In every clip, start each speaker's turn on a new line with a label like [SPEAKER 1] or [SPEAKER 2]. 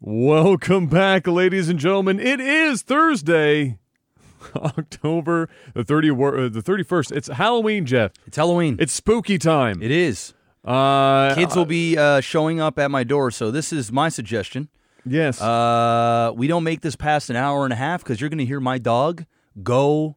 [SPEAKER 1] Welcome back, ladies and gentlemen. It is Thursday, October the 30, wor- uh, the 31st. It's Halloween, Jeff.
[SPEAKER 2] It's Halloween.
[SPEAKER 1] It's spooky time.
[SPEAKER 2] It is.
[SPEAKER 1] Uh,
[SPEAKER 2] Kids will be uh, showing up at my door, so this is my suggestion.
[SPEAKER 1] yes.
[SPEAKER 2] Uh, we don't make this past an hour and a half because you're going to hear my dog go.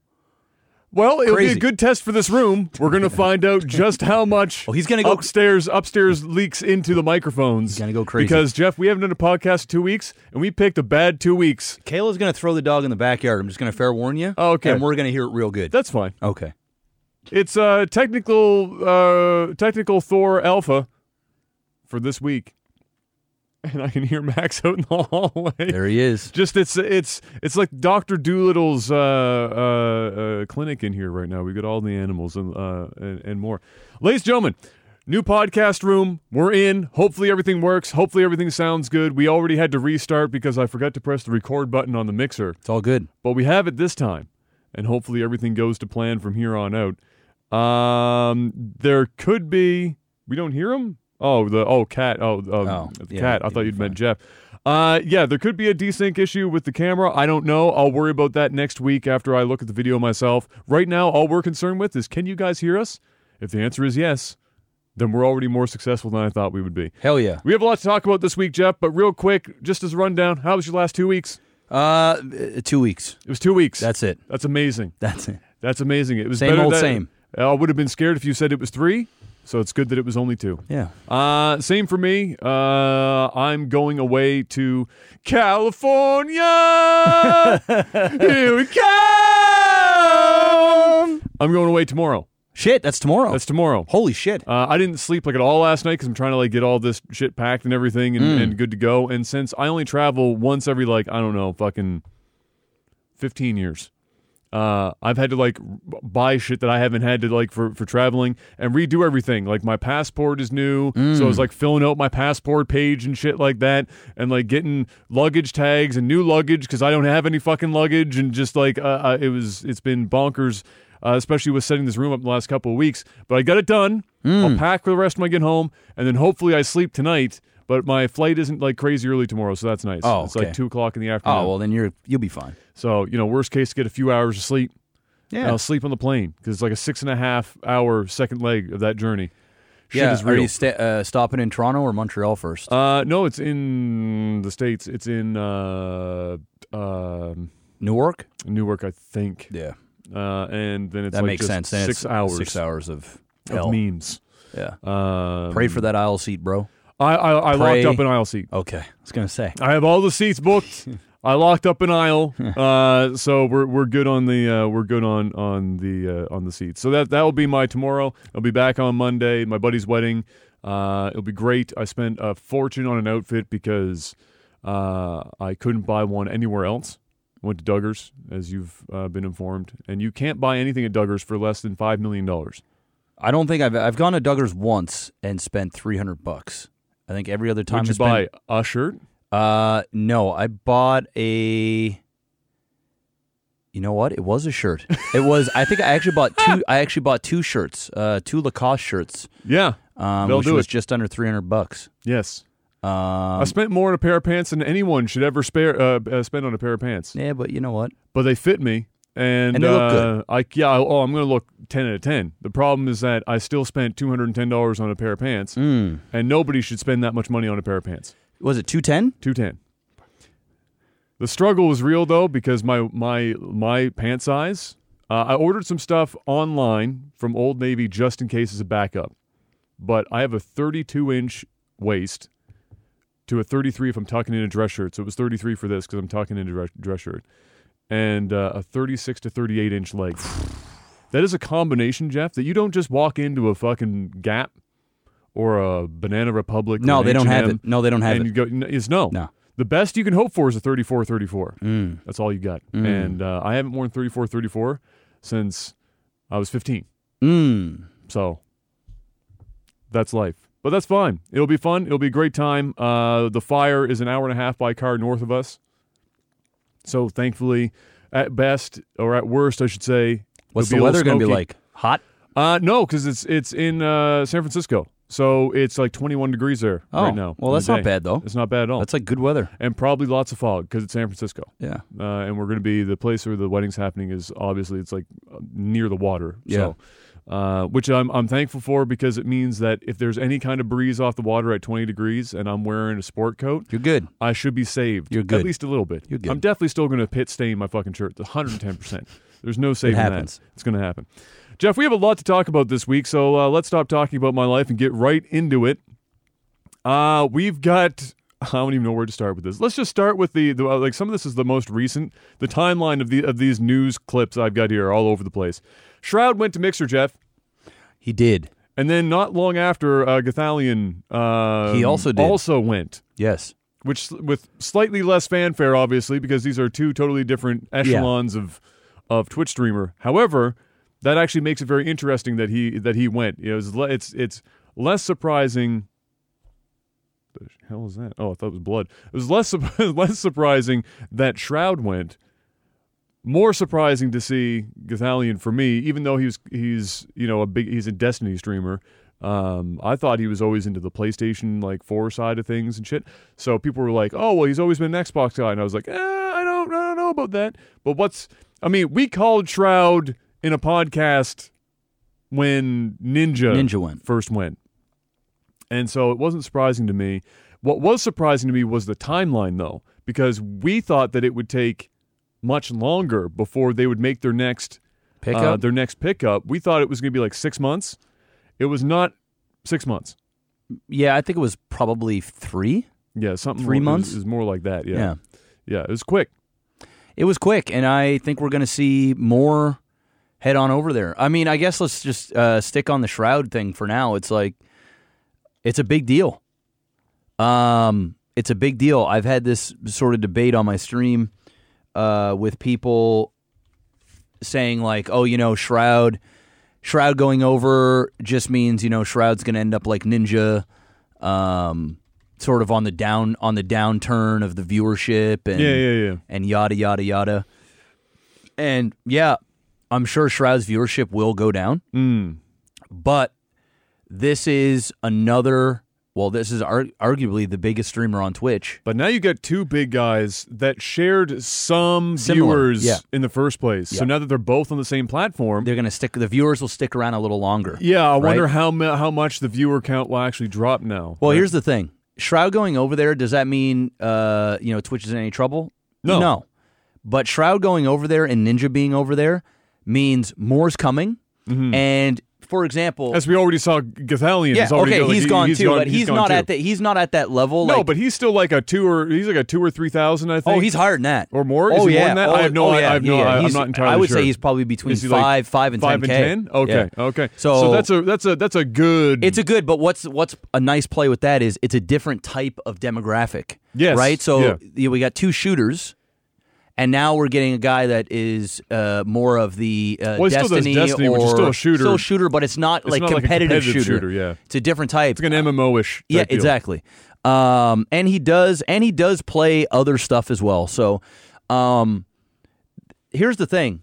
[SPEAKER 1] well, it'll be
[SPEAKER 2] crazy.
[SPEAKER 1] a good test for this room. We're going to find out just how much
[SPEAKER 2] Oh, he's gonna go-
[SPEAKER 1] upstairs upstairs leaks into the microphones.
[SPEAKER 2] gonna go crazy.
[SPEAKER 1] Because, Jeff, we haven't done a podcast in two weeks, and we picked a bad two weeks.
[SPEAKER 2] Kayla's going to throw the dog in the backyard. I'm just going to fair warn you.
[SPEAKER 1] Oh, okay.
[SPEAKER 2] And we're going to hear it real good.
[SPEAKER 1] That's fine.
[SPEAKER 2] okay.
[SPEAKER 1] It's uh, technical uh, technical Thor Alpha for this week, and I can hear Max out in the hallway.
[SPEAKER 2] There he is.
[SPEAKER 1] Just it's it's it's like Doctor Doolittle's uh, uh, uh, clinic in here right now. We've got all the animals and uh, and, and more. Ladies and gentlemen, new podcast room. We're in. Hopefully everything works. Hopefully everything sounds good. We already had to restart because I forgot to press the record button on the mixer
[SPEAKER 2] It's all good.
[SPEAKER 1] but we have it this time, and hopefully everything goes to plan from here on out. Um, there could be we don't hear him. Oh, the oh cat. Oh, um,
[SPEAKER 2] Oh,
[SPEAKER 1] the
[SPEAKER 2] yeah,
[SPEAKER 1] cat. I
[SPEAKER 2] it'd
[SPEAKER 1] thought
[SPEAKER 2] be
[SPEAKER 1] you'd meant Jeff. Uh, yeah, there could be a desync issue with the camera. I don't know. I'll worry about that next week after I look at the video myself. Right now, all we're concerned with is can you guys hear us? If the answer is yes, then we're already more successful than I thought we would be.
[SPEAKER 2] Hell yeah.
[SPEAKER 1] We have a lot to talk about this week, Jeff. But real quick, just as a rundown, how was your last two weeks?
[SPEAKER 2] Uh, two weeks.
[SPEAKER 1] It was two weeks.
[SPEAKER 2] That's it.
[SPEAKER 1] That's amazing.
[SPEAKER 2] That's it.
[SPEAKER 1] That's amazing. It was
[SPEAKER 2] Same
[SPEAKER 1] better
[SPEAKER 2] old
[SPEAKER 1] that-
[SPEAKER 2] same.
[SPEAKER 1] I would have been scared if you said it was three, so it's good that it was only two.
[SPEAKER 2] Yeah.
[SPEAKER 1] Uh, same for me. Uh, I'm going away to California. Here we come. I'm going away tomorrow.
[SPEAKER 2] Shit. That's tomorrow.
[SPEAKER 1] That's tomorrow.
[SPEAKER 2] Holy shit.
[SPEAKER 1] Uh, I didn't sleep like at all last night because I'm trying to like get all this shit packed and everything and,
[SPEAKER 2] Mm.
[SPEAKER 1] and good to go. And since I only travel once every like I don't know fucking fifteen years, uh, I've had to like b- buy shit that I haven't had to like for for traveling and redo everything. Like my passport is new, so I
[SPEAKER 2] Mm.
[SPEAKER 1] was like filling out my passport page and shit like that, and like getting luggage tags and new luggage because I don't have any fucking luggage and just like uh, uh, it was it's been bonkers. Uh, especially with setting this room up the last couple of weeks, but I got it done.
[SPEAKER 2] Mm.
[SPEAKER 1] I'll pack for the rest when I get home, and then hopefully I sleep tonight. But my flight isn't like crazy early tomorrow, so that's nice.
[SPEAKER 2] Oh,
[SPEAKER 1] it's
[SPEAKER 2] okay.
[SPEAKER 1] like two o'clock in the afternoon.
[SPEAKER 2] oh well, then you're you'll be fine.
[SPEAKER 1] So you know, worst case, get a few hours of sleep.
[SPEAKER 2] Yeah.
[SPEAKER 1] And I'll sleep on the plane because it's like a six and a half hour second leg of that journey. Shit
[SPEAKER 2] yeah.
[SPEAKER 1] is
[SPEAKER 2] Are
[SPEAKER 1] real.
[SPEAKER 2] you sta- uh, stopping in Toronto or Montreal first?
[SPEAKER 1] uh, no, it's in the states. It's in uh, um
[SPEAKER 2] Newark.
[SPEAKER 1] Newark, I think.
[SPEAKER 2] Yeah.
[SPEAKER 1] Uh, and then it's
[SPEAKER 2] that
[SPEAKER 1] like
[SPEAKER 2] makes
[SPEAKER 1] just
[SPEAKER 2] sense. Then
[SPEAKER 1] Six
[SPEAKER 2] it's
[SPEAKER 1] hours,
[SPEAKER 2] Six hours of hell.
[SPEAKER 1] of memes.
[SPEAKER 2] Yeah.
[SPEAKER 1] Um,
[SPEAKER 2] Pray for that aisle seat, bro.
[SPEAKER 1] I I, I
[SPEAKER 2] Pray.
[SPEAKER 1] locked up an aisle seat.
[SPEAKER 2] Okay. I was gonna say.
[SPEAKER 1] I have all the seats booked. I locked up an aisle, uh, so we're we're good on the uh, we're good on on the uh, on the seats. So that that will be my tomorrow. I'll be back on Monday. My buddy's wedding. Uh, it'll be great. I spent a fortune on an outfit because uh, I couldn't buy one anywhere else. Went to Duggars, as you've uh, been informed, and you can't buy anything at Duggars for less than five million dollars.
[SPEAKER 2] I don't think I've I've gone to Duggars once and spent three hundred bucks. I think every other time
[SPEAKER 1] Would
[SPEAKER 2] I
[SPEAKER 1] you buy
[SPEAKER 2] spent.
[SPEAKER 1] a shirt?
[SPEAKER 2] Uh, no, I bought a. You know what? It was a shirt. It was. I think I actually bought two. I actually bought two shirts. Uh, two Lacoste shirts.
[SPEAKER 1] Yeah.
[SPEAKER 2] Um,
[SPEAKER 1] They'll
[SPEAKER 2] which
[SPEAKER 1] do
[SPEAKER 2] was
[SPEAKER 1] it.
[SPEAKER 2] just under three hundred bucks.
[SPEAKER 1] Yes. I
[SPEAKER 2] Um,
[SPEAKER 1] spent more on a pair of pants than anyone should ever spare uh, uh, spend on a pair of pants.
[SPEAKER 2] yeah, but you know what?
[SPEAKER 1] but they fit me and,
[SPEAKER 2] And they look
[SPEAKER 1] uh, I yeah I- oh I'm gonna look ten out of ten. The problem is that I still spent two hundred and ten dollars on a pair of pants,
[SPEAKER 2] Mm.
[SPEAKER 1] and nobody should spend that much money on a pair of pants.
[SPEAKER 2] Was it two ten?
[SPEAKER 1] Two ten. The struggle was real though because my my my pant size. Uh, I ordered some stuff online from Old Navy just in case as a backup, but I have a 32 inch waist to a 33 if I'm tucking in a dress shirt. So it was 33 for this because I'm tucking in a dress, dress shirt, and uh, a 36 to 38 inch leg. that is a combination, Jeff, that you don't just walk into a fucking Gap or a Banana Republic. or
[SPEAKER 2] No,
[SPEAKER 1] an
[SPEAKER 2] they don't have
[SPEAKER 1] H&M
[SPEAKER 2] it. No, they don't have
[SPEAKER 1] and
[SPEAKER 2] it.
[SPEAKER 1] you go n- is no.
[SPEAKER 2] No.
[SPEAKER 1] The best you can hope for is a 34 34.
[SPEAKER 2] Mm.
[SPEAKER 1] That's all you got.
[SPEAKER 2] Mm.
[SPEAKER 1] And uh, I haven't worn 34 34 since I was 15.
[SPEAKER 2] Mm.
[SPEAKER 1] So that's life. But that's fine. It'll be fun. It'll be a great time. Uh, the fire is an hour and a half by car north of us. So thankfully, at best or at worst, I should say,
[SPEAKER 2] What's
[SPEAKER 1] it'll a
[SPEAKER 2] the
[SPEAKER 1] little
[SPEAKER 2] weather going to be
[SPEAKER 1] smoky.
[SPEAKER 2] like? Hot?
[SPEAKER 1] Uh, no, because it's it's in uh, San Francisco. So it's like 21 degrees there
[SPEAKER 2] Oh,
[SPEAKER 1] right now.
[SPEAKER 2] well,
[SPEAKER 1] in the
[SPEAKER 2] that's not
[SPEAKER 1] day.
[SPEAKER 2] bad, though.
[SPEAKER 1] It's not bad at all.
[SPEAKER 2] That's like good weather.
[SPEAKER 1] and probably lots of fog because it's San Francisco.
[SPEAKER 2] Yeah.
[SPEAKER 1] Uh, and we're going to be the place where the wedding's happening is obviously it's like uh, near the water.
[SPEAKER 2] Yeah.
[SPEAKER 1] So, uh, which I'm I'm thankful for because it means that if there's any kind of breeze off the water at 20 degrees and I'm wearing a sport coat,
[SPEAKER 2] You're good.
[SPEAKER 1] I should be saved.
[SPEAKER 2] You're good.
[SPEAKER 1] At least a little bit.
[SPEAKER 2] You're good.
[SPEAKER 1] I'm definitely still going to pit stain my fucking shirt. 110%. There's no saving
[SPEAKER 2] happens.
[SPEAKER 1] that. It's going to happen. Jeff, we have a lot to talk about this week, so uh, let's stop talking about my life and get right into it. Uh, we've got. I don't even know where to start with this. Let's just start with the, the uh, like some of this is the most recent. The timeline of the of these news clips I've got here are all over the place. Shroud went to Mixer, Jeff,
[SPEAKER 2] He did.
[SPEAKER 1] and then not long after uh, Gathalion uh,
[SPEAKER 2] He also did.
[SPEAKER 1] also went
[SPEAKER 2] Yes.
[SPEAKER 1] which sl- with slightly less fanfare, obviously, because these are two totally different echelons of of Twitch streamer. However, that actually makes it very interesting that he that he went. You know, it's le- it's, it's less surprising. The hell is that? Oh, I thought it was blood. It was less sup- less surprising that Shroud went. More surprising to see Gathalion for me, even though he's he's you know a big he's a Destiny streamer. Um, I thought he was always into the PlayStation like four side of things and shit. So people were like, "Oh, well, he's always been an Xbox guy," and I was like, eh, "I don't, I don't know about that." But what's? I mean, we called Shroud in a podcast when Ninja
[SPEAKER 2] Ninja went.
[SPEAKER 1] first went, and so it wasn't surprising to me. What was surprising to me was the timeline, though, because we thought that it would take much longer before they would make their next
[SPEAKER 2] Pick
[SPEAKER 1] uh,
[SPEAKER 2] up.
[SPEAKER 1] their next pickup. We thought it was going to be like six months. It was not six months.
[SPEAKER 2] yeah, I think it was probably three.
[SPEAKER 1] Yeah, something
[SPEAKER 2] Three
[SPEAKER 1] more- it was-
[SPEAKER 2] months?
[SPEAKER 1] it was more like that. Yeah. yeah,
[SPEAKER 2] Yeah.
[SPEAKER 1] it was quick.
[SPEAKER 2] It was quick, and I think we're going to see more head on over there. I mean, I guess let's just uh, stick on the shroud thing for now. It's like it's a big deal. Um, it's a big deal. I've had this sort of debate on my stream uh, with people saying like, "Oh, you know, shroud, shroud going over just means you know shroud's going to end up like ninja." Um, sort of on the down on the downturn of the viewership and
[SPEAKER 1] Yeah, yeah, yeah.
[SPEAKER 2] and yada yada yada. And yeah, I'm sure Shroud's viewership will go down,
[SPEAKER 1] Mm.
[SPEAKER 2] but this is another. Well, this is ar- arguably the biggest streamer on Twitch.
[SPEAKER 1] But now you got two big guys that shared some
[SPEAKER 2] Similar,
[SPEAKER 1] viewers
[SPEAKER 2] yeah.
[SPEAKER 1] in the first place. So
[SPEAKER 2] Yeah.
[SPEAKER 1] now that they're both on the same platform,
[SPEAKER 2] They're gonna stick. The viewers will stick around a little longer.
[SPEAKER 1] yeah, I wonder
[SPEAKER 2] Right.
[SPEAKER 1] how mu- how much the viewer count will actually drop now.
[SPEAKER 2] Well, here's the thing: Shroud going over there. Does that mean uh, you know Twitch is in any trouble?
[SPEAKER 1] No.
[SPEAKER 2] no. But Shroud going over there and Ninja being over there means more's coming.
[SPEAKER 1] Mm-hmm.
[SPEAKER 2] And for example,
[SPEAKER 1] as we already saw, Gathalion
[SPEAKER 2] yeah,
[SPEAKER 1] is already
[SPEAKER 2] okay,
[SPEAKER 1] like,
[SPEAKER 2] he's
[SPEAKER 1] he-
[SPEAKER 2] gone too,
[SPEAKER 1] gone-
[SPEAKER 2] but he's,
[SPEAKER 1] gone
[SPEAKER 2] not
[SPEAKER 1] too.
[SPEAKER 2] at that. He's not at that level.
[SPEAKER 1] No,
[SPEAKER 2] like,
[SPEAKER 1] but he's still like a two or he's like a two or three thousand. I think.
[SPEAKER 2] Oh, he's higher than that,
[SPEAKER 1] Or more? Is
[SPEAKER 2] oh
[SPEAKER 1] he more
[SPEAKER 2] yeah,
[SPEAKER 1] than that?
[SPEAKER 2] Oh,
[SPEAKER 1] I have no-
[SPEAKER 2] oh,
[SPEAKER 1] I-
[SPEAKER 2] yeah,
[SPEAKER 1] I have no-
[SPEAKER 2] yeah,
[SPEAKER 1] I- I'm
[SPEAKER 2] he's-
[SPEAKER 1] not entirely
[SPEAKER 2] I would
[SPEAKER 1] sure.
[SPEAKER 2] say he's probably between
[SPEAKER 1] Is he, like,
[SPEAKER 2] five, five and
[SPEAKER 1] five and
[SPEAKER 2] 10K.
[SPEAKER 1] ten. Okay,
[SPEAKER 2] Yeah.
[SPEAKER 1] okay.
[SPEAKER 2] So,
[SPEAKER 1] that's a that's a that's a good.
[SPEAKER 2] it's a good, but what's what's a nice play with that is it's a different type of demographic.
[SPEAKER 1] Yes,
[SPEAKER 2] right. So
[SPEAKER 1] yeah.
[SPEAKER 2] you know, we got two shooters. And now we're getting a guy that is uh, more of the uh,
[SPEAKER 1] Well, he still does
[SPEAKER 2] Destiny,
[SPEAKER 1] Destiny,
[SPEAKER 2] or
[SPEAKER 1] which is still a shooter.
[SPEAKER 2] still shooter, but it's not like
[SPEAKER 1] not like a
[SPEAKER 2] competitive,
[SPEAKER 1] competitive shooter, yeah.
[SPEAKER 2] it's a different type.
[SPEAKER 1] like an MMO ish.
[SPEAKER 2] Yeah, exactly. Um, and he does, and he does play other stuff as well. So, um, here's the thing: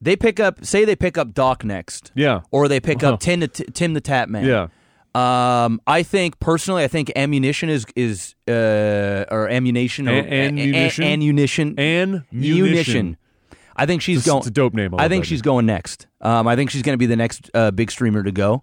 [SPEAKER 2] they pick up, say they pick up Doc next,
[SPEAKER 1] Yeah,
[SPEAKER 2] or they pick up Tim, the T- Tim the Tap Man.
[SPEAKER 1] yeah.
[SPEAKER 2] Um, I think personally, I think ammunition is is uh, or ammunition or
[SPEAKER 1] A- ammunition?
[SPEAKER 2] a- a- ammunition,
[SPEAKER 1] And munition.
[SPEAKER 2] munition. I think she's
[SPEAKER 1] It's,
[SPEAKER 2] going.
[SPEAKER 1] it's a dope name.
[SPEAKER 2] I
[SPEAKER 1] love
[SPEAKER 2] think
[SPEAKER 1] that
[SPEAKER 2] she's going next. Um, I think she's going to be the next uh, big streamer to go.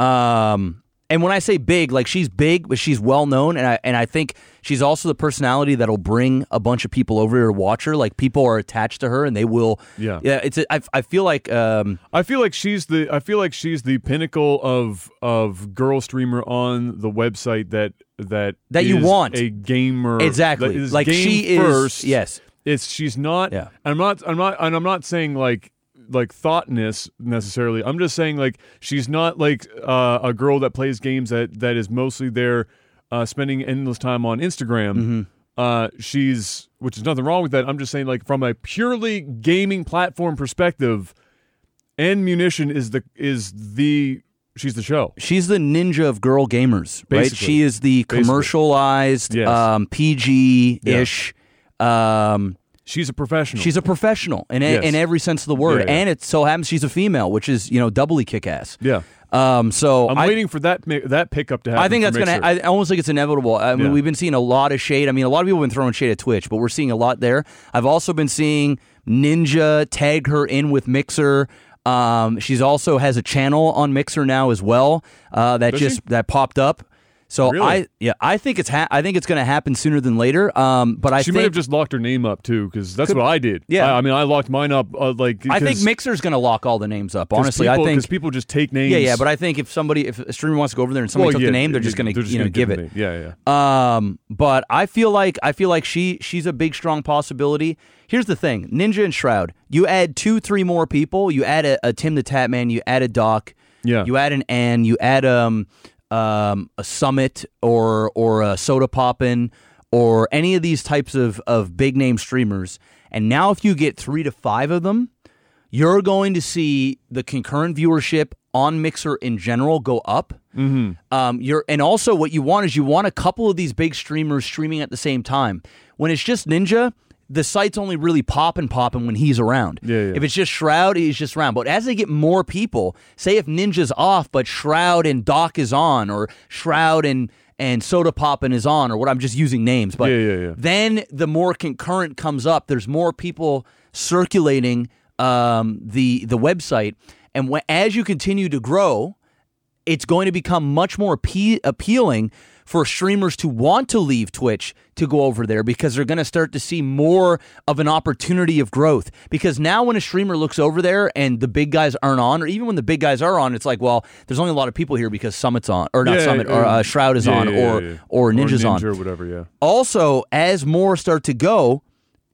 [SPEAKER 2] Um, and when I say big, like she's big, but she's well known, and I and I think she's also the personality that'll bring a bunch of people over here to watch her. Like people are attached to her, and they will.
[SPEAKER 1] Yeah.
[SPEAKER 2] yeah. It's a, I, I feel like um,
[SPEAKER 1] I feel like she's the I feel like she's the pinnacle of of girl streamer on the website that that
[SPEAKER 2] That you
[SPEAKER 1] is
[SPEAKER 2] want.
[SPEAKER 1] a gamer
[SPEAKER 2] exactly
[SPEAKER 1] that is
[SPEAKER 2] like
[SPEAKER 1] game
[SPEAKER 2] she
[SPEAKER 1] first.
[SPEAKER 2] is. Yes,
[SPEAKER 1] it's she's not
[SPEAKER 2] Yeah.
[SPEAKER 1] I'm not I'm not and I'm not saying like like thoughtness necessarily I'm just saying like she's not like uh, a girl that plays games that that is mostly there uh, spending endless time on Instagram
[SPEAKER 2] Mm-hmm.
[SPEAKER 1] uh, she's which is nothing wrong with that I'm just saying like from a purely gaming platform perspective and munition is the is the she's the show
[SPEAKER 2] she's the ninja of girl gamers, right?
[SPEAKER 1] Basically.
[SPEAKER 2] She is the commercialized,
[SPEAKER 1] Yes.
[SPEAKER 2] um, PG ish. Um,
[SPEAKER 1] she's a professional
[SPEAKER 2] She's a professional in, a,
[SPEAKER 1] Yes.
[SPEAKER 2] in every sense of the word,
[SPEAKER 1] Yeah, yeah.
[SPEAKER 2] and it so happens she's a female, which is you know doubly kick ass.
[SPEAKER 1] yeah
[SPEAKER 2] Um, so
[SPEAKER 1] I'm
[SPEAKER 2] I,
[SPEAKER 1] waiting for that mi- that pickup to happen.
[SPEAKER 2] I think
[SPEAKER 1] for
[SPEAKER 2] that's going
[SPEAKER 1] Mixer.
[SPEAKER 2] to, I almost think it's inevitable. I mean,
[SPEAKER 1] Yeah.
[SPEAKER 2] we've been seeing a lot of shade. I mean, a lot of people have been throwing shade at Twitch, but we're seeing a lot there. I've also been seeing Ninja tag her in with Mixer. Um, she's also has a channel on Mixer now as well. Uh, that
[SPEAKER 1] Does
[SPEAKER 2] just
[SPEAKER 1] she?
[SPEAKER 2] that popped up. So
[SPEAKER 1] Really?
[SPEAKER 2] I yeah I think it's ha- I think it's going to happen sooner than later. Um, but I
[SPEAKER 1] she
[SPEAKER 2] think
[SPEAKER 1] might have just locked her name up too, because that's what I did.
[SPEAKER 2] Yeah.
[SPEAKER 1] I, I mean, I locked mine up. Uh, like,
[SPEAKER 2] I think
[SPEAKER 1] 'cause-
[SPEAKER 2] Mixer's going to lock all the names up.
[SPEAKER 1] 'cause
[SPEAKER 2] Honestly,
[SPEAKER 1] people,
[SPEAKER 2] I think
[SPEAKER 1] because people just take names.
[SPEAKER 2] yeah, yeah. But I think if somebody, if a streamer wants to go over there and somebody
[SPEAKER 1] Well,
[SPEAKER 2] took
[SPEAKER 1] yeah,
[SPEAKER 2] the name, they're
[SPEAKER 1] they-
[SPEAKER 2] just going to you know
[SPEAKER 1] gonna
[SPEAKER 2] give
[SPEAKER 1] the
[SPEAKER 2] it.
[SPEAKER 1] name. Yeah, yeah.
[SPEAKER 2] Um, but I feel like I feel like she she's a big strong possibility. Here's the thing, Ninja and Shroud. You add two, three more people. You add a, a Tim the Tatman. You add a Doc.
[SPEAKER 1] Yeah.
[SPEAKER 2] You add an Ann. You add um um a Summit or or a Soda Poppin or any of these types of of big name streamers. And now if you get three to five of them, you're going to see the concurrent viewership on Mixer in general go up. Mm-hmm. Um, you're and also what you want is you want a couple of these big streamers streaming at the same time. When it's just Ninja, the site's only really popping popping when he's around.
[SPEAKER 1] Yeah, yeah.
[SPEAKER 2] If it's just Shroud, he's just around. But as they get more people, say if Ninja's off, but Shroud and Doc is on, or Shroud and and Soda Poppin is on, or what I'm just using names, but
[SPEAKER 1] Yeah, yeah, yeah.
[SPEAKER 2] then the more concurrent comes up there's more people circulating um, the the website and wh- as you continue to grow it's going to become much more appe- appealing for streamers to want to leave Twitch to go over there because they're going to start to see more of an opportunity of growth. Because now, when a streamer looks over there and the big guys aren't on, or even when the big guys are on, it's like, well, there's only a lot of people here because Summit's on, or not
[SPEAKER 1] Yeah,
[SPEAKER 2] Summit,
[SPEAKER 1] yeah.
[SPEAKER 2] or uh, Shroud is
[SPEAKER 1] Yeah,
[SPEAKER 2] on,
[SPEAKER 1] yeah, yeah,
[SPEAKER 2] or,
[SPEAKER 1] yeah.
[SPEAKER 2] or Ninja's
[SPEAKER 1] Ninja
[SPEAKER 2] on
[SPEAKER 1] or whatever. Yeah.
[SPEAKER 2] also as more start to go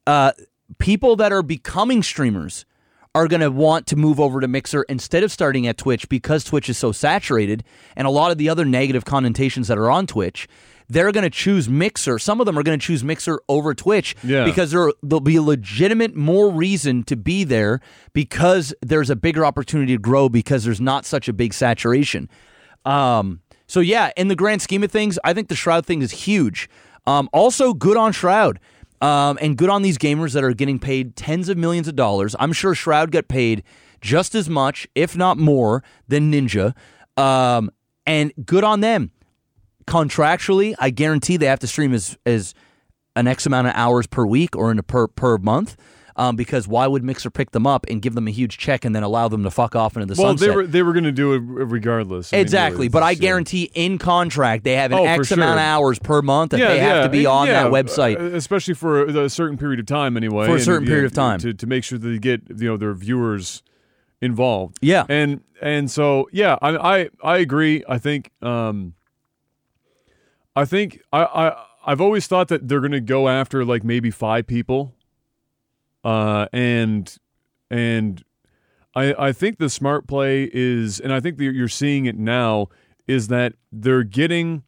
[SPEAKER 2] uh, people that are becoming streamers are going to want to move over to mixer instead of starting at twitch because twitch is so saturated and a lot of the other negative connotations that are on twitch they're going to choose mixer some of them are going to choose mixer over twitch
[SPEAKER 1] Yeah.
[SPEAKER 2] because there, there'll be a legitimate more reason to be there because there's a bigger opportunity to grow because there's not such a big saturation um, so yeah, in the grand scheme of things, I think the Shroud thing is huge. Um, also, good on Shroud, um, and good on these gamers that are getting paid tens of millions of dollars. I'm sure Shroud got paid just as much, if not more, than Ninja. Um, and good on them. Contractually, I guarantee they have to stream as as an X amount of hours per week or in a per per month. Um, because why would Mixer pick them up and give them a huge check and then allow them to fuck off into the
[SPEAKER 1] Well,
[SPEAKER 2] sunset?
[SPEAKER 1] they were they were going to do it regardless. I mean,
[SPEAKER 2] Exactly,
[SPEAKER 1] really,
[SPEAKER 2] but I
[SPEAKER 1] it's, yeah.
[SPEAKER 2] guarantee in contract they have an
[SPEAKER 1] Oh, for
[SPEAKER 2] X amount of
[SPEAKER 1] sure.
[SPEAKER 2] hours per month that
[SPEAKER 1] Yeah,
[SPEAKER 2] they have
[SPEAKER 1] yeah,
[SPEAKER 2] to be on
[SPEAKER 1] yeah,
[SPEAKER 2] that website.
[SPEAKER 1] uh, especially for a, a certain period of time. Anyway,
[SPEAKER 2] For a
[SPEAKER 1] and,
[SPEAKER 2] certain
[SPEAKER 1] you
[SPEAKER 2] period
[SPEAKER 1] know,
[SPEAKER 2] of time.
[SPEAKER 1] to to make sure that they get you know their viewers involved.
[SPEAKER 2] Yeah.
[SPEAKER 1] and and so yeah, I I I agree. I think um, I think I I I've always thought that they're gonna go after like maybe five people, uh, and and I, I think the smart play is, and I think that you're seeing it now, is that they're getting,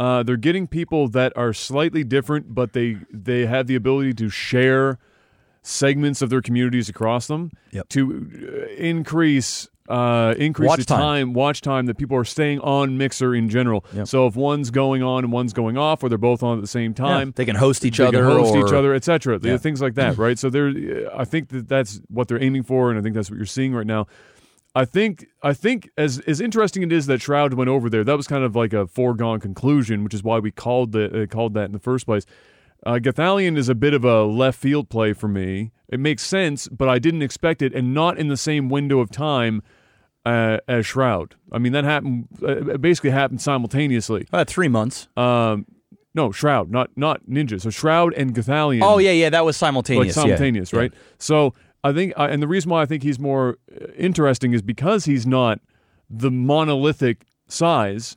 [SPEAKER 1] uh, they're getting people that are slightly different, but they they have the ability to share segments of their communities across them
[SPEAKER 2] Yep.
[SPEAKER 1] to uh, increase uh, increase
[SPEAKER 2] Watch
[SPEAKER 1] the
[SPEAKER 2] time.
[SPEAKER 1] time watch time that people are staying on Mixer in general. So if one's going on and one's going off, or they're both on at the same
[SPEAKER 2] Yeah,
[SPEAKER 1] time,
[SPEAKER 2] they can host each
[SPEAKER 1] they
[SPEAKER 2] other.
[SPEAKER 1] can host
[SPEAKER 2] or,
[SPEAKER 1] each other, etc.
[SPEAKER 2] Yeah.
[SPEAKER 1] Things like that, right? So there, I think that that's what they're aiming for, and I think that's what you're seeing right now. I think I think as as interesting it is that Shroud went over there, that was kind of like a foregone conclusion, which is why we called the uh, called that in the first place. Uh, Gathalion is a bit of a left field play for me. It makes sense, but I didn't expect it, and not in the same window of time uh, as Shroud. I mean, that happened uh, it basically happened simultaneously.
[SPEAKER 2] Uh, three months.
[SPEAKER 1] Um, no, Shroud, not not Ninja. So Shroud and Gathalion.
[SPEAKER 2] oh yeah, yeah, that was simultaneous. yeah.
[SPEAKER 1] Like simultaneous, right? So I think, I and the reason why I think he's more uh, interesting is because he's not the monolithic size.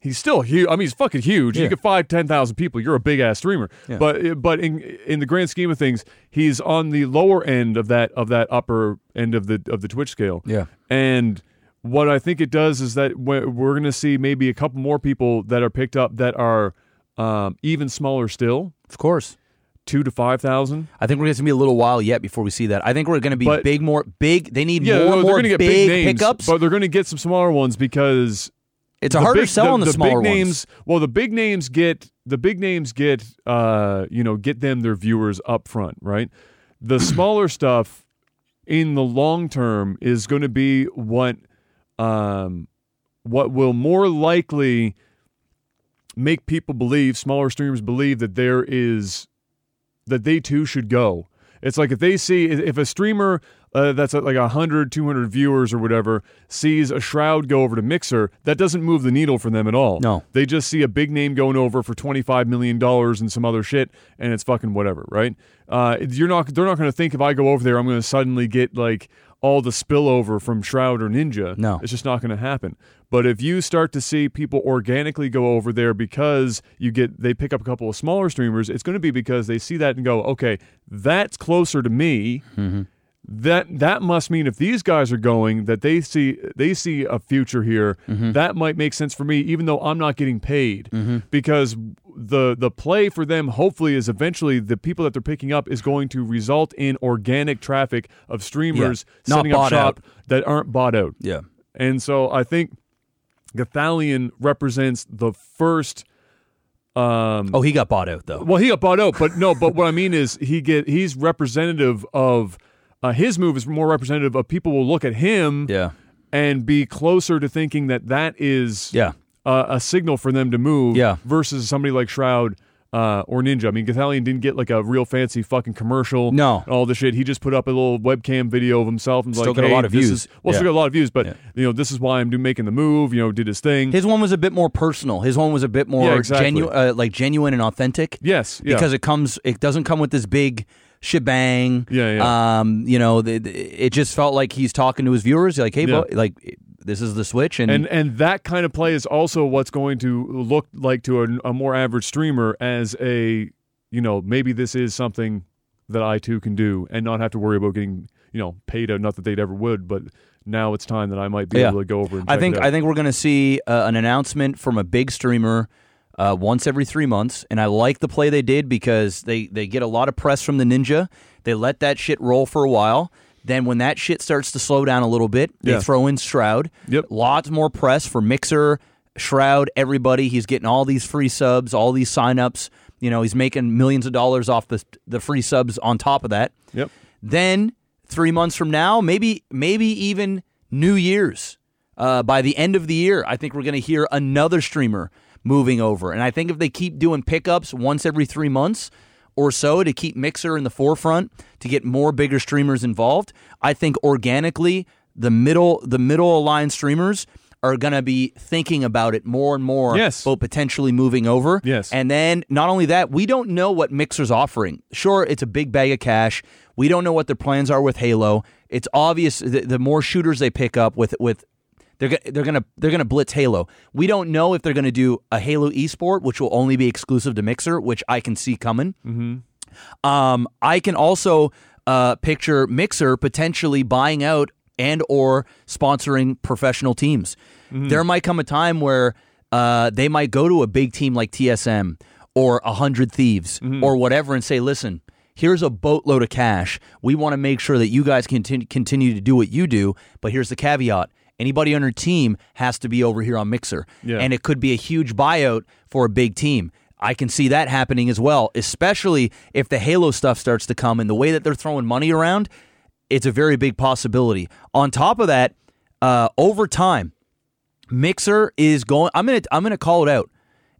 [SPEAKER 1] He's still huge. I mean, he's fucking huge.
[SPEAKER 2] Yeah.
[SPEAKER 1] You get five, ten thousand people. You're a big ass streamer.
[SPEAKER 2] Yeah.
[SPEAKER 1] But uh, but in in the grand scheme of things, he's on the lower end of that of that upper end of the of the Twitch scale.
[SPEAKER 2] Yeah.
[SPEAKER 1] And what I think it does is that we're going to see maybe a couple more people that are picked up that are um, even smaller still,
[SPEAKER 2] Of course.
[SPEAKER 1] two to five thousand.
[SPEAKER 2] I think we're going to be a little while yet before we see that. I think we're going to be
[SPEAKER 1] But-
[SPEAKER 2] big more big. They need
[SPEAKER 1] Yeah,
[SPEAKER 2] more
[SPEAKER 1] they're
[SPEAKER 2] more
[SPEAKER 1] going to get big
[SPEAKER 2] big,
[SPEAKER 1] names,
[SPEAKER 2] pickups.
[SPEAKER 1] but they're going to get some smaller ones because
[SPEAKER 2] it's a harder
[SPEAKER 1] big,
[SPEAKER 2] sell
[SPEAKER 1] the,
[SPEAKER 2] on the,
[SPEAKER 1] the
[SPEAKER 2] smaller
[SPEAKER 1] big names.
[SPEAKER 2] ones.
[SPEAKER 1] Well, the big names get the big names get uh, you know get them their viewers up front, right? The smaller stuff in the long term is going to be what um, what will more likely make people believe, smaller streamers believe that there is that they too should go. It's like if they see if a streamer uh, that's at like 100, 200 viewers or whatever sees a shroud go over to Mixer, that doesn't move the needle for them at all.
[SPEAKER 2] No.
[SPEAKER 1] They just see a big name going over for $25 million and some other shit and it's fucking whatever, right? Uh, you're not they're not going to think if I go over there I'm going to suddenly get like all the spillover from Shroud or Ninja.
[SPEAKER 2] No.
[SPEAKER 1] It's just not going to happen. But if you start to see people organically go over there because you get they pick up a couple of smaller streamers, it's going to be because they see that and go, "Okay, that's closer to me."
[SPEAKER 2] Mm-hmm.
[SPEAKER 1] That that must mean if these guys are going that they see they see a future here
[SPEAKER 2] Mm-hmm.
[SPEAKER 1] that might make sense for me even though I'm not getting paid because the the play for them hopefully is eventually the people that they're picking up is going to result in organic traffic of streamers
[SPEAKER 2] Not
[SPEAKER 1] setting up
[SPEAKER 2] bought
[SPEAKER 1] shop
[SPEAKER 2] out.
[SPEAKER 1] that aren't bought out
[SPEAKER 2] Yeah.
[SPEAKER 1] and so I think Gathalion represents the first. Um,
[SPEAKER 2] Oh, he got bought out though.
[SPEAKER 1] Well, he got bought out, but no. But what I mean is, he get he's representative of uh, his move is more representative of people will look at him
[SPEAKER 2] Yeah.
[SPEAKER 1] and be closer to thinking that that is
[SPEAKER 2] Yeah.
[SPEAKER 1] uh, a signal for them to move
[SPEAKER 2] Yeah.
[SPEAKER 1] versus somebody like Shroud uh, or Ninja. I mean, Gathalion didn't get like a real fancy fucking commercial.
[SPEAKER 2] No.
[SPEAKER 1] and all the shit. He just put up a little webcam video of himself and was
[SPEAKER 2] Still
[SPEAKER 1] like,
[SPEAKER 2] got a
[SPEAKER 1] hey,
[SPEAKER 2] lot of
[SPEAKER 1] this
[SPEAKER 2] views.
[SPEAKER 1] Is, well, still
[SPEAKER 2] Yeah.
[SPEAKER 1] got a lot of views, but you know, this is why I'm do- making the move. You know, did his thing.
[SPEAKER 2] His one was a bit more personal. His one was a bit more
[SPEAKER 1] Yeah, exactly.
[SPEAKER 2] genu- uh, like genuine and authentic.
[SPEAKER 1] yes, yeah.
[SPEAKER 2] because it comes it doesn't come with this big shebang
[SPEAKER 1] Yeah, yeah.
[SPEAKER 2] um you know the, the- it just felt like he's talking to his viewers like hey
[SPEAKER 1] Yeah.
[SPEAKER 2] bo- like this is the switch and,
[SPEAKER 1] and and that kind of play is also what's going to look like to a, a more average streamer as a you know maybe this is something that I too can do and not have to worry about getting you know paid out. Not that they'd ever would, but now it's time that I might be
[SPEAKER 2] Yeah.
[SPEAKER 1] able to go over. And
[SPEAKER 2] i
[SPEAKER 1] check
[SPEAKER 2] think
[SPEAKER 1] it out.
[SPEAKER 2] i think we're going to see uh, an announcement from a big streamer uh, once every three months and i like the play they did because they they get a lot of press from the ninja they let that shit roll for a while then when that shit starts to slow down a little bit they
[SPEAKER 1] Yeah.
[SPEAKER 2] throw in shroud
[SPEAKER 1] Yep.
[SPEAKER 2] lots more press for Mixer, Shroud, everybody. He's getting all these free subs, all these signups. You know, he's making millions of dollars off the the free subs on top of that.
[SPEAKER 1] Yep.
[SPEAKER 2] Then three months from now, maybe maybe even New Year's. Uh, by the end of the year, I think we're going to hear another streamer moving over. And I think if they keep doing pickups once every three months or so to keep Mixer in the forefront to get more bigger streamers involved, I think organically the middle the middle aligned streamers are going to be thinking about it more and more
[SPEAKER 1] Yes.
[SPEAKER 2] about potentially moving over.
[SPEAKER 1] Yes.
[SPEAKER 2] And then not only that, we don't know what Mixer's offering. Sure, it's a big bag of cash. We don't know what their plans are with Halo. It's obvious the, the more shooters they pick up with with they're go- they're gonna they're gonna blitz Halo. We don't know if they're gonna do a Halo esport, which will only be exclusive to Mixer, which I can see coming. Um, I can also uh, picture Mixer potentially buying out and or sponsoring professional teams. There might come a time where uh, they might go to a big team like TSM or a hundred thieves or whatever and say, "Listen, here's a boatload of cash. We want to make sure that you guys continue continue to do what you do, but here's the caveat." Anybody on your team has to be over here on Mixer.
[SPEAKER 1] Yeah.
[SPEAKER 2] And it could be a huge buyout for a big team. I can see that happening as well, especially if the Halo stuff starts to come and the way that they're throwing money around, it's a very big possibility. On top of that, uh, over time, Mixer is going. I'm gonna I'm gonna call it out.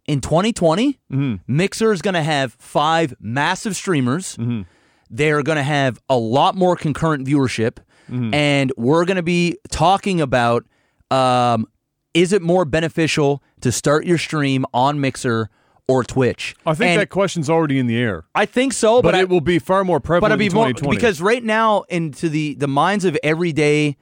[SPEAKER 2] In 2020,
[SPEAKER 1] Mm-hmm.
[SPEAKER 2] Mixer is gonna have five massive streamers.
[SPEAKER 1] Mm-hmm.
[SPEAKER 2] They're gonna have a lot more concurrent viewership,
[SPEAKER 1] Mm-hmm.
[SPEAKER 2] and we're gonna be talking about um, is it more beneficial to start your stream on Mixer or Twitch?
[SPEAKER 1] I think
[SPEAKER 2] And
[SPEAKER 1] that question's already in the air,
[SPEAKER 2] I think so,
[SPEAKER 1] but,
[SPEAKER 2] but, I,
[SPEAKER 1] it will be far more prevalent
[SPEAKER 2] but I'd be
[SPEAKER 1] in
[SPEAKER 2] more
[SPEAKER 1] 2020
[SPEAKER 2] because right now into the the minds of everyday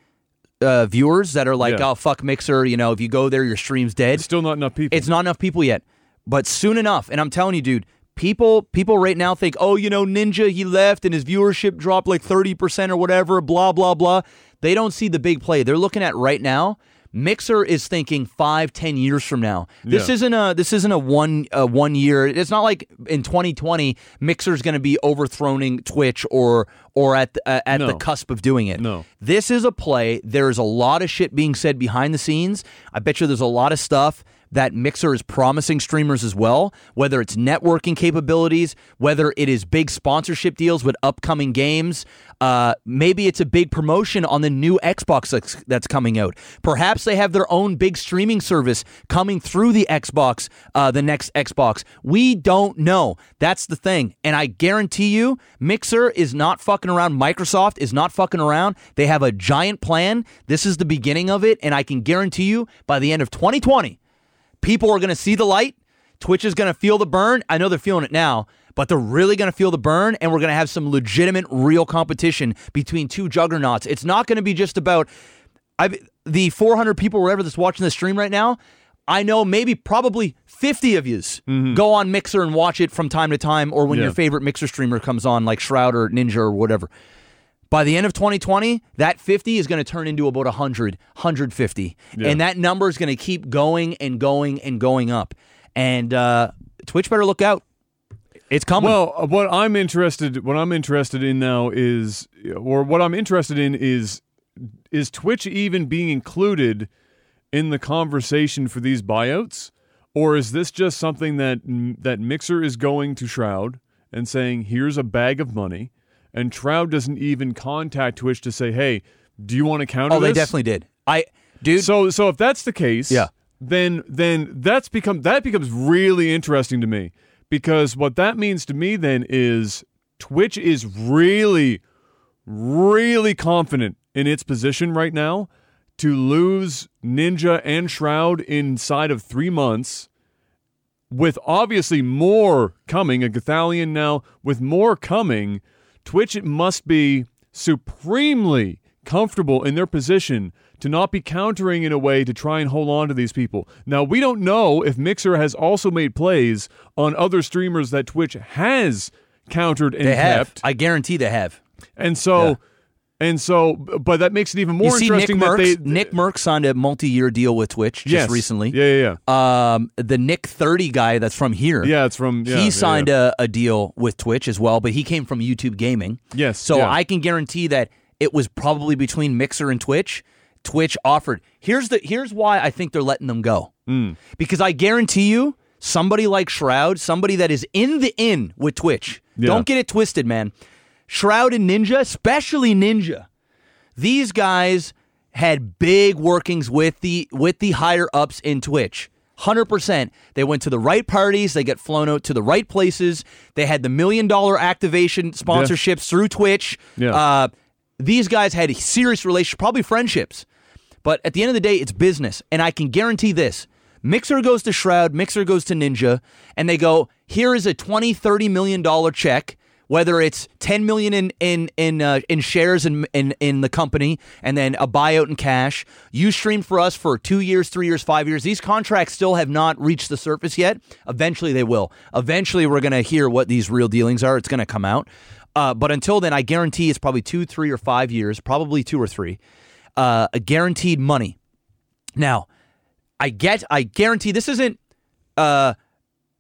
[SPEAKER 2] uh, viewers that are like,
[SPEAKER 1] Yeah.
[SPEAKER 2] oh fuck Mixer, you know, if you go there, your stream's dead.
[SPEAKER 1] still not enough people.
[SPEAKER 2] It's not enough people yet, but soon enough. And I'm telling you, dude, people people right now think, oh, you know, Ninja he left and his viewership dropped like 30 percent or whatever. Blah blah blah. They don't see the big play. They're looking at right now. Mixer is thinking five, ten years from now. This
[SPEAKER 1] Yeah.
[SPEAKER 2] isn't a this isn't a one uh, one year. It's not like in 2020 Mixer's going to be overthrowing Twitch or or at the, uh, at
[SPEAKER 1] No.
[SPEAKER 2] the cusp of doing it.
[SPEAKER 1] No.
[SPEAKER 2] This is a play. There's a lot of shit being said behind the scenes. I bet you there's a lot of stuff that Mixer is promising streamers as well, whether it's networking capabilities, whether it is big sponsorship deals with upcoming games, uh, maybe it's a big promotion on the new Xbox that's, that's coming out. Perhaps they have their own big streaming service coming through the Xbox, uh, the next Xbox. We don't know. That's the thing. And I guarantee you, Mixer is not fucking around. Microsoft is not fucking around. They have a giant plan. This is the beginning of it. And I can guarantee you, by the end of 2020, people are going to see the light. Twitch is going to feel the burn. I know they're feeling it now, but they're really going to feel the burn, and we're going to have some legitimate, real competition between two juggernauts. It's not going to be just about I the 400 people, wherever that's watching the stream right now. I know maybe probably 50 of yous go on Mixer and watch it from time to time, or when
[SPEAKER 1] Yeah.
[SPEAKER 2] your favorite Mixer streamer comes on, like Shroud or Ninja or whatever. By the end of 2020, that 50 is going to turn into about 100, 150. And that number is going to keep going and going and going up. And uh, Twitch better look out. It's coming.
[SPEAKER 1] Well, uh, what I'm interested what I'm interested in now is or what I'm interested in is is Twitch even being included in the conversation for these buyouts or is this just something that that Mixer is going to Shroud and saying here's a bag of money and Shroud doesn't even contact Twitch to say hey do you want to counter
[SPEAKER 2] oh, they
[SPEAKER 1] this?
[SPEAKER 2] definitely did. I, dude,
[SPEAKER 1] So so if that's the case,
[SPEAKER 2] Yeah.
[SPEAKER 1] then then that's become that becomes really interesting to me because what that means to me then is Twitch is really really confident in its position right now to lose Ninja and Shroud inside of 3 months with obviously more coming, a Gathalion now, with more coming, Twitch must be supremely comfortable in their position to not be countering in a way to try and hold on to these people. Now, we don't know if Mixer has also made plays on other streamers that Twitch has countered and
[SPEAKER 2] they have.
[SPEAKER 1] kept.
[SPEAKER 2] I guarantee they have.
[SPEAKER 1] And so. And so, but that makes it even more
[SPEAKER 2] you see Nick
[SPEAKER 1] interesting that
[SPEAKER 2] Merckx,
[SPEAKER 1] they
[SPEAKER 2] Nick Merckx signed a multi-year deal with Twitch just
[SPEAKER 1] yes.
[SPEAKER 2] recently.
[SPEAKER 1] Yeah, yeah,
[SPEAKER 2] Um, the Nick 30 guy that's from here.
[SPEAKER 1] yeah. Yeah, it's from. Yeah,
[SPEAKER 2] he signed A, a deal with Twitch as well, but he came from YouTube Gaming.
[SPEAKER 1] Yes,
[SPEAKER 2] So
[SPEAKER 1] yeah.
[SPEAKER 2] I can guarantee that it was probably between Mixer and Twitch. Twitch offered. Here's the here's why I think they're letting them go.
[SPEAKER 1] Hmm.
[SPEAKER 2] Because I guarantee you, somebody like Shroud, somebody that is in the in with Twitch. Don't get it twisted, man. Shroud and Ninja, especially Ninja these guys had big workings with the with the higher ups in Twitch. 100%. They went to the right parties, they got flown out to the right places. They had the million dollar activation sponsorships through Twitch.
[SPEAKER 1] Yeah.
[SPEAKER 2] Uh, these guys had serious relationships, probably friendships. But at the end of the day, it's business. And I can guarantee this. Mixer goes to Shroud, Mixer goes to Ninja, and they go, here is a 20, 30 million dollar check, whether it's 10 million in in in uh, in shares in, in in the company and then a buyout in cash. You stream for us for 2 years, 3 years, 5 years. These contracts still have not reached the surface yet. Eventually they will. Eventually we're going to hear what these real dealings are. It's going to come out. Uh, but until then, I guarantee it's probably two, three, or five years, probably two or three, uh, guaranteed money. Now, I get, I guarantee this isn't uh,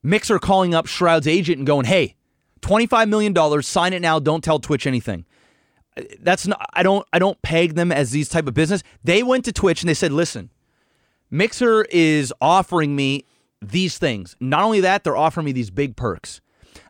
[SPEAKER 2] Mixer calling up Shroud's agent and going, "Hey, twenty-five million dollars, sign it now. Don't tell Twitch anything." Uh, That's not. I don't. I don't peg them as these type of business. They went to Twitch and they said, "Listen, Mixer is offering me these things. Not only that, they're offering me these big perks.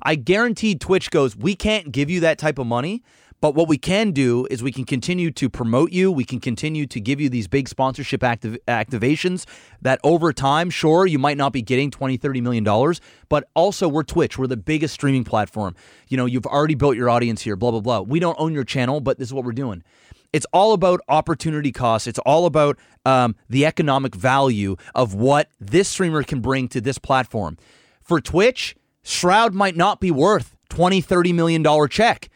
[SPEAKER 2] I guarantee Twitch goes, we can't give you that type of money, but what we can do is we can continue to promote you. We can continue to give you these big sponsorship activ- activations that over time, sure, you might not be getting 20, 30 million dollars, but also we're Twitch. We're the biggest streaming platform. You know, you've already built your audience here, blah, blah, blah. We don't own your channel, but this is what we're doing it's all about opportunity costs. It's all about um, the economic value of what this streamer can bring to this platform. For Twitch, Shroud might not be worth 20, 30 million dollar check.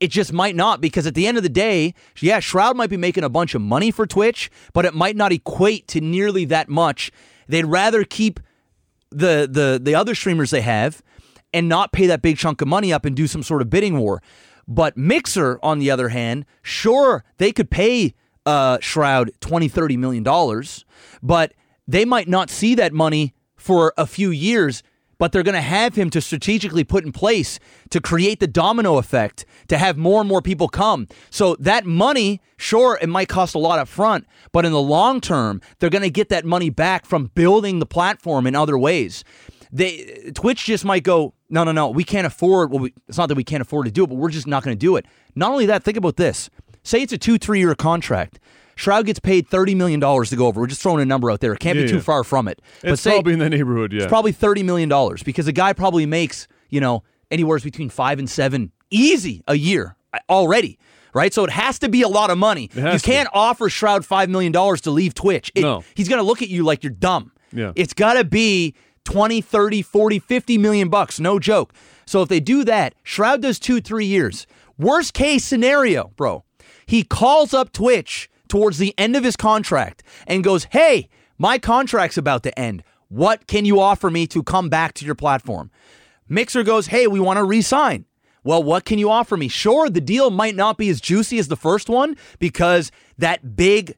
[SPEAKER 2] It just might not because at the end of the day, yeah, Shroud might be making a bunch of money for Twitch, but it might not equate to nearly that much. They'd rather keep the the the other streamers they have and not pay that big chunk of money up and do some sort of bidding war. But Mixer, on the other hand, sure they could pay uh, Shroud 20, 30 million dollars, but they might not see that money for a few years. But but they're going to have him to strategically put in place to create the domino effect to have more and more people come. So that money, sure, it might cost a lot up front, but in the long term, they're going to get that money back from building the platform in other ways. They Twitch just might go, no, no, no, we can't afford. Well, we, it's not that we can't afford to do it, but we're just not going to do it. Not only that, think about this. Say it's a two, three year contract. Shroud gets paid thirty million dollars to go over. We're just throwing a number out there. It can't
[SPEAKER 1] Yeah,
[SPEAKER 2] be too
[SPEAKER 1] yeah.
[SPEAKER 2] far from it. but
[SPEAKER 1] It's
[SPEAKER 2] say
[SPEAKER 1] probably in that neighborhood, yeah.
[SPEAKER 2] it's probably thirty million dollars because the guy probably makes you know anywhere between five and seven easy a year already, right? So it has to be a lot of money. You
[SPEAKER 1] has
[SPEAKER 2] can't
[SPEAKER 1] to.
[SPEAKER 2] offer Shroud five million dollars to leave Twitch. It-
[SPEAKER 1] No.
[SPEAKER 2] he's gonna look at you like you're dumb.
[SPEAKER 1] Yeah.
[SPEAKER 2] It's got to be 20, 30, 40, 50 million bucks, no joke. So if they do that, Shroud does two, three years. Worst case scenario, bro, he calls up Twitch towards the end of his contract and goes, Hey, my contract's about to end. What can you offer me to come back to your platform? Mixer goes, Hey, we want to re sign. Well, what can you offer me? Sure, the deal might not be as juicy as the first one because that big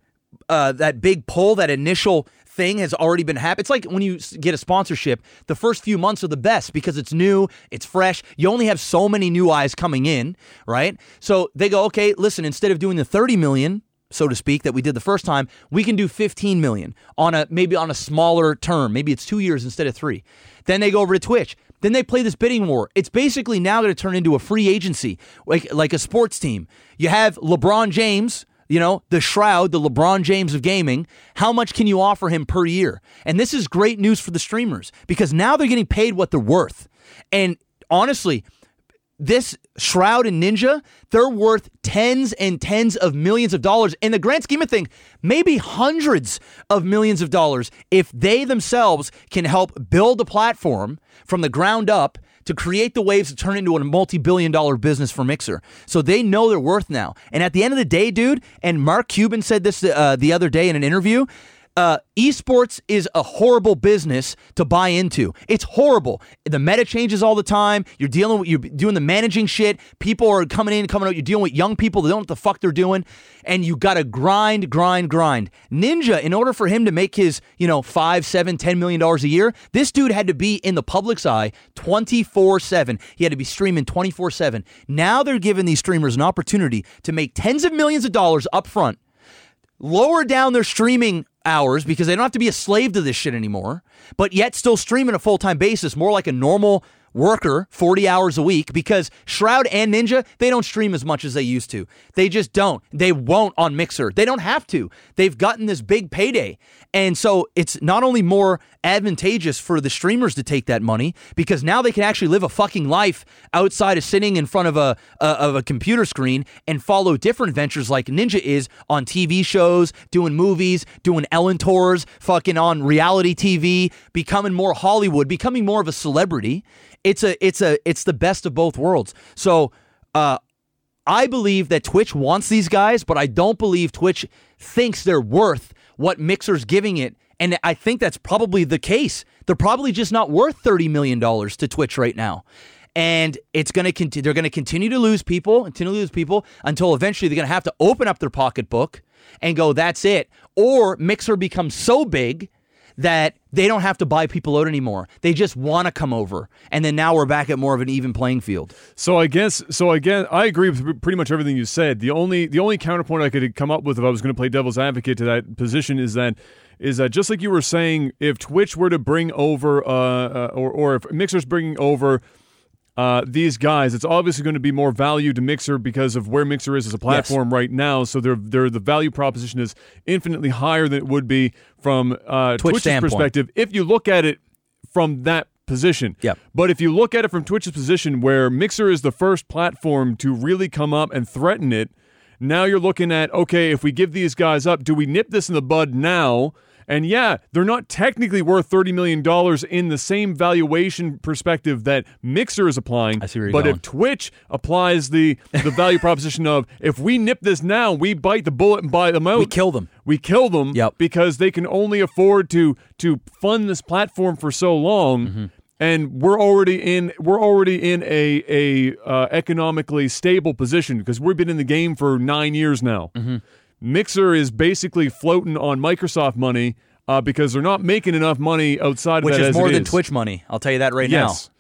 [SPEAKER 2] uh, that big pull, that initial thing has already been happening. It's like when you s- get a sponsorship, the first few months are the best because it's new, it's fresh. You only have so many new eyes coming in, right? So they go, okay, listen, instead of doing the 30 million, so to speak, that we did the first time, we can do 15 million on a maybe on a smaller term. Maybe it's two years instead of three. Then they go over to Twitch. Then they play this bidding war. It's basically now going to turn into a free agency, like like a sports team. You have LeBron James, you know, the shroud, the LeBron James of gaming. How much can you offer him per year? And this is great news for the streamers because now they're getting paid what they're worth. And honestly, this Shroud and Ninja, they're worth tens and tens of millions of dollars. In the grand scheme of things, maybe hundreds of millions of dollars if they themselves can help build a platform from the ground up to create the waves to turn into a multi billion dollar business for Mixer. So they know their worth now. And at the end of the day, dude, and Mark Cuban said this uh, the other day in an interview uh, esports is a horrible business to buy into. It's horrible. The meta changes all the time. You're dealing with, you're doing the managing shit. People are coming in, coming out. You're dealing with young people that don't know what the fuck they're doing. And you got to grind, grind, grind. Ninja, in order for him to make his, you know, five, seven, ten million dollars a year, this dude had to be in the public's eye 24 7. He had to be streaming 24 7. Now they're giving these streamers an opportunity to make tens of millions of dollars up front lower down their streaming hours because they don't have to be a slave to this shit anymore, but yet still stream on a full time basis, more like a normal worker, 40 hours a week, because Shroud and Ninja, they don't stream as much as they used to. They just don't. They won't on Mixer. They don't have to. They've gotten this big payday. And so it's not only more advantageous for the streamers to take that money because now they can actually live a fucking life outside of sitting in front of a, a of a computer screen and follow different ventures like Ninja is on TV shows, doing movies, doing Ellen tours, fucking on reality TV, becoming more Hollywood, becoming more of a celebrity. It's a it's a it's the best of both worlds. So uh I believe that Twitch wants these guys, but I don't believe Twitch thinks they're worth what Mixer's giving it. And I think that's probably the case. They're probably just not worth $30 million to Twitch right now. And it's going to continue. They're going to continue to lose people, continue to lose people until eventually they're going to have to open up their pocketbook and go, that's it. Or Mixer becomes so big that they don't have to buy people out anymore. They just want to come over. And then now we're back at more of an even playing field.
[SPEAKER 1] So I guess so I guess I agree with pretty much everything you said. The only the only counterpoint I could come up with if I was going to play devil's advocate to that position is that is that just like you were saying, if Twitch were to bring over uh, uh or or if Mixer's bringing over uh, these guys, it's obviously going to be more value to Mixer because of where Mixer is as a platform right now. So their their the value proposition is infinitely higher than it would be from uh,
[SPEAKER 2] Twitch
[SPEAKER 1] Twitch's
[SPEAKER 2] standpoint.
[SPEAKER 1] perspective. If you look at it from that position,
[SPEAKER 2] Yep.
[SPEAKER 1] but if you look at it from Twitch's position, where Mixer is the first platform to really come up and threaten it, now you're looking at okay, if we give these guys up, do we nip this in the bud now? And yeah, they're not technically worth $30 million in the same valuation perspective that Mixer is applying.
[SPEAKER 2] I see where you're
[SPEAKER 1] but
[SPEAKER 2] going.
[SPEAKER 1] if Twitch applies the, the value proposition of if we nip this now, we bite the bullet and buy them out.
[SPEAKER 2] We kill them.
[SPEAKER 1] We kill them
[SPEAKER 2] Yep.
[SPEAKER 1] because they can only afford to to fund this platform for so long.
[SPEAKER 2] Mm-hmm.
[SPEAKER 1] And we're already in we're already in a a uh, economically stable position because we've been in the game
[SPEAKER 2] Mm-hmm.
[SPEAKER 1] for nine years now. Mixer is basically floating on Microsoft money uh, because they're not making enough money outside of
[SPEAKER 2] which
[SPEAKER 1] that
[SPEAKER 2] is
[SPEAKER 1] as
[SPEAKER 2] more
[SPEAKER 1] it
[SPEAKER 2] than
[SPEAKER 1] is.
[SPEAKER 2] Twitch money. I'll tell you that right
[SPEAKER 1] Yes.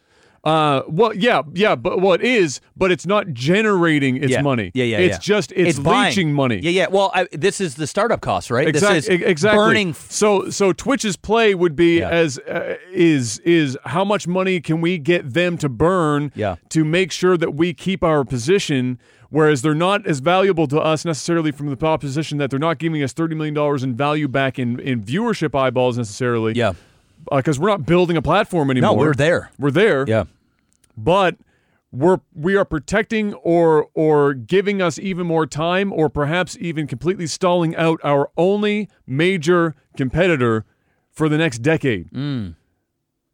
[SPEAKER 1] Uh, well, yeah, yeah, but well, it is, but it's not generating its
[SPEAKER 2] now. Yeah.
[SPEAKER 1] money.
[SPEAKER 2] Yeah, yeah,
[SPEAKER 1] It's
[SPEAKER 2] yeah.
[SPEAKER 1] just it's,
[SPEAKER 2] buying.
[SPEAKER 1] leaching money.
[SPEAKER 2] Yeah, yeah. Well, I, this is the startup cost, right? This
[SPEAKER 1] Exactly.
[SPEAKER 2] is
[SPEAKER 1] e-, exactly.
[SPEAKER 2] burning. f-
[SPEAKER 1] so so Twitch's play would be
[SPEAKER 2] Yeah.
[SPEAKER 1] as uh, is is how much money can we get them to burn
[SPEAKER 2] Yeah.
[SPEAKER 1] to make sure that we keep our position. Whereas they're not as valuable to us necessarily from the top position that they're not giving us thirty million dollars in value back in in viewership eyeballs necessarily.
[SPEAKER 2] yeah.
[SPEAKER 1] because we're not building a platform
[SPEAKER 2] No,
[SPEAKER 1] anymore.
[SPEAKER 2] we're there.
[SPEAKER 1] We're there
[SPEAKER 2] Yeah.
[SPEAKER 1] but we're we are protecting or or giving us even more time or perhaps even completely stalling out our only major competitor for the next decade.
[SPEAKER 2] Mm.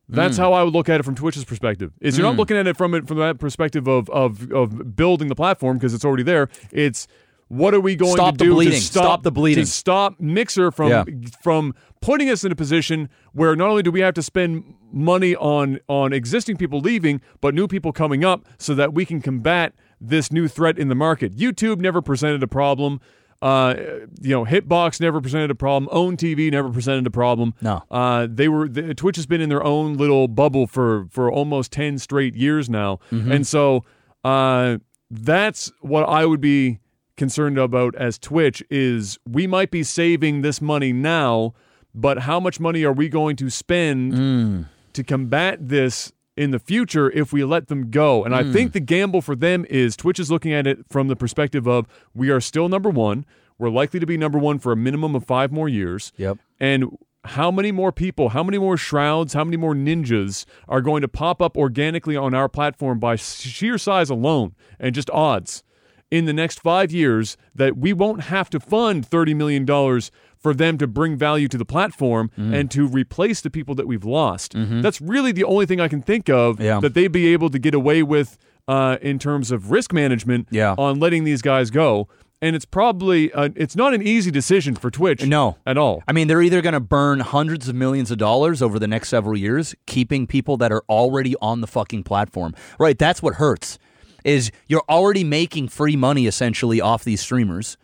[SPEAKER 1] That's how I would look at it from Twitch's perspective. Is
[SPEAKER 2] Mm.
[SPEAKER 1] you're not looking at it from it from that perspective of of of building the platform because it's already there. It's what are we going
[SPEAKER 2] Stop
[SPEAKER 1] to
[SPEAKER 2] the
[SPEAKER 1] do to
[SPEAKER 2] bleeding.
[SPEAKER 1] stop,
[SPEAKER 2] Stop the bleeding.
[SPEAKER 1] to stop Mixer from
[SPEAKER 2] Yeah.
[SPEAKER 1] from putting us in a position where not only do we have to spend money on on existing people leaving, but new people coming up, so that we can combat this new threat in the market. YouTube never presented a problem. Uh, you know, Hitbox never presented a problem. Own TV never presented a problem.
[SPEAKER 2] No.
[SPEAKER 1] Uh, they were the, Twitch has been in their own little bubble for for almost ten straight years now, and so uh, that's what I would be concerned about as Twitch is we might be saving this money now, but how much money are we going to spend to combat this? In the future, if we let them go. And I think the gamble for them is Twitch is looking at it from the perspective of we are still number one. We're likely to be number one for a minimum of five more years
[SPEAKER 2] Yep.
[SPEAKER 1] and how many more people, how many more shrouds, how many more ninjas are going to pop up organically on our platform by sheer size alone and just odds in the next five years that we won't have to fund $30 million for them to bring value to the platform
[SPEAKER 2] Mm-hmm.
[SPEAKER 1] and to replace the people that we've lost. That's really the only thing I can think of
[SPEAKER 2] Yeah.
[SPEAKER 1] that they'd be able to get away with uh, in terms of risk management
[SPEAKER 2] Yeah.
[SPEAKER 1] on letting these guys go. And it's probably uh, it's not an easy decision for Twitch
[SPEAKER 2] No.
[SPEAKER 1] at all.
[SPEAKER 2] I mean, they're either going to burn hundreds of millions of dollars over the next several years, keeping people that are already on the fucking platform. Right? That's what hurts. Is you're already making free money essentially off these streamers,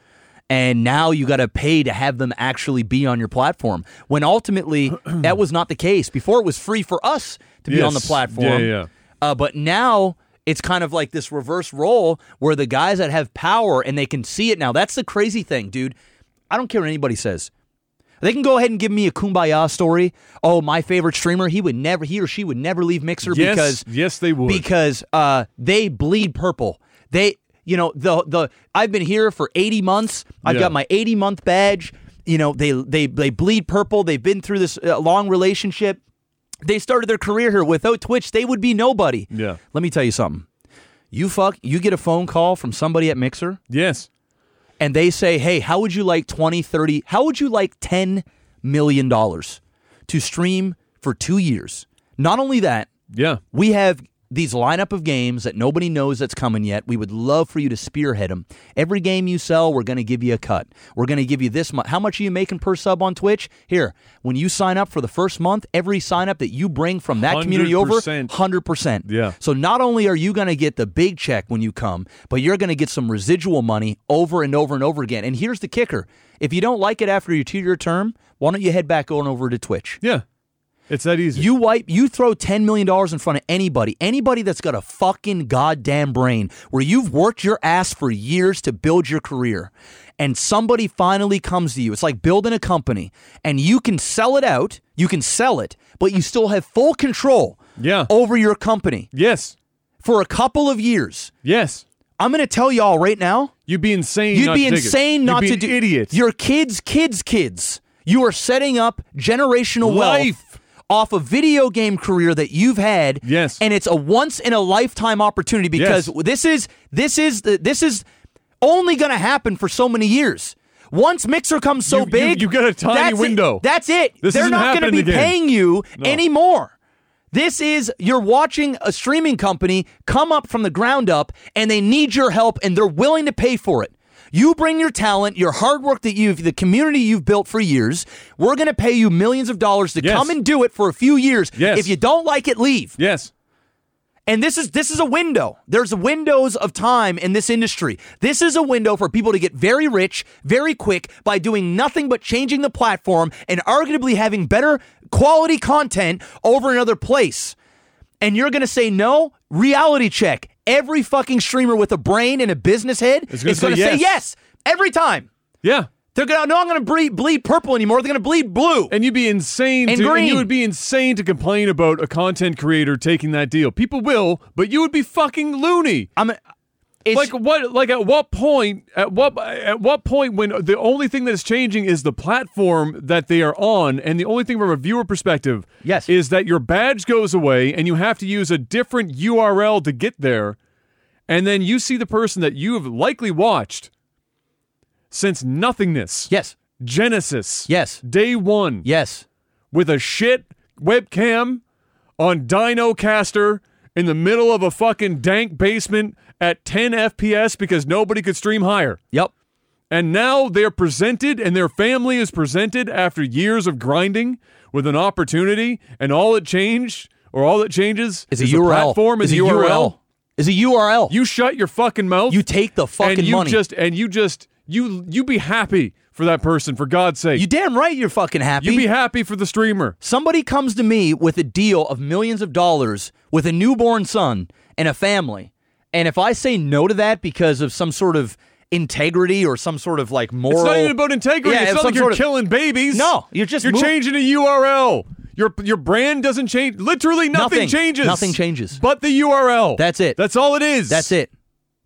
[SPEAKER 2] and now you got to pay to have them actually be on your platform. When ultimately that was not the case. Before it was free for us to be on the
[SPEAKER 1] Yes.
[SPEAKER 2] platform.
[SPEAKER 1] Yeah, yeah, yeah.
[SPEAKER 2] Uh, but now it's kind of like this reverse role where the guys that have power and they can see it now. That's the crazy thing, dude. I don't care what anybody says. They can go ahead and give me a kumbaya story. Oh, my favorite streamer, he would never, he or she would never leave Mixer
[SPEAKER 1] Yes,
[SPEAKER 2] because
[SPEAKER 1] yes, they would.
[SPEAKER 2] because uh, they bleed purple. They, you know, the the I've been here for eighty months. I've
[SPEAKER 1] Yeah.
[SPEAKER 2] got my eighty month badge. You know, they they they bleed purple. They've been through this uh, long relationship. They started their career here. Without Twitch, they would be nobody.
[SPEAKER 1] Yeah.
[SPEAKER 2] Let me tell you something. You fuck. You get a phone call from somebody at Mixer
[SPEAKER 1] Yes.
[SPEAKER 2] and they say, hey, how would you like 20, 30, how would you like $10 million to stream for two years? Not only that,
[SPEAKER 1] Yeah.
[SPEAKER 2] we have these lineup of games that nobody knows that's coming yet. We would love for you to spearhead them. Every game you sell, we're going to give you a cut. We're going to give you this much. How much are you making per sub on Twitch? Here, when you sign up for the first month, every sign up that you bring from that community over,
[SPEAKER 1] 100%.
[SPEAKER 2] 100%.
[SPEAKER 1] Yeah.
[SPEAKER 2] So not only are you going to get the big check when you come, but you're going to get some residual money over and over and over again. And here's the kicker if you don't like it after your two year term, why don't you head back on over to Twitch?
[SPEAKER 1] Yeah. It's that easy.
[SPEAKER 2] You wipe, you throw $10 million in front of anybody, anybody that's got a fucking goddamn brain, where you've worked your ass for years to build your career, and somebody finally comes to you. It's like building a company, and you can sell it out, you can sell it, but you still have full control
[SPEAKER 1] Yeah.
[SPEAKER 2] over your company
[SPEAKER 1] yes.
[SPEAKER 2] for a couple of years.
[SPEAKER 1] Yes.
[SPEAKER 2] I'm going to tell y'all right now,
[SPEAKER 1] You'd be insane.
[SPEAKER 2] You'd
[SPEAKER 1] not
[SPEAKER 2] be
[SPEAKER 1] to dig it.
[SPEAKER 2] insane
[SPEAKER 1] You'd
[SPEAKER 2] not
[SPEAKER 1] be
[SPEAKER 2] to
[SPEAKER 1] an
[SPEAKER 2] do
[SPEAKER 1] Idiot.
[SPEAKER 2] Your kids, kids, kids. You are setting up generational
[SPEAKER 1] Life.
[SPEAKER 2] wealth off a video game career that you've had.
[SPEAKER 1] Yes.
[SPEAKER 2] And it's a once in a lifetime opportunity because
[SPEAKER 1] Yes.
[SPEAKER 2] this is this is the this is only going to happen for so many years. Once Mixer comes so
[SPEAKER 1] You- you-
[SPEAKER 2] big,
[SPEAKER 1] you get a tiny
[SPEAKER 2] that's it.
[SPEAKER 1] window.
[SPEAKER 2] That's it.
[SPEAKER 1] This
[SPEAKER 2] They're
[SPEAKER 1] isn't
[SPEAKER 2] not gonna
[SPEAKER 1] happening
[SPEAKER 2] be
[SPEAKER 1] again.
[SPEAKER 2] paying you anymore. This is you're watching a streaming company come up from the ground up and they need your help and they're willing to pay for it. You bring your talent, your hard work that you've the community you've built for years. We're going to pay you millions of dollars to
[SPEAKER 1] Yes.
[SPEAKER 2] come and do it for a few years.
[SPEAKER 1] Yes.
[SPEAKER 2] If you don't like it, leave.
[SPEAKER 1] yes.
[SPEAKER 2] And this is this is a window. There's windows of time in this industry. This is a window for people to get very rich very quick by doing nothing but changing the platform and arguably having better quality content over another place. And you're going to say no? Reality check. Every fucking streamer with a brain and a business head
[SPEAKER 1] Is
[SPEAKER 2] is
[SPEAKER 1] gonna
[SPEAKER 2] going
[SPEAKER 1] say
[SPEAKER 2] to say
[SPEAKER 1] yes.
[SPEAKER 2] yes every time.
[SPEAKER 1] Yeah.
[SPEAKER 2] They're going to no, I'm going to bleed, bleed purple anymore. They're going to bleed blue.
[SPEAKER 1] And you'd be insane.
[SPEAKER 2] And
[SPEAKER 1] to, and
[SPEAKER 2] green.
[SPEAKER 1] you would be insane to complain about a content creator taking that deal. People will, but you would be fucking loony.
[SPEAKER 2] I'm it's,
[SPEAKER 1] Like what? Like at what point? At what? At what point when the only thing that is changing is the platform that they are on, and the only thing from a viewer perspective,
[SPEAKER 2] Yes.
[SPEAKER 1] is that your badge goes away and you have to use a different URL to get there, and then you see the person that you have likely watched since nothingness,
[SPEAKER 2] yes.
[SPEAKER 1] Genesis,
[SPEAKER 2] Yes.
[SPEAKER 1] day one,
[SPEAKER 2] Yes.
[SPEAKER 1] with a shit webcam on Dinocaster in the middle of a fucking dank basement at 10 FPS because nobody could stream higher.
[SPEAKER 2] Yep.
[SPEAKER 1] And now they're presented and their family is presented after years of grinding with an opportunity and all it changed or all it changes
[SPEAKER 2] It's a
[SPEAKER 1] is the
[SPEAKER 2] URL.
[SPEAKER 1] platform is
[SPEAKER 2] It's
[SPEAKER 1] the
[SPEAKER 2] a
[SPEAKER 1] URL.
[SPEAKER 2] Is a URL.
[SPEAKER 1] You shut your fucking mouth.
[SPEAKER 2] You take the fucking
[SPEAKER 1] and you
[SPEAKER 2] money.
[SPEAKER 1] just and you just you you be happy for that person for God's sake.
[SPEAKER 2] you damn right you're fucking happy.
[SPEAKER 1] you be happy for the streamer.
[SPEAKER 2] Somebody comes to me with a deal of millions of dollars with a newborn son and a family. And if I say no to that because of some sort of integrity or some sort of like moral
[SPEAKER 1] It's not even about integrity.
[SPEAKER 2] Yeah,
[SPEAKER 1] it's not
[SPEAKER 2] some
[SPEAKER 1] like you're
[SPEAKER 2] sort of-
[SPEAKER 1] killing babies.
[SPEAKER 2] No, you're just
[SPEAKER 1] you're
[SPEAKER 2] mov-
[SPEAKER 1] changing a URL. Your your brand doesn't change. Literally nothing,
[SPEAKER 2] Nothing.
[SPEAKER 1] changes.
[SPEAKER 2] Nothing changes.
[SPEAKER 1] But the URL.
[SPEAKER 2] That's it.
[SPEAKER 1] That's all it is.
[SPEAKER 2] That's it.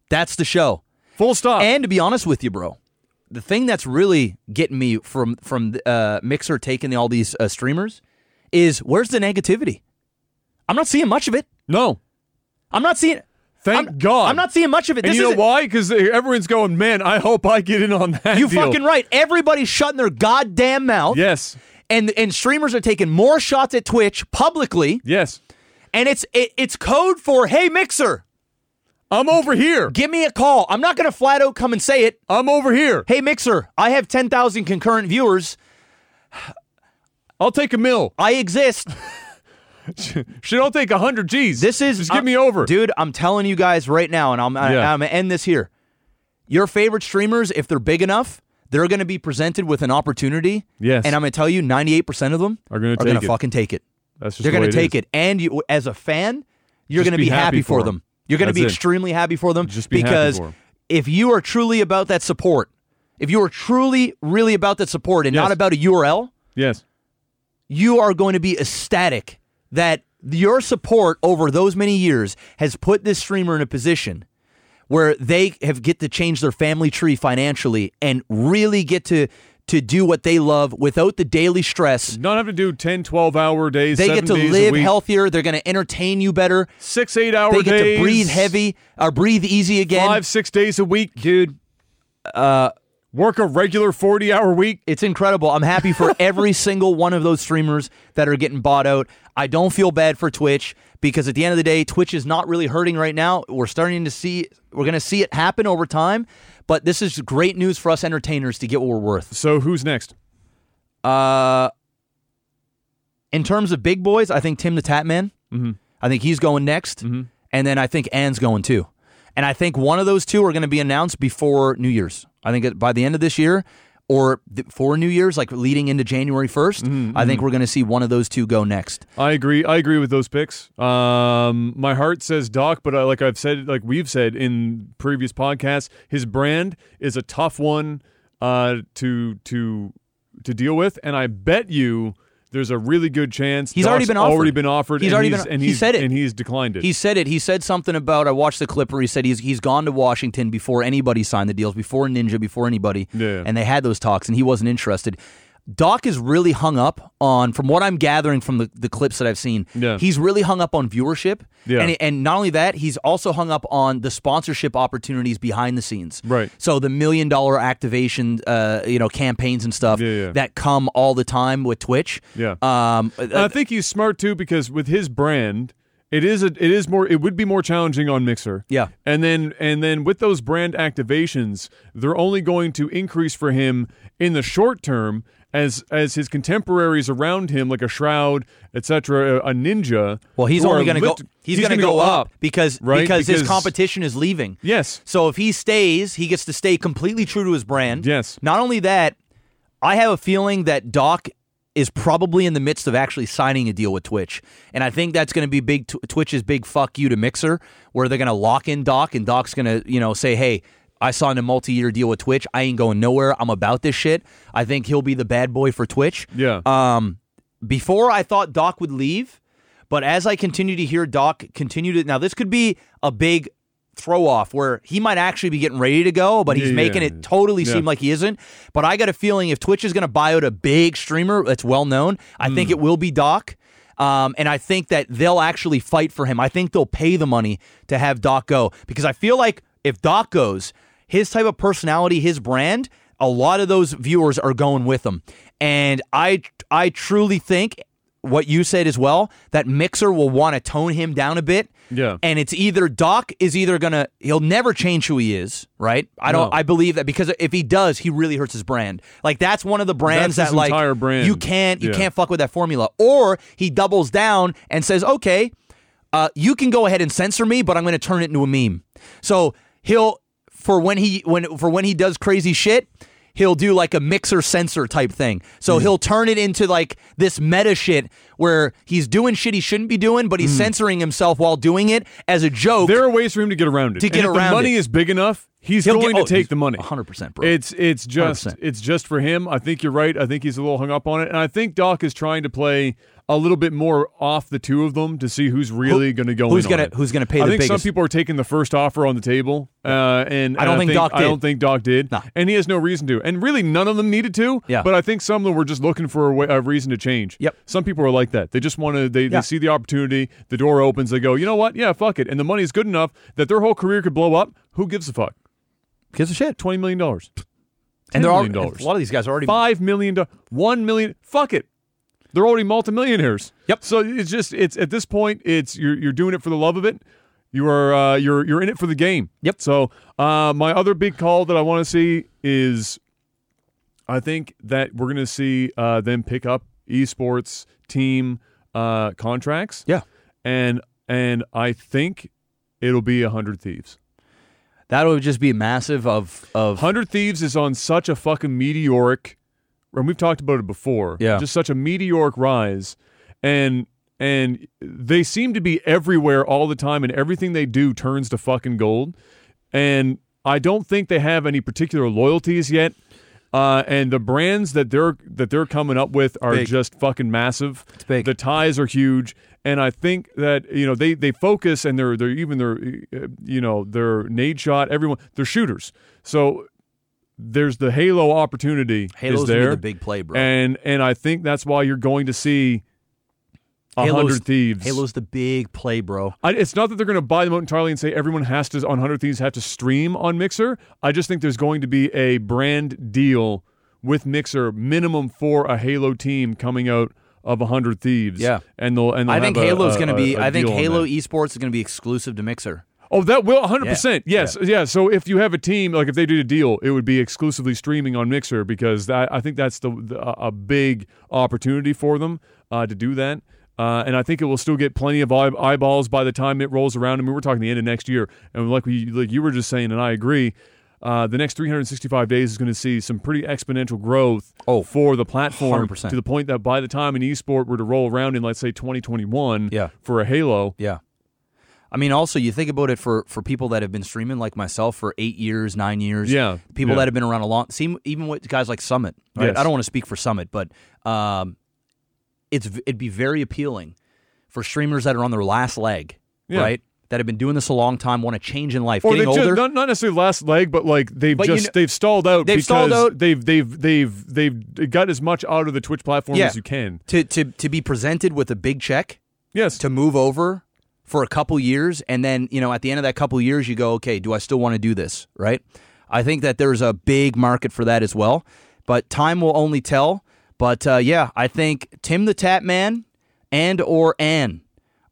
[SPEAKER 2] That's the show.
[SPEAKER 1] Full stop.
[SPEAKER 2] And to be honest with you, bro, the thing that's really getting me from from uh, Mixer taking all these uh, streamers is where's the negativity? I'm not seeing much of it.
[SPEAKER 1] no.
[SPEAKER 2] I'm not seeing.
[SPEAKER 1] Thank
[SPEAKER 2] I'm,
[SPEAKER 1] God.
[SPEAKER 2] I'm not seeing much of it.
[SPEAKER 1] And
[SPEAKER 2] This
[SPEAKER 1] you know
[SPEAKER 2] isn't-
[SPEAKER 1] why? Because everyone's going, man. I hope I get in on that.
[SPEAKER 2] You
[SPEAKER 1] deal."
[SPEAKER 2] fucking right. Everybody's shutting their goddamn mouth.
[SPEAKER 1] yes,
[SPEAKER 2] And and streamers are taking more shots at Twitch publicly,
[SPEAKER 1] yes.
[SPEAKER 2] and it's it, it's code for hey Mixer,
[SPEAKER 1] I'm over here.
[SPEAKER 2] give me a call. I'm not gonna flat out come and say it.
[SPEAKER 1] I'm over here.
[SPEAKER 2] Hey Mixer, I have ten thousand concurrent viewers.
[SPEAKER 1] I'll take a mill.
[SPEAKER 2] I exist.
[SPEAKER 1] Shit, I'll take a hundred G's.
[SPEAKER 2] This is
[SPEAKER 1] just get
[SPEAKER 2] I'm-
[SPEAKER 1] me over.
[SPEAKER 2] dude. I'm telling you guys right now, and I'm I,
[SPEAKER 1] Yeah.
[SPEAKER 2] I'm gonna end this here. Your favorite streamers, if they're big enough, they're gonna be presented with an opportunity.
[SPEAKER 1] Yes.
[SPEAKER 2] and I'm gonna tell you, 98 percent of them
[SPEAKER 1] Are gonna
[SPEAKER 2] are gonna
[SPEAKER 1] take it.
[SPEAKER 2] fucking take it.
[SPEAKER 1] That's just
[SPEAKER 2] They're
[SPEAKER 1] the
[SPEAKER 2] going
[SPEAKER 1] way
[SPEAKER 2] to
[SPEAKER 1] it
[SPEAKER 2] take
[SPEAKER 1] is.
[SPEAKER 2] it, and you, as a fan, you're
[SPEAKER 1] Just
[SPEAKER 2] going
[SPEAKER 1] be
[SPEAKER 2] to be happy,
[SPEAKER 1] happy
[SPEAKER 2] for
[SPEAKER 1] for
[SPEAKER 2] them.
[SPEAKER 1] 'em.
[SPEAKER 2] You're going to
[SPEAKER 1] That's
[SPEAKER 2] be
[SPEAKER 1] it.
[SPEAKER 2] extremely happy for them.
[SPEAKER 1] Just be happy
[SPEAKER 2] because
[SPEAKER 1] for 'em.
[SPEAKER 2] if you are truly about that support, if you are truly really about that support and
[SPEAKER 1] Yes.
[SPEAKER 2] not about a URL,
[SPEAKER 1] Yes.
[SPEAKER 2] you are going to be ecstatic that your support over those many years has put this streamer in a position where they have get to change their family tree financially and really get to to do what they love without the daily stress.
[SPEAKER 1] Not have to do 10, 12 hour days.
[SPEAKER 2] They
[SPEAKER 1] seven
[SPEAKER 2] get to
[SPEAKER 1] days a
[SPEAKER 2] live
[SPEAKER 1] week,
[SPEAKER 2] healthier. They're going to entertain you better.
[SPEAKER 1] Six, eight hour
[SPEAKER 2] they get
[SPEAKER 1] days.
[SPEAKER 2] to breathe heavy or breathe easy again.
[SPEAKER 1] five, six days a week, dude. Uh, work a regular forty-hour week.
[SPEAKER 2] It's incredible. I'm happy for every single one of those streamers that are getting bought out. I don't feel bad for Twitch because at the end of the day, Twitch is not really hurting right now. We're starting to see we're going to see it happen over time, but this is great news for us entertainers to get what we're worth.
[SPEAKER 1] So who's next?
[SPEAKER 2] Uh in terms of big boys, I think Tim the Tatman. Mm-hmm. I think he's going next, and then I think Ann's going too. And I think one of those two are going to be announced before New Year's. I think it- by the end of this year, or th- for New Year's, like leading into January 1st I think we're going to see one of those two go next.
[SPEAKER 1] I agree. I agree with those picks. Um, my heart says Doc, but I, like I've said, like we've said in previous podcasts, his brand is a tough one uh, to to to deal with, and I bet you. There's a really good chance
[SPEAKER 2] He's
[SPEAKER 1] Doc's
[SPEAKER 2] already been
[SPEAKER 1] Already
[SPEAKER 2] offered.
[SPEAKER 1] been offered.
[SPEAKER 2] He's
[SPEAKER 1] and
[SPEAKER 2] already
[SPEAKER 1] he's,
[SPEAKER 2] been-
[SPEAKER 1] And
[SPEAKER 2] he
[SPEAKER 1] he's,
[SPEAKER 2] said it.
[SPEAKER 1] And he's declined it.
[SPEAKER 2] He said it. He said something about I watched the clip where he said he's he's gone to Washington before anybody signed the deals, before Ninja, before anybody.
[SPEAKER 1] Yeah.
[SPEAKER 2] And they had those talks and he wasn't interested. Doc is really hung up on from what I'm gathering from the, the clips that I've seen,
[SPEAKER 1] Yeah.
[SPEAKER 2] he's really hung up on viewership.
[SPEAKER 1] Yeah.
[SPEAKER 2] And and not only that, he's also hung up on the sponsorship opportunities behind the scenes.
[SPEAKER 1] Right.
[SPEAKER 2] So the million dollar activation uh, you know, campaigns and stuff
[SPEAKER 1] Yeah, yeah.
[SPEAKER 2] that come all the time with Twitch.
[SPEAKER 1] Yeah.
[SPEAKER 2] Um
[SPEAKER 1] And I think he's smart too because with his brand, it is a, it is more it would be more challenging on Mixer.
[SPEAKER 2] Yeah.
[SPEAKER 1] And then and then with those brand activations, they're only going to increase for him in the short term as as his contemporaries around him, like a Shroud, etc., a, a Ninja.
[SPEAKER 2] Well, he's
[SPEAKER 1] who
[SPEAKER 2] only
[SPEAKER 1] are
[SPEAKER 2] going to go.
[SPEAKER 1] lit-
[SPEAKER 2] He's, going to go up, because,
[SPEAKER 1] right?
[SPEAKER 2] because his
[SPEAKER 1] Because-
[SPEAKER 2] competition is leaving.
[SPEAKER 1] Yes,
[SPEAKER 2] So if he stays, he gets to stay completely true to his brand.
[SPEAKER 1] Yes.
[SPEAKER 2] Not only that, I have a feeling that Doc is probably in the midst of actually signing a deal with Twitch, and I think that's going to be big. Tw- Twitch's big fuck you to Mixer, where they're going to lock in Doc, and Doc's going to you know say, hey. I signed a multi-year deal with Twitch. I ain't going nowhere. I'm about this shit. I think he'll be the bad boy for Twitch.
[SPEAKER 1] yeah,
[SPEAKER 2] Um, before I thought Doc would leave, but as I continue to hear Doc continue to now, this could be a big throw off where he might actually be getting ready to go, but he's
[SPEAKER 1] Yeah,
[SPEAKER 2] making
[SPEAKER 1] yeah,
[SPEAKER 2] it totally
[SPEAKER 1] yeah.
[SPEAKER 2] seem like he isn't. But I got a feeling if Twitch is going to buy out a big streamer that's well known, I think it will be Doc. Um, and I think that they'll actually fight for him. I think they'll pay the money to have Doc go because I feel like if Doc goes, his type of personality, his brand, a lot of those viewers are going with him. And I I truly think what you said as well that Mixer will want to tone him down a bit.
[SPEAKER 1] Yeah.
[SPEAKER 2] And it's either Doc is either gonna he'll never change who he is, right? I don't
[SPEAKER 1] No.
[SPEAKER 2] I believe that because if he does, he really hurts his brand. Like that's one of the brands
[SPEAKER 1] That's his
[SPEAKER 2] that like
[SPEAKER 1] entire brand.
[SPEAKER 2] you can't you
[SPEAKER 1] Yeah.
[SPEAKER 2] can't fuck with that formula. Or he doubles down and says, okay, uh, you can go ahead and censor me, but I'm going to turn it into a meme. So he'll for when he when for when he does crazy shit. He'll do like a mixer censor type thing. So
[SPEAKER 1] Hmm.
[SPEAKER 2] he'll turn it into like this meta shit where he's doing shit he shouldn't be doing, but he's
[SPEAKER 1] Hmm.
[SPEAKER 2] censoring himself while doing it as a joke.
[SPEAKER 1] there are ways for him to get around it.
[SPEAKER 2] To get
[SPEAKER 1] and if
[SPEAKER 2] around
[SPEAKER 1] the money
[SPEAKER 2] it.
[SPEAKER 1] is big enough, he's
[SPEAKER 2] He'll
[SPEAKER 1] going
[SPEAKER 2] get- oh,
[SPEAKER 1] to take
[SPEAKER 2] he's
[SPEAKER 1] the money.
[SPEAKER 2] 100%, bro.
[SPEAKER 1] It's it's just
[SPEAKER 2] 100%.
[SPEAKER 1] it's just for him. I think you're right. I think he's a little hung up on it, and I think Doc is trying to play a little bit more off the two of them to see who's really going to go.
[SPEAKER 2] who's
[SPEAKER 1] in
[SPEAKER 2] gonna-
[SPEAKER 1] on it.
[SPEAKER 2] who's gonna pay
[SPEAKER 1] I
[SPEAKER 2] the
[SPEAKER 1] think
[SPEAKER 2] biggest-
[SPEAKER 1] some people are taking the first offer on the table, uh, and
[SPEAKER 2] I don't
[SPEAKER 1] and
[SPEAKER 2] think Doc
[SPEAKER 1] I
[SPEAKER 2] did.
[SPEAKER 1] don't think Doc did,
[SPEAKER 2] Nah.
[SPEAKER 1] and he has no reason to. And really, none of them needed to.
[SPEAKER 2] Yeah.
[SPEAKER 1] But I think some of them were just looking for a, way, a reason to change.
[SPEAKER 2] Yep.
[SPEAKER 1] Some people are like that. They just want to. They,
[SPEAKER 2] Yeah.
[SPEAKER 1] they see the opportunity. The door opens. They go, you know what? Yeah, fuck it. And the money's good enough that their whole career could blow up. Who gives a fuck?
[SPEAKER 2] gives a shit.
[SPEAKER 1] Twenty million dollars.
[SPEAKER 2] And they're
[SPEAKER 1] $10
[SPEAKER 2] all,
[SPEAKER 1] million dollars.
[SPEAKER 2] a lot of these guys are already
[SPEAKER 1] five million to one million. Fuck it, they're already multimillionaires.
[SPEAKER 2] Yep.
[SPEAKER 1] So it's just it's at this point it's you're you're doing it for the love of it. You are uh, you're you're in it for the game.
[SPEAKER 2] Yep.
[SPEAKER 1] So uh, my other big call that I want to see is, I think that we're gonna see uh, them pick up esports team uh, contracts.
[SPEAKER 2] Yeah.
[SPEAKER 1] And and I think it'll be a hundred thieves.
[SPEAKER 2] that would just be massive of of
[SPEAKER 1] Hundred Thieves is on such a fucking meteoric, and we've talked about it before.
[SPEAKER 2] Yeah.
[SPEAKER 1] just such a meteoric rise, and and they seem to be everywhere all the time, and everything they do turns to fucking gold. And I don't think they have any particular loyalties yet. Uh, and the brands that they're that they're coming up with are
[SPEAKER 2] Big.
[SPEAKER 1] just fucking massive. It's
[SPEAKER 2] big.
[SPEAKER 1] The ties are huge, and I think that you know they they focus and they're they're even their uh, you know their nade shot everyone they're shooters. So there's the Halo opportunity
[SPEAKER 2] Halo's
[SPEAKER 1] is
[SPEAKER 2] gonna be
[SPEAKER 1] there,
[SPEAKER 2] the big play, bro.
[SPEAKER 1] and and I think that's why you're going to see a
[SPEAKER 2] Halo's-
[SPEAKER 1] hundred thieves.
[SPEAKER 2] Halo's the big play, bro.
[SPEAKER 1] I, it's not that they're going to buy them out entirely and say everyone has to on Hundred Thieves have to stream on Mixer. I just think there's going to be a brand deal with Mixer minimum for a Halo team coming out of Hundred Thieves.
[SPEAKER 2] Yeah.
[SPEAKER 1] and they'll and they'll
[SPEAKER 2] I think
[SPEAKER 1] have a-
[SPEAKER 2] Halo's
[SPEAKER 1] a-
[SPEAKER 2] going to
[SPEAKER 1] a-
[SPEAKER 2] be.
[SPEAKER 1] a
[SPEAKER 2] I think
[SPEAKER 1] deal on
[SPEAKER 2] Halo
[SPEAKER 1] that.
[SPEAKER 2] Esports is going to be exclusive to Mixer.
[SPEAKER 1] Oh, that will 100. percent
[SPEAKER 2] Yeah.
[SPEAKER 1] Yes, yeah. So if you have a team, like if they did a deal, it would be exclusively streaming on Mixer because that, I think that's the, the a a big opportunity for them uh, to do that. Uh, and I think it will still get plenty of eye- eyeballs by the time it rolls around. I mean, we're talking the end of next year, and like we like you were just saying, and I agree. Uh, the next 365 days is going to see some pretty exponential growth
[SPEAKER 2] Oh,
[SPEAKER 1] for the platform
[SPEAKER 2] 100%.
[SPEAKER 1] to the point that by the time an esport were to roll around in, let's say 2021,
[SPEAKER 2] Yeah.
[SPEAKER 1] for a Halo,
[SPEAKER 2] Yeah. I mean, also you think about it for for people that have been streaming like myself for eight years, nine years.
[SPEAKER 1] Yeah,
[SPEAKER 2] People
[SPEAKER 1] yeah.
[SPEAKER 2] that have been around a long. See, even with guys like Summit. Right.
[SPEAKER 1] Yes.
[SPEAKER 2] I don't want to speak for Summit, but um, it's v- it'd be very appealing for streamers that are on their last leg.
[SPEAKER 1] Yeah.
[SPEAKER 2] Right. That have been doing this a long time, want to change in life,
[SPEAKER 1] or
[SPEAKER 2] getting
[SPEAKER 1] they
[SPEAKER 2] older.
[SPEAKER 1] Just, not, not necessarily last leg, but like they've
[SPEAKER 2] But you
[SPEAKER 1] just
[SPEAKER 2] kn-
[SPEAKER 1] they've stalled out.
[SPEAKER 2] They've
[SPEAKER 1] because
[SPEAKER 2] stalled out-
[SPEAKER 1] They've they've they've they've got as much out of the Twitch platform
[SPEAKER 2] Yeah.
[SPEAKER 1] as you can.
[SPEAKER 2] to, to to be presented with a big check
[SPEAKER 1] Yes,
[SPEAKER 2] to move over for a couple years and then you know at the end of that couple years you go okay do i still want to do this right i think that there's a big market for that as well but time will only tell but uh, yeah i think tim the tap man and or ann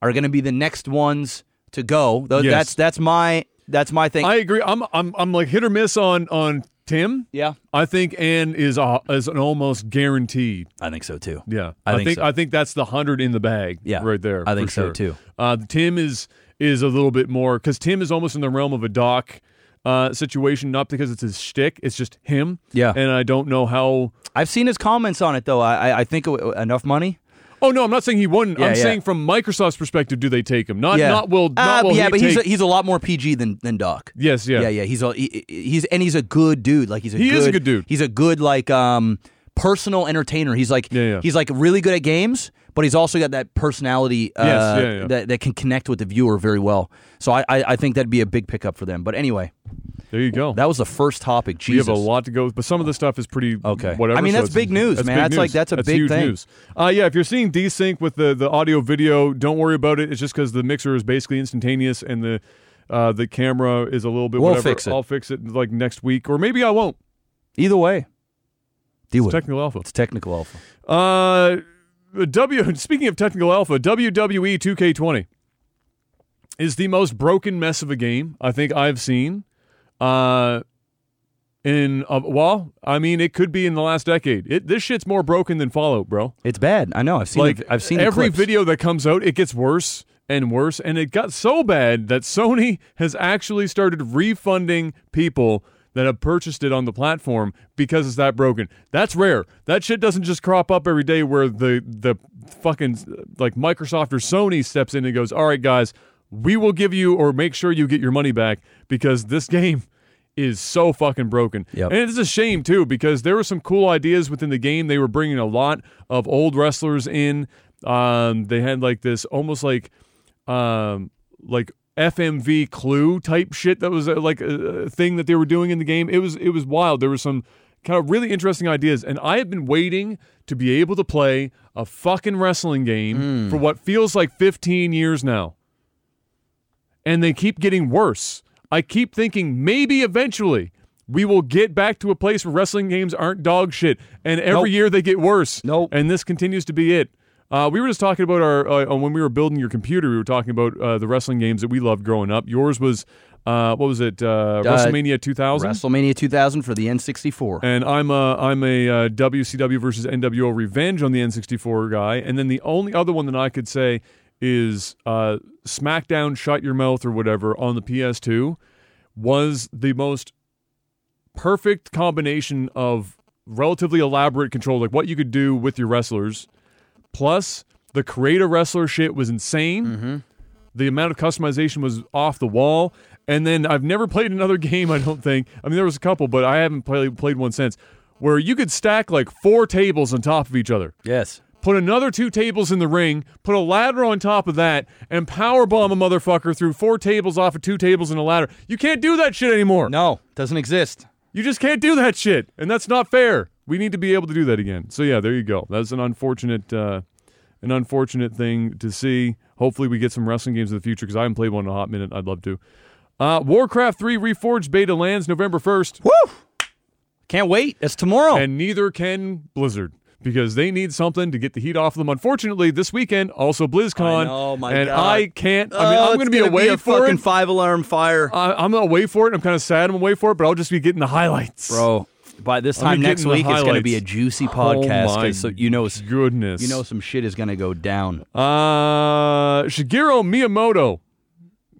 [SPEAKER 2] are going to be the next ones to go Though
[SPEAKER 1] Yes.
[SPEAKER 2] that's that's my that's my thing
[SPEAKER 1] I agree. I'm I'm I'm like hit or miss on on Tim,
[SPEAKER 2] Yeah,
[SPEAKER 1] I think Ann is a, is an almost guaranteed.
[SPEAKER 2] I think so too.
[SPEAKER 1] Yeah,
[SPEAKER 2] I think so.
[SPEAKER 1] I think that's the hundred in the bag.
[SPEAKER 2] Yeah.
[SPEAKER 1] right there.
[SPEAKER 2] I think
[SPEAKER 1] for
[SPEAKER 2] so,
[SPEAKER 1] sure.
[SPEAKER 2] too.
[SPEAKER 1] Uh, Tim is is a little bit more because Tim is almost in the realm of a doc uh, situation, not because it's his shtick. It's just him.
[SPEAKER 2] Yeah.
[SPEAKER 1] and I don't know how.
[SPEAKER 2] I've seen his comments on it though. I I, I think it, enough money.
[SPEAKER 1] Oh no, I'm not saying he wouldn't.
[SPEAKER 2] Yeah,
[SPEAKER 1] I'm
[SPEAKER 2] yeah.
[SPEAKER 1] saying from Microsoft's perspective, do they take him? Not not will. Not
[SPEAKER 2] Uh,
[SPEAKER 1] will
[SPEAKER 2] yeah,
[SPEAKER 1] he
[SPEAKER 2] but he's
[SPEAKER 1] take-
[SPEAKER 2] a, he's a lot more PG than than Doc.
[SPEAKER 1] yes, yeah.
[SPEAKER 2] yeah, yeah. He's a he, he's and he's a good dude. Like he's a
[SPEAKER 1] He
[SPEAKER 2] good,
[SPEAKER 1] is a good dude.
[SPEAKER 2] He's a good like um personal entertainer. He's like
[SPEAKER 1] Yeah, yeah.
[SPEAKER 2] he's like really good at games, but he's also got that personality uh,
[SPEAKER 1] Yes, yeah, yeah.
[SPEAKER 2] that that can connect with the viewer very well. So I I, I think that'd be a big pickup for them. But anyway,
[SPEAKER 1] There you go.
[SPEAKER 2] Oh, that was the first topic.
[SPEAKER 1] we
[SPEAKER 2] Jesus,
[SPEAKER 1] have a lot to go with, but some of the stuff is pretty
[SPEAKER 2] Okay.
[SPEAKER 1] Whatever.
[SPEAKER 2] I mean,
[SPEAKER 1] so
[SPEAKER 2] that's
[SPEAKER 1] it's-
[SPEAKER 2] big news, man.
[SPEAKER 1] big
[SPEAKER 2] That's like-
[SPEAKER 1] news.
[SPEAKER 2] that's a big
[SPEAKER 1] huge
[SPEAKER 2] thing.
[SPEAKER 1] News. Uh, yeah, if you're seeing desync with the the audio video, don't worry about it. It's just because the mixer is basically instantaneous and the uh, the camera is a little bit.
[SPEAKER 2] We'll
[SPEAKER 1] whatever.
[SPEAKER 2] fix it.
[SPEAKER 1] I'll fix it like next week, or maybe I won't.
[SPEAKER 2] Either way, deal with it.
[SPEAKER 1] Technical alpha.
[SPEAKER 2] It's technical alpha.
[SPEAKER 1] Uh, w. Speaking of technical alpha, E WWE 2K20 is the most broken mess of a game I think I've seen. Uh, in uh, well, I mean, it could be in the last decade. It, this shit's more broken than Fallout, bro.
[SPEAKER 2] It's bad. I know. I've seen.
[SPEAKER 1] Like
[SPEAKER 2] the- I've seen the
[SPEAKER 1] every
[SPEAKER 2] clips.
[SPEAKER 1] video that comes out, it gets worse and worse, and it got so bad that Sony has actually started refunding people that have purchased it on the platform because it's that broken. That's rare. That shit doesn't just crop up every day where the the fucking like Microsoft or Sony steps in and goes, "All right, guys, we will give you or make sure you get your money back because this game." Is so fucking broken.
[SPEAKER 2] Yep.
[SPEAKER 1] And it's a shame too because there were some cool ideas within the game. They were bringing a lot of old wrestlers in. Um, they had like this almost like um, like FMV clue type shit that was uh, like a, a thing that they were doing in the game. It was it was wild. There were some kind of really interesting ideas, and I have been waiting to be able to play a fucking wrestling game for what feels like 15 years now and they keep getting worse. I keep thinking maybe eventually we will get back to a place where wrestling games aren't dog shit, and every
[SPEAKER 2] Nope.
[SPEAKER 1] year they get worse.
[SPEAKER 2] Nope.
[SPEAKER 1] And this continues to be it. Uh, we were just talking about our uh, when we were building your computer. We were talking about uh, the wrestling games that we loved growing up. Yours was uh, what was it? Uh, WrestleMania 2000.
[SPEAKER 2] WrestleMania 2000 for the N64.
[SPEAKER 1] and I'm a I'm a uh, WCW versus NWO Revenge on the N64 guy, and then the only other one that I could say is uh, SmackDown Shut Your Mouth or whatever on the PS2 was the most perfect combination of relatively elaborate control, like what you could do with your wrestlers, plus the creator wrestler shit was insane. The amount of customization was off the wall. And then I've never played another game, I don't think. I mean, there was a couple, but I haven't played played one since, where you could stack like four tables on top of each other
[SPEAKER 2] yes.
[SPEAKER 1] put another two tables in the ring, put a ladder on top of that, and power bomb a motherfucker through four tables off of two tables and a ladder. You can't do that shit anymore.
[SPEAKER 2] No, doesn't exist.
[SPEAKER 1] You just can't do that shit, and that's not fair. We need to be able to do that again. So yeah, there you go. That's an unfortunate, uh, an unfortunate thing to see. Hopefully, we get some wrestling games in the future because I haven't played one in a hot minute. I'd love to. Uh, Warcraft 3 Reforged beta lands November 1st,
[SPEAKER 2] Woo! Can't wait. It's tomorrow.
[SPEAKER 1] and neither can Blizzard because they need something to get the heat off them. Unfortunately, this weekend also BlizzCon,
[SPEAKER 2] I know, my
[SPEAKER 1] and
[SPEAKER 2] God. Oh,
[SPEAKER 1] I can't. I mean, I'm going to Uh, be away for
[SPEAKER 2] fucking
[SPEAKER 1] it.
[SPEAKER 2] five alarm fire,
[SPEAKER 1] I, I'm away for it. I'm kind of sad I'm away for it, but I'll just be getting the highlights.
[SPEAKER 2] bro. By this
[SPEAKER 1] Let
[SPEAKER 2] time
[SPEAKER 1] me get
[SPEAKER 2] next
[SPEAKER 1] in the
[SPEAKER 2] week, it's going to be a
[SPEAKER 1] highlights.
[SPEAKER 2] juicy
[SPEAKER 1] Oh
[SPEAKER 2] podcast. 'cause
[SPEAKER 1] my
[SPEAKER 2] so you know,
[SPEAKER 1] goodness,
[SPEAKER 2] you know, some shit is going to go down.
[SPEAKER 1] Uh, Shigeru Miyamoto,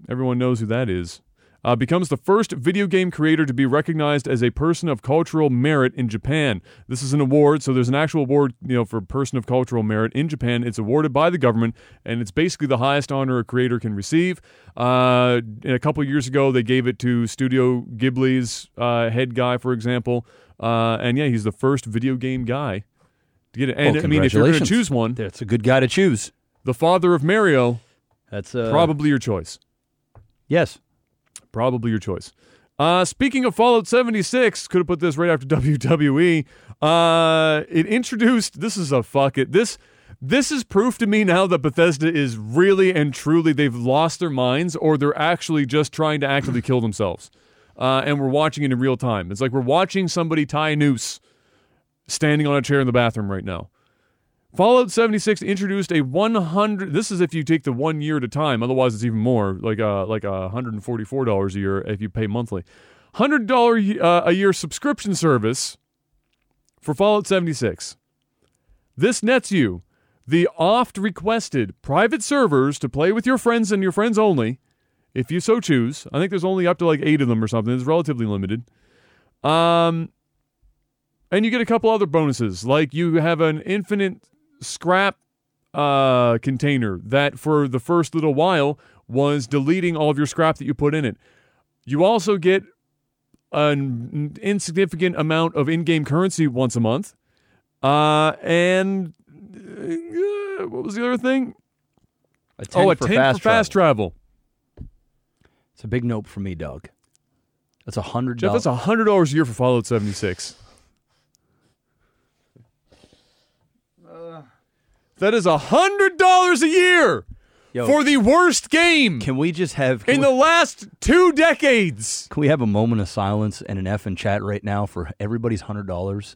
[SPEAKER 1] everyone knows who that is, uh, becomes the first video game creator to be recognized as a person of cultural merit in Japan. This is an award, so there's an actual award, you know, for person of cultural merit in Japan. It's awarded by the government, and it's basically the highest honor a creator can receive. Uh, and a couple years ago, they gave it to Studio Ghibli's uh, head guy, for example. Uh, and yeah, he's the first video game guy to get it. And I mean, if you're going to
[SPEAKER 2] congratulations.
[SPEAKER 1] choose one,
[SPEAKER 2] That's a good guy to choose.
[SPEAKER 1] the father of Mario,
[SPEAKER 2] That's uh,
[SPEAKER 1] probably your choice.
[SPEAKER 2] yes.
[SPEAKER 1] Probably your choice. Uh, speaking of Fallout 76, could have put this right after WWE. Uh, it introduced. This is a fuck it. This this is proof to me now that Bethesda is really and truly they've lost their minds, or they're actually just trying to actively kill themselves. Uh, and we're watching it in real time. It's like we're watching somebody tie a noose standing on a chair in the bathroom right now. Fallout 76 introduced a 100 this is if you take the 1 year at a time otherwise it's even more like uh like uh, $144 a year if you pay monthly hundred dollar uh, a year subscription service for Fallout 76. This nets you the oft requested private servers to play with your friends and your friends only, if you so choose. I think there's only up to like eight of them or something. It's relatively limited. Um, and you get a couple other bonuses, like you have an infinite scrap uh, container that for the first little while was deleting all of your scrap that you put in it. You also get an insignificant amount of in-game currency once a month. Uh, and uh, what was the other thing?
[SPEAKER 2] A 10
[SPEAKER 1] oh, a
[SPEAKER 2] for
[SPEAKER 1] tin
[SPEAKER 2] fast
[SPEAKER 1] for fast travel.
[SPEAKER 2] It's a big nope for me, Doug. That's a hundred
[SPEAKER 1] Jeff,
[SPEAKER 2] dollars.
[SPEAKER 1] that's hundred dollars a year for Fallout 76.
[SPEAKER 2] Uh.
[SPEAKER 1] That is hundred dollars a year
[SPEAKER 2] Yo,
[SPEAKER 1] for the worst game
[SPEAKER 2] can we just have can
[SPEAKER 1] in
[SPEAKER 2] we,
[SPEAKER 1] the last two decades.
[SPEAKER 2] can we have a moment of silence and an F in chat right now for everybody's hundred dollars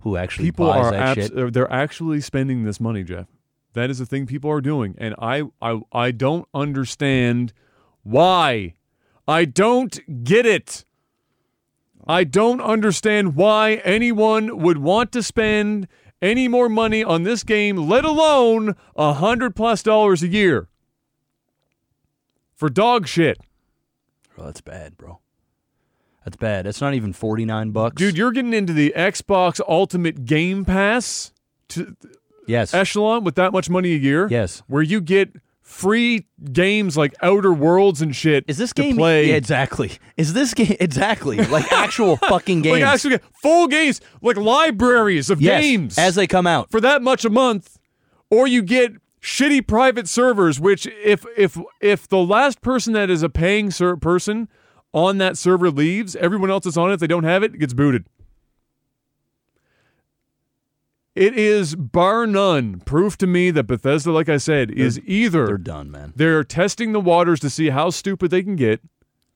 [SPEAKER 2] who actually
[SPEAKER 1] people
[SPEAKER 2] buys
[SPEAKER 1] are
[SPEAKER 2] that
[SPEAKER 1] abs-
[SPEAKER 2] shit?
[SPEAKER 1] they're- they're actually spending this money, Jeff. That is the thing people are doing, and I I I don't understand why. I don't get it. I don't understand why anyone would want to spend any more money on this game, let alone a hundred plus dollars a year for dog shit,
[SPEAKER 2] Bro, that's bad, bro. That's bad. That's not even forty nine bucks,
[SPEAKER 1] dude. You're getting into the Xbox Ultimate Game Pass to
[SPEAKER 2] Yes,
[SPEAKER 1] echelon with that much money a year.
[SPEAKER 2] yes.
[SPEAKER 1] where you get free games like Outer Worlds and shit.
[SPEAKER 2] Is this
[SPEAKER 1] to
[SPEAKER 2] game
[SPEAKER 1] play?
[SPEAKER 2] Yeah, exactly? Is this game exactly like actual fucking
[SPEAKER 1] like
[SPEAKER 2] games?
[SPEAKER 1] actually full games, like libraries of
[SPEAKER 2] yes,
[SPEAKER 1] games
[SPEAKER 2] as they come out.
[SPEAKER 1] for that much a month, or you get shitty private servers. Which if if if the last person that is a paying ser- person on that server leaves, everyone else that's on it, if they don't have it, gets booted. It is bar none proof to me that Bethesda, like I said, is either
[SPEAKER 2] They're done, man.
[SPEAKER 1] They're testing the waters to see how stupid they can get,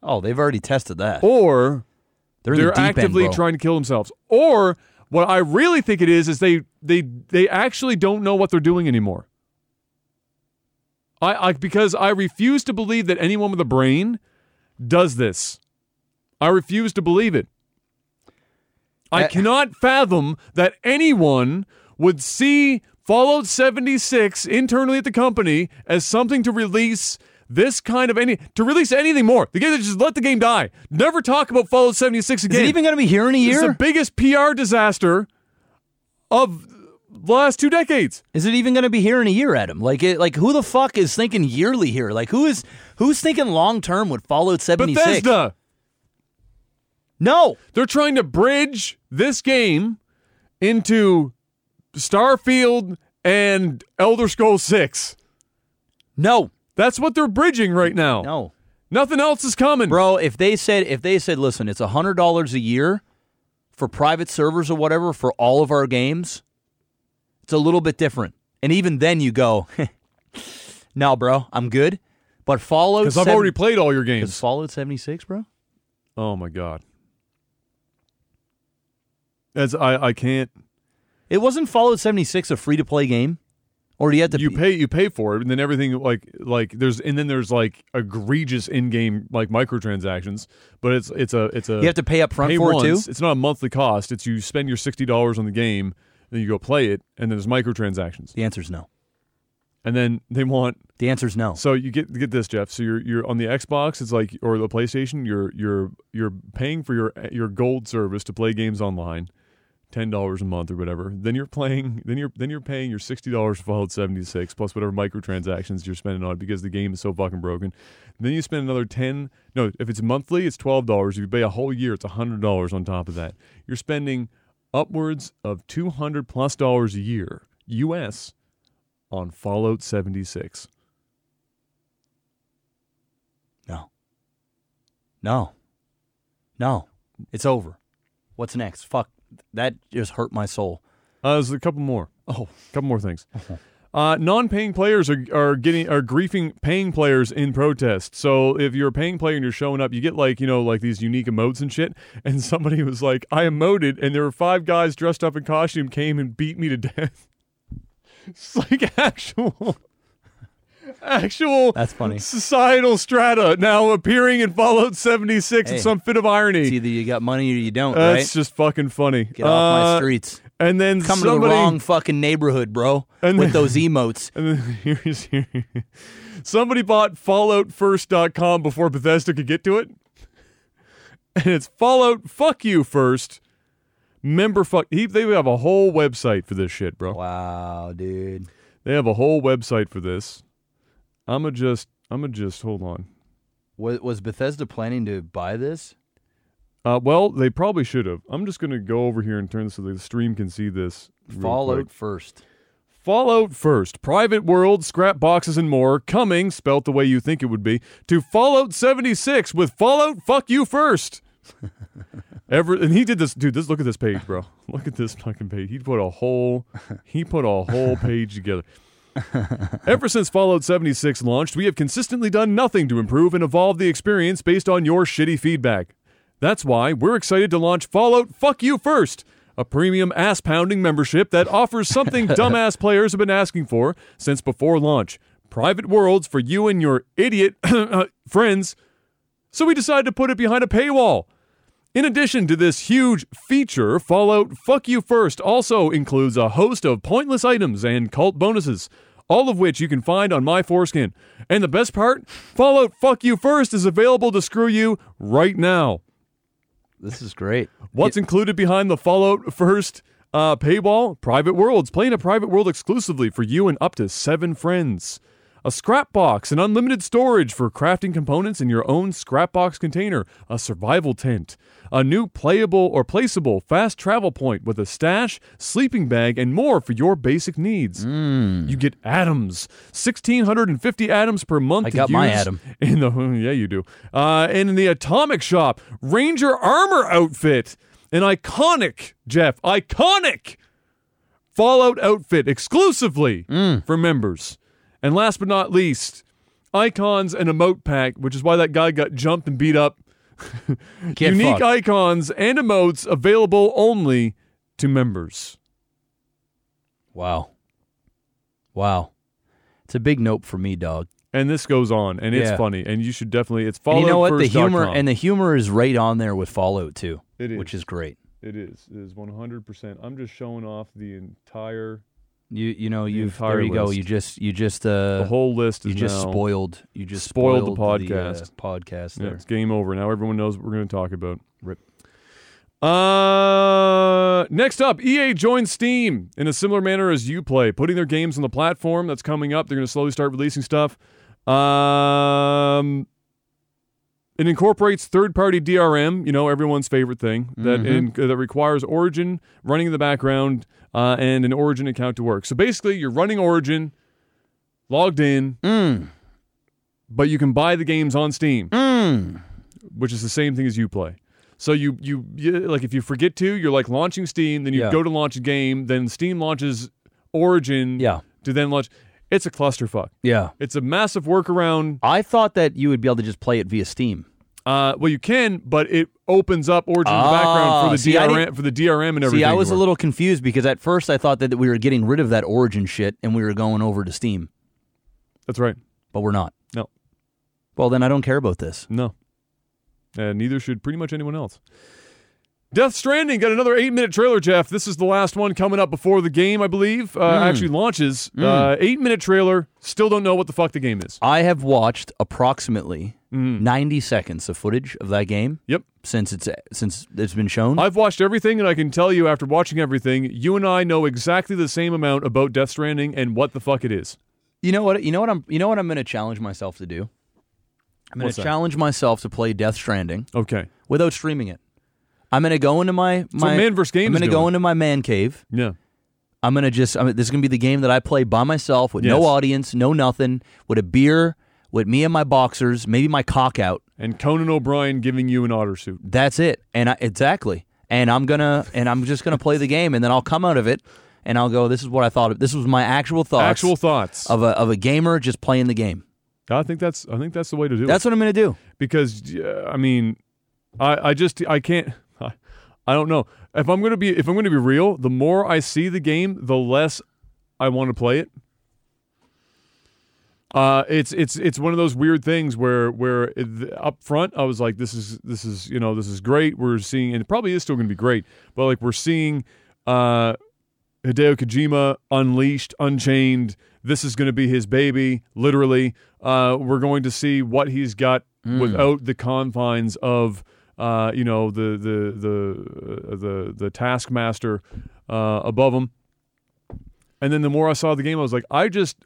[SPEAKER 2] Oh, they've already tested that.
[SPEAKER 1] or
[SPEAKER 2] They're, in
[SPEAKER 1] Oh, they're
[SPEAKER 2] the deep
[SPEAKER 1] actively
[SPEAKER 2] end, bro.
[SPEAKER 1] trying to kill themselves. Or what I really think it is is they they they actually don't know what they're doing anymore. I, I because I refuse to believe that anyone with a brain does this. I refuse to believe it. I
[SPEAKER 2] Uh,
[SPEAKER 1] cannot fathom that anyone would see Fallout 76 internally at the company as something to release this kind of any to release anything more. The game just let the game die. Never talk about Fallout 76
[SPEAKER 2] Is
[SPEAKER 1] again.
[SPEAKER 2] it even going to be here in a
[SPEAKER 1] It's
[SPEAKER 2] year?
[SPEAKER 1] the biggest PR disaster of the last two decades.
[SPEAKER 2] Is it even going to be here in a year, Adam? Like, it, like who the fuck is thinking yearly here? Like, who is who's thinking long term with Fallout seventy six?
[SPEAKER 1] Bethesda.
[SPEAKER 2] No,
[SPEAKER 1] They're trying to bridge this game into Starfield and Elder Scrolls 6.
[SPEAKER 2] no,
[SPEAKER 1] That's what they're bridging right now.
[SPEAKER 2] no,
[SPEAKER 1] Nothing else is coming.
[SPEAKER 2] bro. If they said, if they said, listen, it's hundred dollars a year for private servers or whatever for all of our games, it's a little bit different. And even then, you go, no, bro, I'm good. But Fallout
[SPEAKER 1] Because I've
[SPEAKER 2] 7
[SPEAKER 1] already played all your
[SPEAKER 2] is
[SPEAKER 1] games.
[SPEAKER 2] Fallout seventy six, bro.
[SPEAKER 1] Oh my god. As I, I can't
[SPEAKER 2] It wasn't Fallout seventy six a free to play game, or do you have to
[SPEAKER 1] you pay you pay for it and then everything like like there's and then there's like egregious in game like microtransactions, but it's it's a it's a
[SPEAKER 2] you have to pay up front
[SPEAKER 1] pay
[SPEAKER 2] for it too?
[SPEAKER 1] once. It's not a monthly cost. It's you spend your sixty dollars on the game, then you go play it, and then there's microtransactions,
[SPEAKER 2] The answer's no.
[SPEAKER 1] and then they want
[SPEAKER 2] The answer's no.
[SPEAKER 1] so you get get this, Jeff. So you're you're on the Xbox, it's like or the PlayStation. You're you're you're paying for your your gold service to play games online, ten dollars a month or whatever. Then you're playing. Then you're then you're paying your sixty dollars for Fallout seventy six plus whatever microtransactions you're spending on it because the game is so fucking broken. Then you spend another ten. No, if it's monthly, it's twelve dollars. If you pay a whole year, it's hundred dollars on top of that. You're spending upwards of two hundred plus dollars a year U.S. on Fallout seventy six.
[SPEAKER 2] No. No. No. It's over. What's next? Fuck. That just hurt my soul.
[SPEAKER 1] Uh, there's a couple more.
[SPEAKER 2] Oh.
[SPEAKER 1] couple more things. Uh, non-paying players are, are getting are griefing paying players in protest. So if you're a paying player and you're showing up, you get like you know like these unique emotes and shit. And somebody was like, "I emoted," and there were five guys dressed up in costume came and beat me to death. It's like actual actual
[SPEAKER 2] That's funny.
[SPEAKER 1] societal strata now appearing in Fallout 76 in
[SPEAKER 2] Hey.
[SPEAKER 1] some fit of irony.
[SPEAKER 2] It's either you got money or you don't,
[SPEAKER 1] That's
[SPEAKER 2] right?
[SPEAKER 1] just fucking funny.
[SPEAKER 2] Get off
[SPEAKER 1] Uh,
[SPEAKER 2] my streets.
[SPEAKER 1] And then
[SPEAKER 2] Come to the
[SPEAKER 1] somebody,
[SPEAKER 2] wrong fucking neighborhood, bro.
[SPEAKER 1] And
[SPEAKER 2] with
[SPEAKER 1] then-
[SPEAKER 2] those emotes.
[SPEAKER 1] And then here's here. Somebody bought falloutfirst.com before Bethesda could get to it. And it's Fallout fuck you first. Member fuck he, they have a whole website for this shit, bro.
[SPEAKER 2] Wow, dude.
[SPEAKER 1] They have a whole website for this. I'm gonna just I'm gonna just hold on.
[SPEAKER 2] Was, was Bethesda planning to buy this?
[SPEAKER 1] Uh, well, they probably should have. I'm just gonna go over here and turn this so the stream can see this. real quick.
[SPEAKER 2] Fallout first.
[SPEAKER 1] Fallout First, Private World, Scrap Boxes, and more coming, spelt the way you think it would be, to Fallout 76 with Fallout Fuck You First. Ever and he did this, dude. This look at this page, bro. Look at this fucking page. He put a whole, he put a whole page together. Ever since Fallout 76 launched, we have consistently done nothing to improve and evolve the experience based on your shitty feedback. That's why we're excited to launch Fallout Fuck You First, a premium ass pounding membership that offers something dumbass players have been asking for since before launch private worlds for you and your idiot friends. So we decided to put it behind a paywall. In addition to this huge feature, Fallout Fuck You First also includes a host of pointless items and cult bonuses, all of which you can find on my foreskin. And the best part Fallout Fuck You First is available to screw you right now.
[SPEAKER 2] This is great.
[SPEAKER 1] What's included behind the Fallout First uh, paywall? Private worlds. Play in a private world exclusively for you and up to seven friends. A scrap box and unlimited storage for crafting components in your own scrap box container. A survival tent. A new playable or placeable fast travel point with a stash, sleeping bag, and more for your basic needs. You get atoms, sixteen hundred and fifty atoms per month.
[SPEAKER 2] I
[SPEAKER 1] to
[SPEAKER 2] got my
[SPEAKER 1] use
[SPEAKER 2] atom.
[SPEAKER 1] in the yeah you do. Uh, and in the atomic shop, Ranger armor outfit, an iconic Jeff, iconic Fallout outfit exclusively
[SPEAKER 2] Mm.
[SPEAKER 1] for members. And last but not least, icons and emote pack, which is why that guy got jumped and beat up.
[SPEAKER 2] Get
[SPEAKER 1] Unique
[SPEAKER 2] fucked.
[SPEAKER 1] icons and emotes available only to members.
[SPEAKER 2] wow. Wow. It's a big nope for me, dog.
[SPEAKER 1] And this goes on, and it's
[SPEAKER 2] Yeah.
[SPEAKER 1] funny, and you should definitely. It's
[SPEAKER 2] And
[SPEAKER 1] Fallout.
[SPEAKER 2] you know what? The
[SPEAKER 1] First dot
[SPEAKER 2] humor
[SPEAKER 1] com.
[SPEAKER 2] and the humor is right on there with Fallout too,
[SPEAKER 1] It is.
[SPEAKER 2] which is great.
[SPEAKER 1] It is. It is 100%. I'm just showing off the entire
[SPEAKER 2] You you know you've
[SPEAKER 1] entire
[SPEAKER 2] there you go.
[SPEAKER 1] list.
[SPEAKER 2] You just you just uh
[SPEAKER 1] the whole list is
[SPEAKER 2] you just
[SPEAKER 1] now,
[SPEAKER 2] spoiled you just
[SPEAKER 1] spoiled the
[SPEAKER 2] uh,
[SPEAKER 1] podcast.
[SPEAKER 2] podcast
[SPEAKER 1] Yeah,
[SPEAKER 2] there.
[SPEAKER 1] it's game over. Now everyone knows what we're going to talk about.
[SPEAKER 2] Rip.
[SPEAKER 1] Uh, next up, EA joins Steam in a similar manner as you play, putting their games on the platform that's coming up. They're going to slowly start releasing stuff. Um, it incorporates third-party DRM, you know, everyone's favorite thing that in, that requires Origin running in the background uh, and an Origin account to work. So basically, you're running Origin, logged in,
[SPEAKER 2] Mm.
[SPEAKER 1] but you can buy the games on Steam,
[SPEAKER 2] Mm.
[SPEAKER 1] which is the same thing as you play. So you, you you like if you forget to, you're like launching Steam, then you
[SPEAKER 2] Yeah.
[SPEAKER 1] go to launch a game, then Steam launches Origin
[SPEAKER 2] Yeah.
[SPEAKER 1] to then launch. It's a clusterfuck.
[SPEAKER 2] Yeah.
[SPEAKER 1] It's a massive workaround.
[SPEAKER 2] I thought that you would be able to just play it via Steam.
[SPEAKER 1] Uh, well, you can, but it opens up Origin in the background
[SPEAKER 2] Ah,
[SPEAKER 1] for the
[SPEAKER 2] see, I
[SPEAKER 1] DRM for the DRM and everything.
[SPEAKER 2] See, I was
[SPEAKER 1] to
[SPEAKER 2] a
[SPEAKER 1] work.
[SPEAKER 2] little confused because at first I thought that we were getting rid of that origin shit and we were going over to Steam,
[SPEAKER 1] That's right.
[SPEAKER 2] but we're not.
[SPEAKER 1] No.
[SPEAKER 2] Well, then I don't care about this.
[SPEAKER 1] No. And neither should pretty much anyone else. Death Stranding got another eight minute trailer, Jeff. This is the last one coming up before the game, I believe, uh,
[SPEAKER 2] Hmm.
[SPEAKER 1] actually launches. Uh, eight minute trailer. Still don't know what the fuck the game is.
[SPEAKER 2] I have watched approximately
[SPEAKER 1] Mm.
[SPEAKER 2] 90 seconds of footage of that game
[SPEAKER 1] Yep.
[SPEAKER 2] since it's since it's been shown.
[SPEAKER 1] I've watched everything, and I can tell you after watching everything, you and I know exactly the same amount about Death Stranding and what the fuck it is.
[SPEAKER 2] you know what? You know what I'm you know what I'm going to challenge myself to do? I'm going
[SPEAKER 1] What's
[SPEAKER 2] to
[SPEAKER 1] that?
[SPEAKER 2] challenge myself to play Death Stranding
[SPEAKER 1] Okay.
[SPEAKER 2] without streaming it. I'm going to go into my my
[SPEAKER 1] Man vs. Game
[SPEAKER 2] I'm
[SPEAKER 1] is
[SPEAKER 2] gonna go
[SPEAKER 1] doing.
[SPEAKER 2] into my man cave.
[SPEAKER 1] Yeah.
[SPEAKER 2] I'm gonna just. I'm, this is gonna be the game that I play by myself with
[SPEAKER 1] Yes.
[SPEAKER 2] no audience, no nothing, with a beer, with me and my boxers, maybe my cock out.
[SPEAKER 1] And Conan O'Brien giving you an otter suit.
[SPEAKER 2] That's it. And I, exactly. And I'm gonna. And I'm just gonna play the game, and then I'll come out of it, and I'll go. This is what I thought. Of, this was my actual thoughts
[SPEAKER 1] Actual thoughts.
[SPEAKER 2] of a of a gamer just playing the game.
[SPEAKER 1] I think that's I think that's the way to do it.
[SPEAKER 2] That's what I'm gonna do.
[SPEAKER 1] because uh, I mean, I I just I can't I, I don't know if I'm gonna be if I'm gonna be real. The more I see the game, the less I want to play it. Uh, it's it's it's one of those weird things where where it- up front I was like, this is this is you know this is great. We're seeing and it probably is still going to be great, but like we're seeing uh, Hideo Kojima unleashed, unchained. This is going to be his baby, literally. Uh, we're going to see what he's got
[SPEAKER 2] Hmm.
[SPEAKER 1] without the confines of uh, you know the the the uh, the the taskmaster uh, above him. And then the more I saw the game, I was like, I just,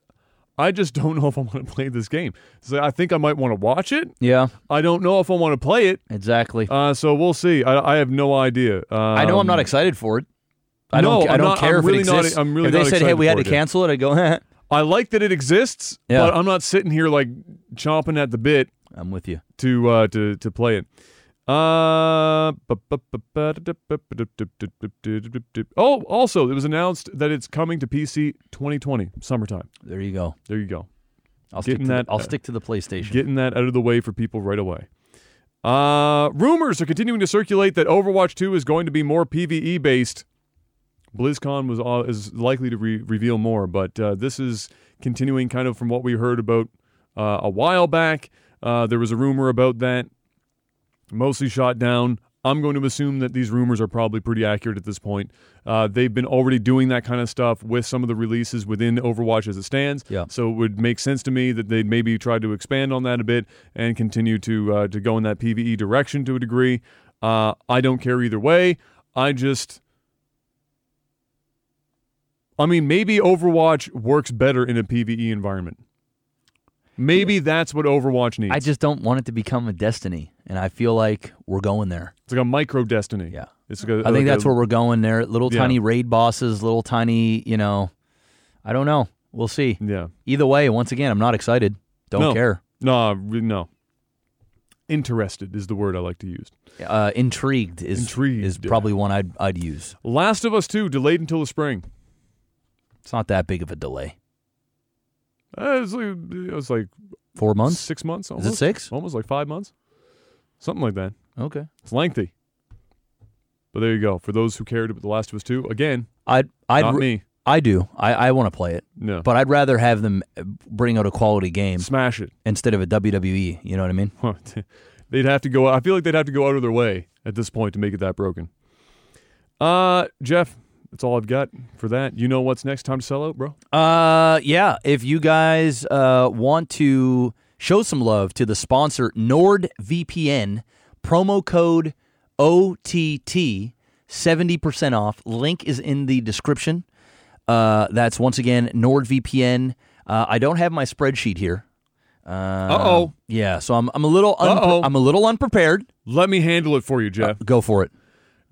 [SPEAKER 1] I just don't know if I want to play this game. So I think I might want to watch it.
[SPEAKER 2] Yeah,
[SPEAKER 1] I don't know if I want to play it.
[SPEAKER 2] exactly.
[SPEAKER 1] Uh, so we'll see. I, I have no idea. Um,
[SPEAKER 2] I know I'm not excited for it. I
[SPEAKER 1] No,
[SPEAKER 2] don't. I
[SPEAKER 1] I'm
[SPEAKER 2] don't
[SPEAKER 1] not-
[SPEAKER 2] care
[SPEAKER 1] I'm
[SPEAKER 2] if
[SPEAKER 1] really
[SPEAKER 2] it
[SPEAKER 1] not- e,
[SPEAKER 2] exists.
[SPEAKER 1] I'm really
[SPEAKER 2] if they
[SPEAKER 1] not
[SPEAKER 2] said, "Hey,
[SPEAKER 1] excited
[SPEAKER 2] we had
[SPEAKER 1] for
[SPEAKER 2] to
[SPEAKER 1] it yet.
[SPEAKER 2] cancel it," I go,
[SPEAKER 1] I like that it exists,
[SPEAKER 2] Yeah.
[SPEAKER 1] but I'm not sitting here like chomping at the bit
[SPEAKER 2] "I'm with you."
[SPEAKER 1] to uh, to to play it. Uh, bu- bu- bu- ba- da- da- bu- da- da- da- da- da- da- da- oh, also, it was announced that it's coming to PC 2020 summertime.
[SPEAKER 2] There you go.
[SPEAKER 1] There you go.
[SPEAKER 2] I'll
[SPEAKER 1] Getting
[SPEAKER 2] stick to
[SPEAKER 1] that,
[SPEAKER 2] The, I'll
[SPEAKER 1] uh,
[SPEAKER 2] stick to the PlayStation.
[SPEAKER 1] Getting that out of the way for people right away. Uh, rumors are continuing to circulate that Overwatch 2 is going to be more PVE based. BlizzCon was all, is likely to re- reveal more, but uh, this is continuing kind of from what we heard about uh, a while back. Uh, there was a rumor about that, mostly shot down. I'm going to assume that these rumors are probably pretty accurate at this point. Uh, they've been already doing that kind of stuff with some of the releases within Overwatch as it stands.
[SPEAKER 2] Yeah.
[SPEAKER 1] So it would make sense to me that they'd maybe try to expand on that a bit and continue to uh, to go in that PVE direction to a degree. Uh, I don't care either way. I just I mean, maybe Overwatch works better in a PVE environment. Maybe that's what Overwatch needs.
[SPEAKER 2] I just don't want it to become a Destiny, and I feel like we're going there.
[SPEAKER 1] it's like a micro destiny.
[SPEAKER 2] Yeah.
[SPEAKER 1] It's like a,
[SPEAKER 2] I think
[SPEAKER 1] like
[SPEAKER 2] that's
[SPEAKER 1] a-
[SPEAKER 2] where we're going there. Little
[SPEAKER 1] Yeah.
[SPEAKER 2] tiny raid bosses, little tiny, you know, I don't know. We'll see.
[SPEAKER 1] Yeah.
[SPEAKER 2] Either way, once again, I'm not excited. Don't
[SPEAKER 1] No.
[SPEAKER 2] care.
[SPEAKER 1] No, re- no. Interested is the word I like to use.
[SPEAKER 2] Uh, intrigued is
[SPEAKER 1] Intrigued,
[SPEAKER 2] is
[SPEAKER 1] yeah.
[SPEAKER 2] probably one I'd I'd use.
[SPEAKER 1] Last of Us 2 delayed until the spring.
[SPEAKER 2] It's not that big of a delay.
[SPEAKER 1] Uh, it, was like, it was like
[SPEAKER 2] Four months?
[SPEAKER 1] six months almost.
[SPEAKER 2] Is it six?
[SPEAKER 1] Almost like five months. Something like that.
[SPEAKER 2] Okay.
[SPEAKER 1] It's lengthy. But there you go. For those who cared about The Last of Us 2, again,
[SPEAKER 2] I'd I'd
[SPEAKER 1] not
[SPEAKER 2] r-
[SPEAKER 1] me.
[SPEAKER 2] I do. I, I want to play it,
[SPEAKER 1] No.
[SPEAKER 2] but I'd rather have them uh, bring out a quality game
[SPEAKER 1] Smash it.
[SPEAKER 2] instead of a WWE. You know what I mean?
[SPEAKER 1] they'd have to go. I feel like they'd have to go out of their way at this point to make it that broken. Uh, Jeff, that's all I've got for that. You know what's next? Time to sell out, bro.
[SPEAKER 2] Uh, yeah. If you guys uh, want to show some love to the sponsor NordVPN, promo code OTT, 70% off. Link is in the description. Uh, that's once again NordVPN. Uh, I don't have my spreadsheet here. Uh
[SPEAKER 1] Uh-oh.
[SPEAKER 2] Yeah, so I'm I'm a little
[SPEAKER 1] Uh-oh.
[SPEAKER 2] unpre- I'm a little unprepared.
[SPEAKER 1] Let me handle it for you, Jeff.
[SPEAKER 2] Go for it.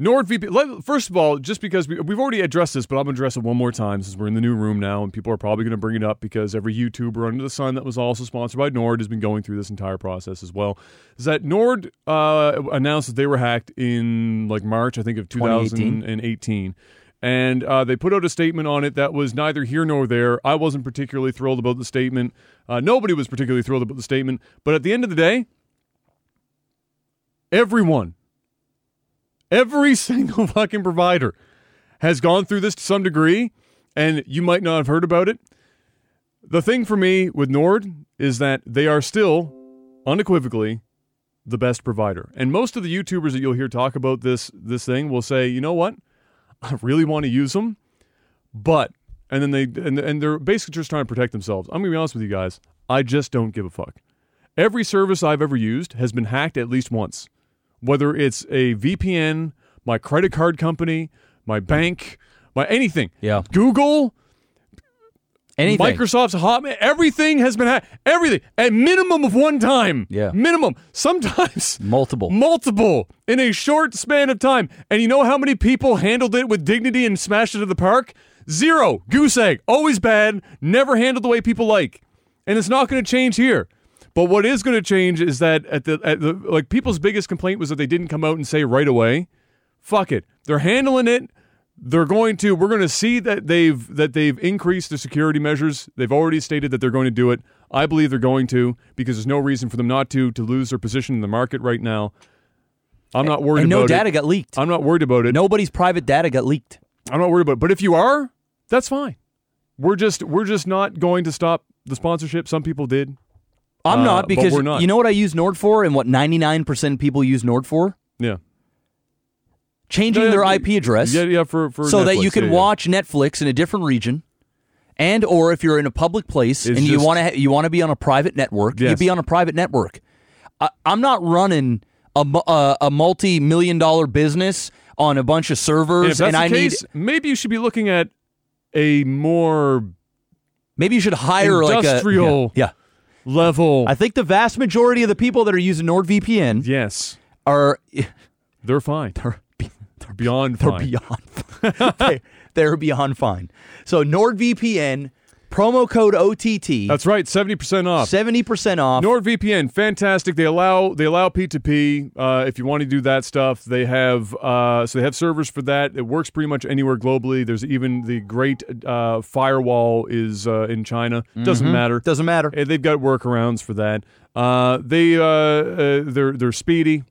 [SPEAKER 1] NordVPN. Let, first of all, just because we, we've already addressed this, but I'm going to address it one more time since we're in the new room now, and people are probably going to bring it up because every YouTuber under the sun that was also sponsored by Nord has been going through this entire process as well. Is that Nord uh, announced that they were hacked in like March, I think, of
[SPEAKER 2] 2018?
[SPEAKER 1] 2018. And uh, they put out a statement on it that was neither here nor there. I wasn't particularly thrilled about the statement. Uh, nobody was particularly thrilled about the statement. But at the end of the day, everyone every single fucking provider has gone through this to some degree, and you might not have heard about it. The thing for me with Nord is that they are still unequivocally the best provider. And most of the YouTubers that you'll hear talk about this this thing will say, "You know what? I really want to use them, but and then they and, and they're basically just trying to protect themselves. I'm going to be honest with you guys. I just don't give a fuck. Every service I've ever used has been hacked at least once whether it's a VPN, my credit card company, my bank, my anything.
[SPEAKER 2] Yeah.
[SPEAKER 1] Google,
[SPEAKER 2] Anything.
[SPEAKER 1] Microsoft's Hotmail, everything has been hacked. Everything at minimum of one time.
[SPEAKER 2] Yeah.
[SPEAKER 1] Minimum. Sometimes
[SPEAKER 2] Multiple.
[SPEAKER 1] multiple in a short span of time. And you know how many people handled it with dignity and smashed it to the park? Zero. Goose egg. Always bad. Never handled the way people like. And it's not going to change here. But what is going to change is that at the, at the like people's biggest complaint was that they didn't come out and say right away, fuck it. They're handling it. They're going to we're going to see that they've that they've increased the security measures. They've already stated that they're going to do it. I believe they're going to because there's no reason for them not to to lose their position in the market right now. I'm not worried
[SPEAKER 2] and
[SPEAKER 1] about
[SPEAKER 2] no data
[SPEAKER 1] it.
[SPEAKER 2] got leaked.
[SPEAKER 1] I'm not worried about it.
[SPEAKER 2] Nobody's private data got leaked.
[SPEAKER 1] I'm not worried about it. But if you are, that's fine. We're just we're just not going to stop the sponsorship. Some people did.
[SPEAKER 2] I'm
[SPEAKER 1] Uh,
[SPEAKER 2] not
[SPEAKER 1] but
[SPEAKER 2] because
[SPEAKER 1] we're not.
[SPEAKER 2] you know what I use Nord for and what 99% of people use Nord for?
[SPEAKER 1] Yeah.
[SPEAKER 2] Changing
[SPEAKER 1] Yeah,
[SPEAKER 2] their
[SPEAKER 1] yeah,
[SPEAKER 2] IP address
[SPEAKER 1] Yeah, yeah, for, for
[SPEAKER 2] so that you
[SPEAKER 1] Netflix,
[SPEAKER 2] can
[SPEAKER 1] yeah, yeah.
[SPEAKER 2] watch Netflix in a different region. And or if you're in a public place
[SPEAKER 1] It's
[SPEAKER 2] and you
[SPEAKER 1] just-
[SPEAKER 2] want to ha- you want to be on a private network,
[SPEAKER 1] Yes.
[SPEAKER 2] you'd be on a private network. I, I'm not running a, mu- uh, a, a multi-million dollar business on a bunch of
[SPEAKER 1] And if
[SPEAKER 2] servers
[SPEAKER 1] that's
[SPEAKER 2] and
[SPEAKER 1] the
[SPEAKER 2] I need
[SPEAKER 1] case, maybe you should be looking at a more
[SPEAKER 2] Maybe you should hire
[SPEAKER 1] Industrial.
[SPEAKER 2] like a yeah, yeah.
[SPEAKER 1] level.
[SPEAKER 2] I think the vast majority of the people that are using NordVPN
[SPEAKER 1] yes,
[SPEAKER 2] are
[SPEAKER 1] they're fine.
[SPEAKER 2] they're, be-
[SPEAKER 1] They're beyond
[SPEAKER 2] they're
[SPEAKER 1] fine.
[SPEAKER 2] beyond they, they're beyond fine. So NordVPN promo code OTT
[SPEAKER 1] That's right, seventy percent off.
[SPEAKER 2] seventy percent off.
[SPEAKER 1] NordVPN, fantastic. They allow they allow P2P uh, if you want to do that stuff. They have uh, so they have servers for that. It works pretty much anywhere globally. There's even the great uh, firewall is uh, in China.
[SPEAKER 2] Mm-hmm.
[SPEAKER 1] Doesn't matter.
[SPEAKER 2] Doesn't matter.
[SPEAKER 1] Uh, They've got workarounds for that. Uh, they uh, uh, they're they're speedy.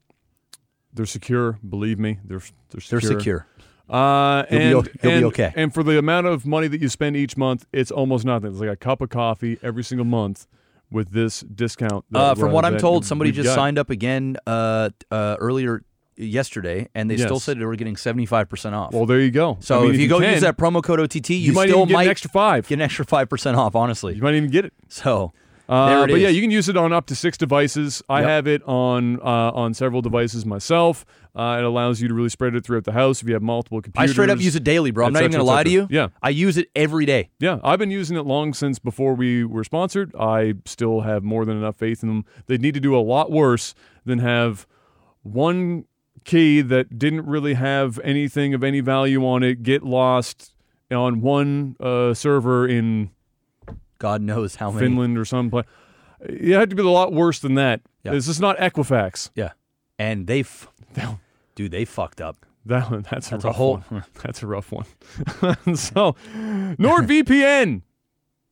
[SPEAKER 1] They're secure. Believe me, they're they're
[SPEAKER 2] They're
[SPEAKER 1] secure.
[SPEAKER 2] secure.
[SPEAKER 1] Uh,
[SPEAKER 2] You'll be
[SPEAKER 1] and,
[SPEAKER 2] o- you'll be
[SPEAKER 1] and-
[SPEAKER 2] okay.
[SPEAKER 1] And for the amount of money that you spend each month, it's almost nothing. It's like a cup of coffee every single month with this discount. that-
[SPEAKER 2] Uh, from what I'm
[SPEAKER 1] that
[SPEAKER 2] told, somebody
[SPEAKER 1] we've
[SPEAKER 2] just
[SPEAKER 1] got.
[SPEAKER 2] signed up again uh, uh, earlier yesterday, and they still
[SPEAKER 1] Yes.
[SPEAKER 2] said they were getting seventy five percent off.
[SPEAKER 1] Well, there you go.
[SPEAKER 2] so
[SPEAKER 1] I mean,
[SPEAKER 2] if you, go
[SPEAKER 1] can,
[SPEAKER 2] use that promo code OTT, you,
[SPEAKER 1] you might
[SPEAKER 2] still
[SPEAKER 1] even get
[SPEAKER 2] might
[SPEAKER 1] an extra five.
[SPEAKER 2] get an extra five percent off. Honestly,
[SPEAKER 1] you might even get it.
[SPEAKER 2] so
[SPEAKER 1] Uh,
[SPEAKER 2] There it
[SPEAKER 1] but yeah,
[SPEAKER 2] is.
[SPEAKER 1] you can use it on up to six devices. I
[SPEAKER 2] Yep.
[SPEAKER 1] have it on uh, on several devices myself. Uh, it allows you to really spread it throughout the house if you have multiple
[SPEAKER 2] I
[SPEAKER 1] computers.
[SPEAKER 2] straight up use it daily, bro. I'm
[SPEAKER 1] et
[SPEAKER 2] not even
[SPEAKER 1] cetera,
[SPEAKER 2] gonna
[SPEAKER 1] et
[SPEAKER 2] lie to
[SPEAKER 1] cetera.
[SPEAKER 2] you.
[SPEAKER 1] Yeah.
[SPEAKER 2] I use it every day.
[SPEAKER 1] Yeah, I've been using it long since before we were sponsored. I still have more than enough faith in them. They need to do a lot worse than have one key that didn't really have anything of any value on it get lost on one uh, server in
[SPEAKER 2] God knows how many.
[SPEAKER 1] Finland or someplace. It had to be a lot worse than that.
[SPEAKER 2] Yeah.
[SPEAKER 1] This is not Equifax.
[SPEAKER 2] Yeah, and they, f- dude, they fucked up.
[SPEAKER 1] That one, that's,
[SPEAKER 2] That's
[SPEAKER 1] a
[SPEAKER 2] a
[SPEAKER 1] rough
[SPEAKER 2] whole-
[SPEAKER 1] one. That's a rough one. so, NordVPN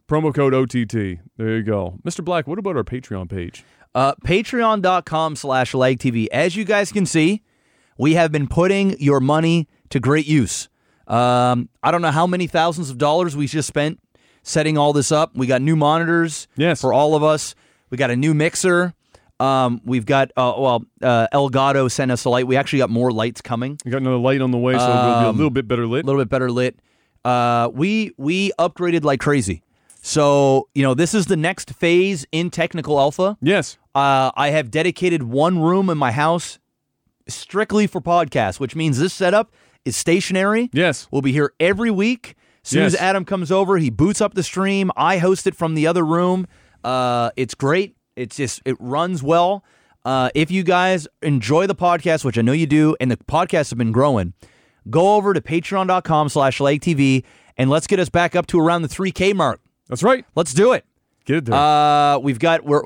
[SPEAKER 1] promo code OTT. There you go, Mr. Black. What about our Patreon page?
[SPEAKER 2] Uh, Patreon.com slash Lag TV. As you guys can see, we have been putting your money to great use. Um, I don't know how many thousands of dollars we just spent setting all this up. We got new monitors
[SPEAKER 1] Yes.
[SPEAKER 2] for all of us. We got a new mixer. Um, we've got, uh, well, uh, Elgato sent us a light. We actually got more lights coming.
[SPEAKER 1] We got another light on the way, so it'll
[SPEAKER 2] Um,
[SPEAKER 1] be a little bit better lit.
[SPEAKER 2] a little bit better lit. Uh, we we upgraded like crazy. So you know this is the next phase in technical alpha.
[SPEAKER 1] yes,
[SPEAKER 2] Uh, I have dedicated one room in my house strictly for podcasts, which means this setup is stationary.
[SPEAKER 1] yes,
[SPEAKER 2] We'll be here every week. As soon as
[SPEAKER 1] Yes.
[SPEAKER 2] Adam comes over, he boots up the stream. I host it from the other room. Uh, it's great. It's just it runs well. Uh, if you guys enjoy the podcast, which I know you do, and the podcast has been growing, go over to patreon.com slash leg TV and let's get us back up to around the 3K mark.
[SPEAKER 1] that's right.
[SPEAKER 2] Let's do it.
[SPEAKER 1] Get it there.
[SPEAKER 2] Uh, we've got we're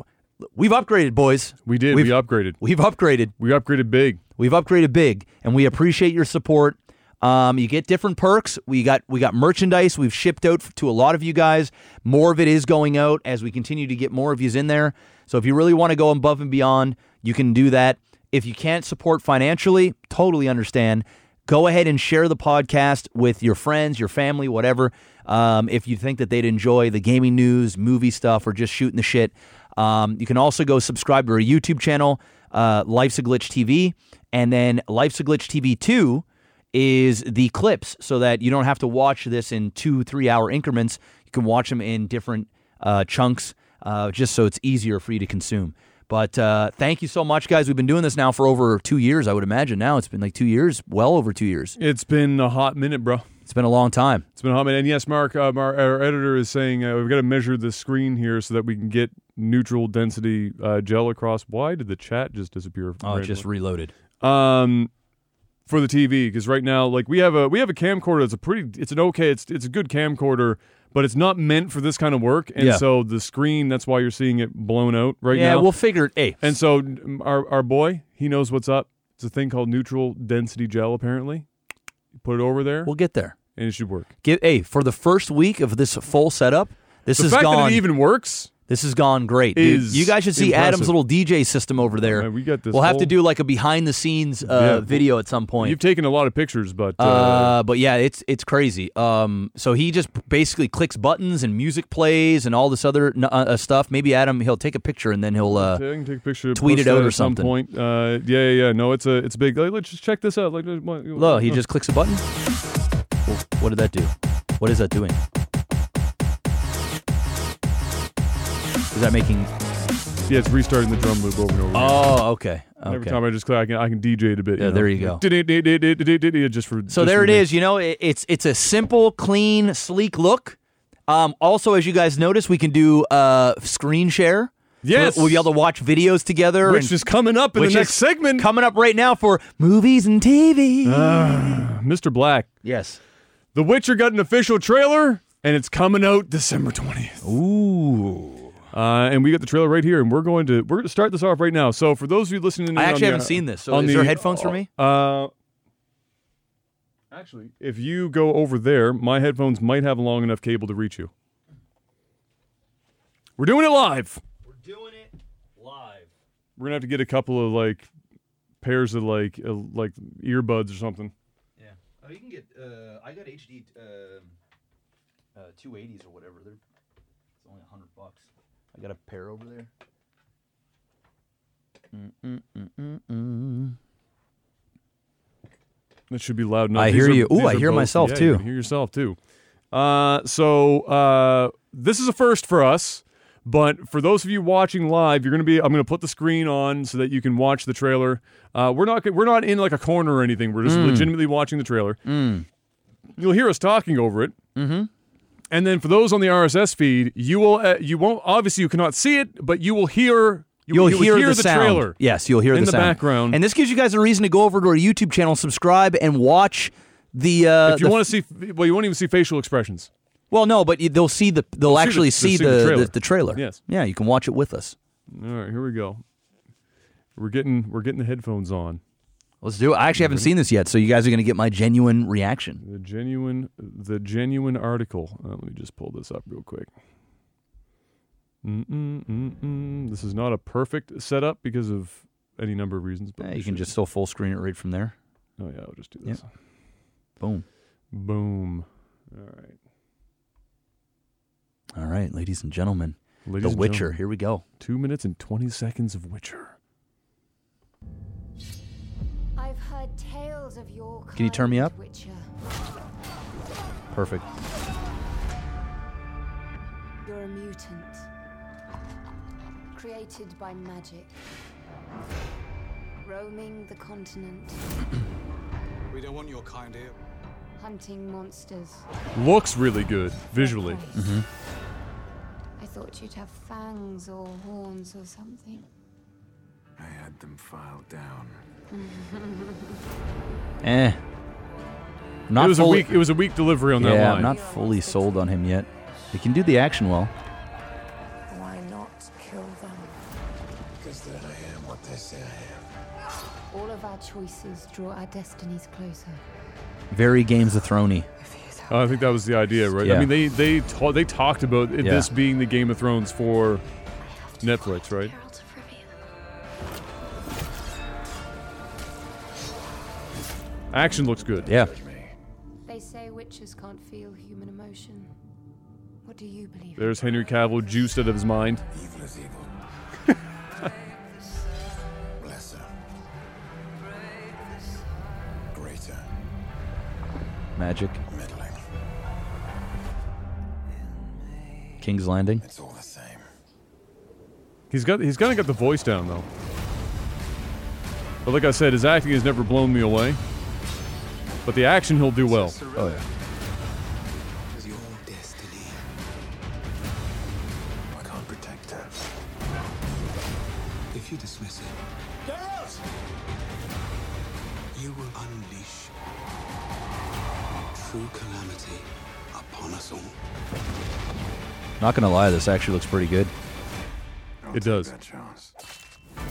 [SPEAKER 2] we've upgraded, boys.
[SPEAKER 1] we did. We
[SPEAKER 2] we've-
[SPEAKER 1] upgraded.
[SPEAKER 2] We've upgraded.
[SPEAKER 1] We upgraded big.
[SPEAKER 2] We've upgraded big, and we appreciate your support. Um, you get different perks. We got we got merchandise. We've shipped out to a lot of you guys. More of it is going out as we continue to get more of yous in there. So if you really want to go above and beyond, you can do that. If you can't support financially, totally understand. Go ahead and share the podcast with your friends, your family, whatever. Um, if you think that they'd enjoy the gaming news, movie stuff, or just shooting the shit, um, you can also go subscribe to our YouTube channel, uh, Life's a Glitch TV, and then Life's a Glitch TV 2 is the clips so that you don't have to watch this in two, three hour increments. You can watch them in different uh, chunks uh, just so it's easier for you to consume. But uh, thank you so much, guys. We've been doing this now for over two years, I would imagine. Now it's been like two years, well over two years.
[SPEAKER 1] It's been a hot minute, bro.
[SPEAKER 2] It's been a long time.
[SPEAKER 1] It's been a hot minute. And yes, Mark, uh, our, our editor is saying uh, we've got to measure the screen here so that we can get neutral density uh, gel across. Why did the chat just disappear?
[SPEAKER 2] Oh,
[SPEAKER 1] randomly?
[SPEAKER 2] just reloaded.
[SPEAKER 1] um for the TV because right now like we have a we have a camcorder it's a pretty it's an okay it's it's a good camcorder but it's not meant for this kind of work and
[SPEAKER 2] Yeah.
[SPEAKER 1] so the screen that's why you're seeing it blown out right
[SPEAKER 2] Yeah,
[SPEAKER 1] now
[SPEAKER 2] we'll figure it. Hey,
[SPEAKER 1] and so mm, our our boy he knows what's up it's a thing called neutral density gel apparently put it over there
[SPEAKER 2] we'll get there.
[SPEAKER 1] and it should work
[SPEAKER 2] Get, hey, for the first week of this full setup, this
[SPEAKER 1] the
[SPEAKER 2] has
[SPEAKER 1] fact
[SPEAKER 2] gone.
[SPEAKER 1] that it even works
[SPEAKER 2] This has gone great. dude.
[SPEAKER 1] Is
[SPEAKER 2] you guys should see
[SPEAKER 1] impressive. Oh,
[SPEAKER 2] Adam's little DJ system over there.
[SPEAKER 1] man, we got this
[SPEAKER 2] will have to
[SPEAKER 1] whole-
[SPEAKER 2] do like a behind the scenes
[SPEAKER 1] Yeah.
[SPEAKER 2] uh, video at some point.
[SPEAKER 1] You've taken a lot of pictures, but uh,
[SPEAKER 2] Uh, but yeah, it's it's crazy. Um, so he just basically clicks buttons and music plays and all this other n- uh, uh, stuff. Maybe Adam he'll take a picture and then he'll uh,
[SPEAKER 1] I can take a picture,
[SPEAKER 2] tweet
[SPEAKER 1] post
[SPEAKER 2] it out
[SPEAKER 1] that
[SPEAKER 2] or
[SPEAKER 1] at some
[SPEAKER 2] something.
[SPEAKER 1] point. Uh, yeah, yeah, yeah. No, it's a, it's big. Like, let's just check this out. Like, what-
[SPEAKER 2] look. He just clicks a button. Well, what did that do? What is that doing? Is that making?
[SPEAKER 1] yeah, it's restarting the drum loop over and over. again.
[SPEAKER 2] Oh, okay,
[SPEAKER 1] Every
[SPEAKER 2] okay.
[SPEAKER 1] time I just click, I can, I can DJ it a bit.
[SPEAKER 2] Yeah, there you go.
[SPEAKER 1] go. Just for
[SPEAKER 2] So there it is. You know, it, it's it's a simple, clean, sleek look. Um, also, as you guys notice, we can do uh, screen share.
[SPEAKER 1] Yes.
[SPEAKER 2] we'll, we'll be able to watch videos together.
[SPEAKER 1] Which
[SPEAKER 2] and-
[SPEAKER 1] is coming up in the
[SPEAKER 2] which
[SPEAKER 1] next
[SPEAKER 2] is
[SPEAKER 1] segment.
[SPEAKER 2] coming up right now for movies and TV.
[SPEAKER 1] Uh-huh. Mr. Black,
[SPEAKER 2] yes.
[SPEAKER 1] The Witcher got an official trailer, and it's coming out December twentieth.
[SPEAKER 2] Ooh.
[SPEAKER 1] Uh, and we got the trailer right here, and we're going to we're going to start this off right now. So for those of you listening, in
[SPEAKER 2] I
[SPEAKER 1] on
[SPEAKER 2] actually
[SPEAKER 1] the-
[SPEAKER 2] haven't seen this, so
[SPEAKER 1] on
[SPEAKER 2] is
[SPEAKER 1] the-
[SPEAKER 2] there headphones for me?
[SPEAKER 1] Uh, actually, if you go over there, my headphones might have long enough cable to reach you. We're doing it live.
[SPEAKER 2] We're doing it live.
[SPEAKER 1] We're gonna have to get a couple of like pairs of like uh, like earbuds or something.
[SPEAKER 2] Yeah. Oh, you can get. Uh, I got HD uh, uh, 280s or whatever. They're it's only hundred bucks. I got a pair over there.
[SPEAKER 1] That should be loud enough.
[SPEAKER 2] I
[SPEAKER 1] These
[SPEAKER 2] hear
[SPEAKER 1] are-
[SPEAKER 2] you. Ooh,
[SPEAKER 1] these
[SPEAKER 2] I
[SPEAKER 1] are
[SPEAKER 2] hear
[SPEAKER 1] both-
[SPEAKER 2] myself,
[SPEAKER 1] yeah,
[SPEAKER 2] too.
[SPEAKER 1] You can hear yourself too. Uh, so uh, this is a first for us. But for those of you watching live, you're gonna be. I'm gonna put the screen on so that you can watch the trailer. Uh, we're not. We're not in like a corner or anything. We're just
[SPEAKER 2] Mm.
[SPEAKER 1] legitimately watching the trailer. You'll hear us talking over it. Mm-hmm. And then for those on the RSS feed, you will. Uh, you won't. Obviously, you cannot see it, but you will hear. You
[SPEAKER 2] You'll,
[SPEAKER 1] will
[SPEAKER 2] hear, the,
[SPEAKER 1] the
[SPEAKER 2] sound.
[SPEAKER 1] trailer.
[SPEAKER 2] Yes, you'll hear
[SPEAKER 1] in
[SPEAKER 2] the,
[SPEAKER 1] the
[SPEAKER 2] sound.
[SPEAKER 1] background.
[SPEAKER 2] And this gives you guys a reason to go over to our YouTube channel, subscribe, and watch the. Uh,
[SPEAKER 1] If you
[SPEAKER 2] the-
[SPEAKER 1] want to see, well, you won't even see facial expressions.
[SPEAKER 2] well, no, but you- they'll see the. They'll actually see, the, the, the, trailer.
[SPEAKER 1] Yes.
[SPEAKER 2] Yeah, you can watch it with us.
[SPEAKER 1] All right, here we go. We're getting we're getting the headphones on.
[SPEAKER 2] Let's do it. I actually haven't
[SPEAKER 1] Mm-hmm.
[SPEAKER 2] seen this yet, so you guys are going to get my genuine reaction.
[SPEAKER 1] The genuine the genuine article. Uh, let me just pull this up real quick. Mm-mm-mm-mm. This is not a perfect setup because of any number of reasons. But
[SPEAKER 2] Yeah,
[SPEAKER 1] we
[SPEAKER 2] you can
[SPEAKER 1] should-
[SPEAKER 2] just still full screen it right from there.
[SPEAKER 1] oh yeah, I'll just do
[SPEAKER 2] Yep.
[SPEAKER 1] this.
[SPEAKER 2] Boom.
[SPEAKER 1] Boom. All right,
[SPEAKER 2] All right, ladies and gentlemen,
[SPEAKER 1] ladies.
[SPEAKER 2] The
[SPEAKER 1] and
[SPEAKER 2] Witcher.
[SPEAKER 1] gentlemen,
[SPEAKER 2] Here we go.
[SPEAKER 1] two minutes and twenty seconds of Witcher.
[SPEAKER 3] I've heard tales of your
[SPEAKER 2] Can you turn me
[SPEAKER 3] kind,
[SPEAKER 2] up?
[SPEAKER 3] Witcher.
[SPEAKER 2] Perfect.
[SPEAKER 3] You're a mutant. Created by magic. Roaming the continent,
[SPEAKER 4] We don't want your kind here.
[SPEAKER 3] hunting monsters.
[SPEAKER 1] Looks really good visually.
[SPEAKER 3] prey.
[SPEAKER 2] Mm-hmm.
[SPEAKER 3] I thought you'd have fangs or horns or something.
[SPEAKER 4] I had them filed down.
[SPEAKER 2] Eh. Not
[SPEAKER 1] it was a
[SPEAKER 2] fully,
[SPEAKER 1] weak it was a weak delivery on that
[SPEAKER 2] yeah,
[SPEAKER 1] line.
[SPEAKER 2] I'm not fully sold on him yet. He can do the action well.
[SPEAKER 3] Why not kill them?
[SPEAKER 4] Because then I am what they say I am.
[SPEAKER 3] All of our choices draw our destinies closer.
[SPEAKER 2] Very Games of Thrones.
[SPEAKER 1] Uh, I think that was the idea, right? I
[SPEAKER 2] Yeah.
[SPEAKER 1] mean, they they ta- they talked about it,
[SPEAKER 2] Yeah.
[SPEAKER 1] this being the Game of Thrones for Netflix, right? Action looks good.
[SPEAKER 2] Yeah.
[SPEAKER 3] They say witches can't feel human emotion. What do you believe?
[SPEAKER 1] There's Henry Cavill juiced out of his mind.
[SPEAKER 4] Evil is evil. Lesser. Greater.
[SPEAKER 2] Magic.
[SPEAKER 4] Middling.
[SPEAKER 2] King's Landing.
[SPEAKER 4] It's all the same.
[SPEAKER 1] He's got he's kind of got the voice down though. But like I said, his acting has never blown me away. But the action he'll do well.
[SPEAKER 2] Oh, yeah.
[SPEAKER 4] It's your destiny. I can't protect her. If you dismiss it, you will unleash true calamity upon us all.
[SPEAKER 2] Not going to lie, this actually looks pretty good.
[SPEAKER 1] It does.
[SPEAKER 4] chance.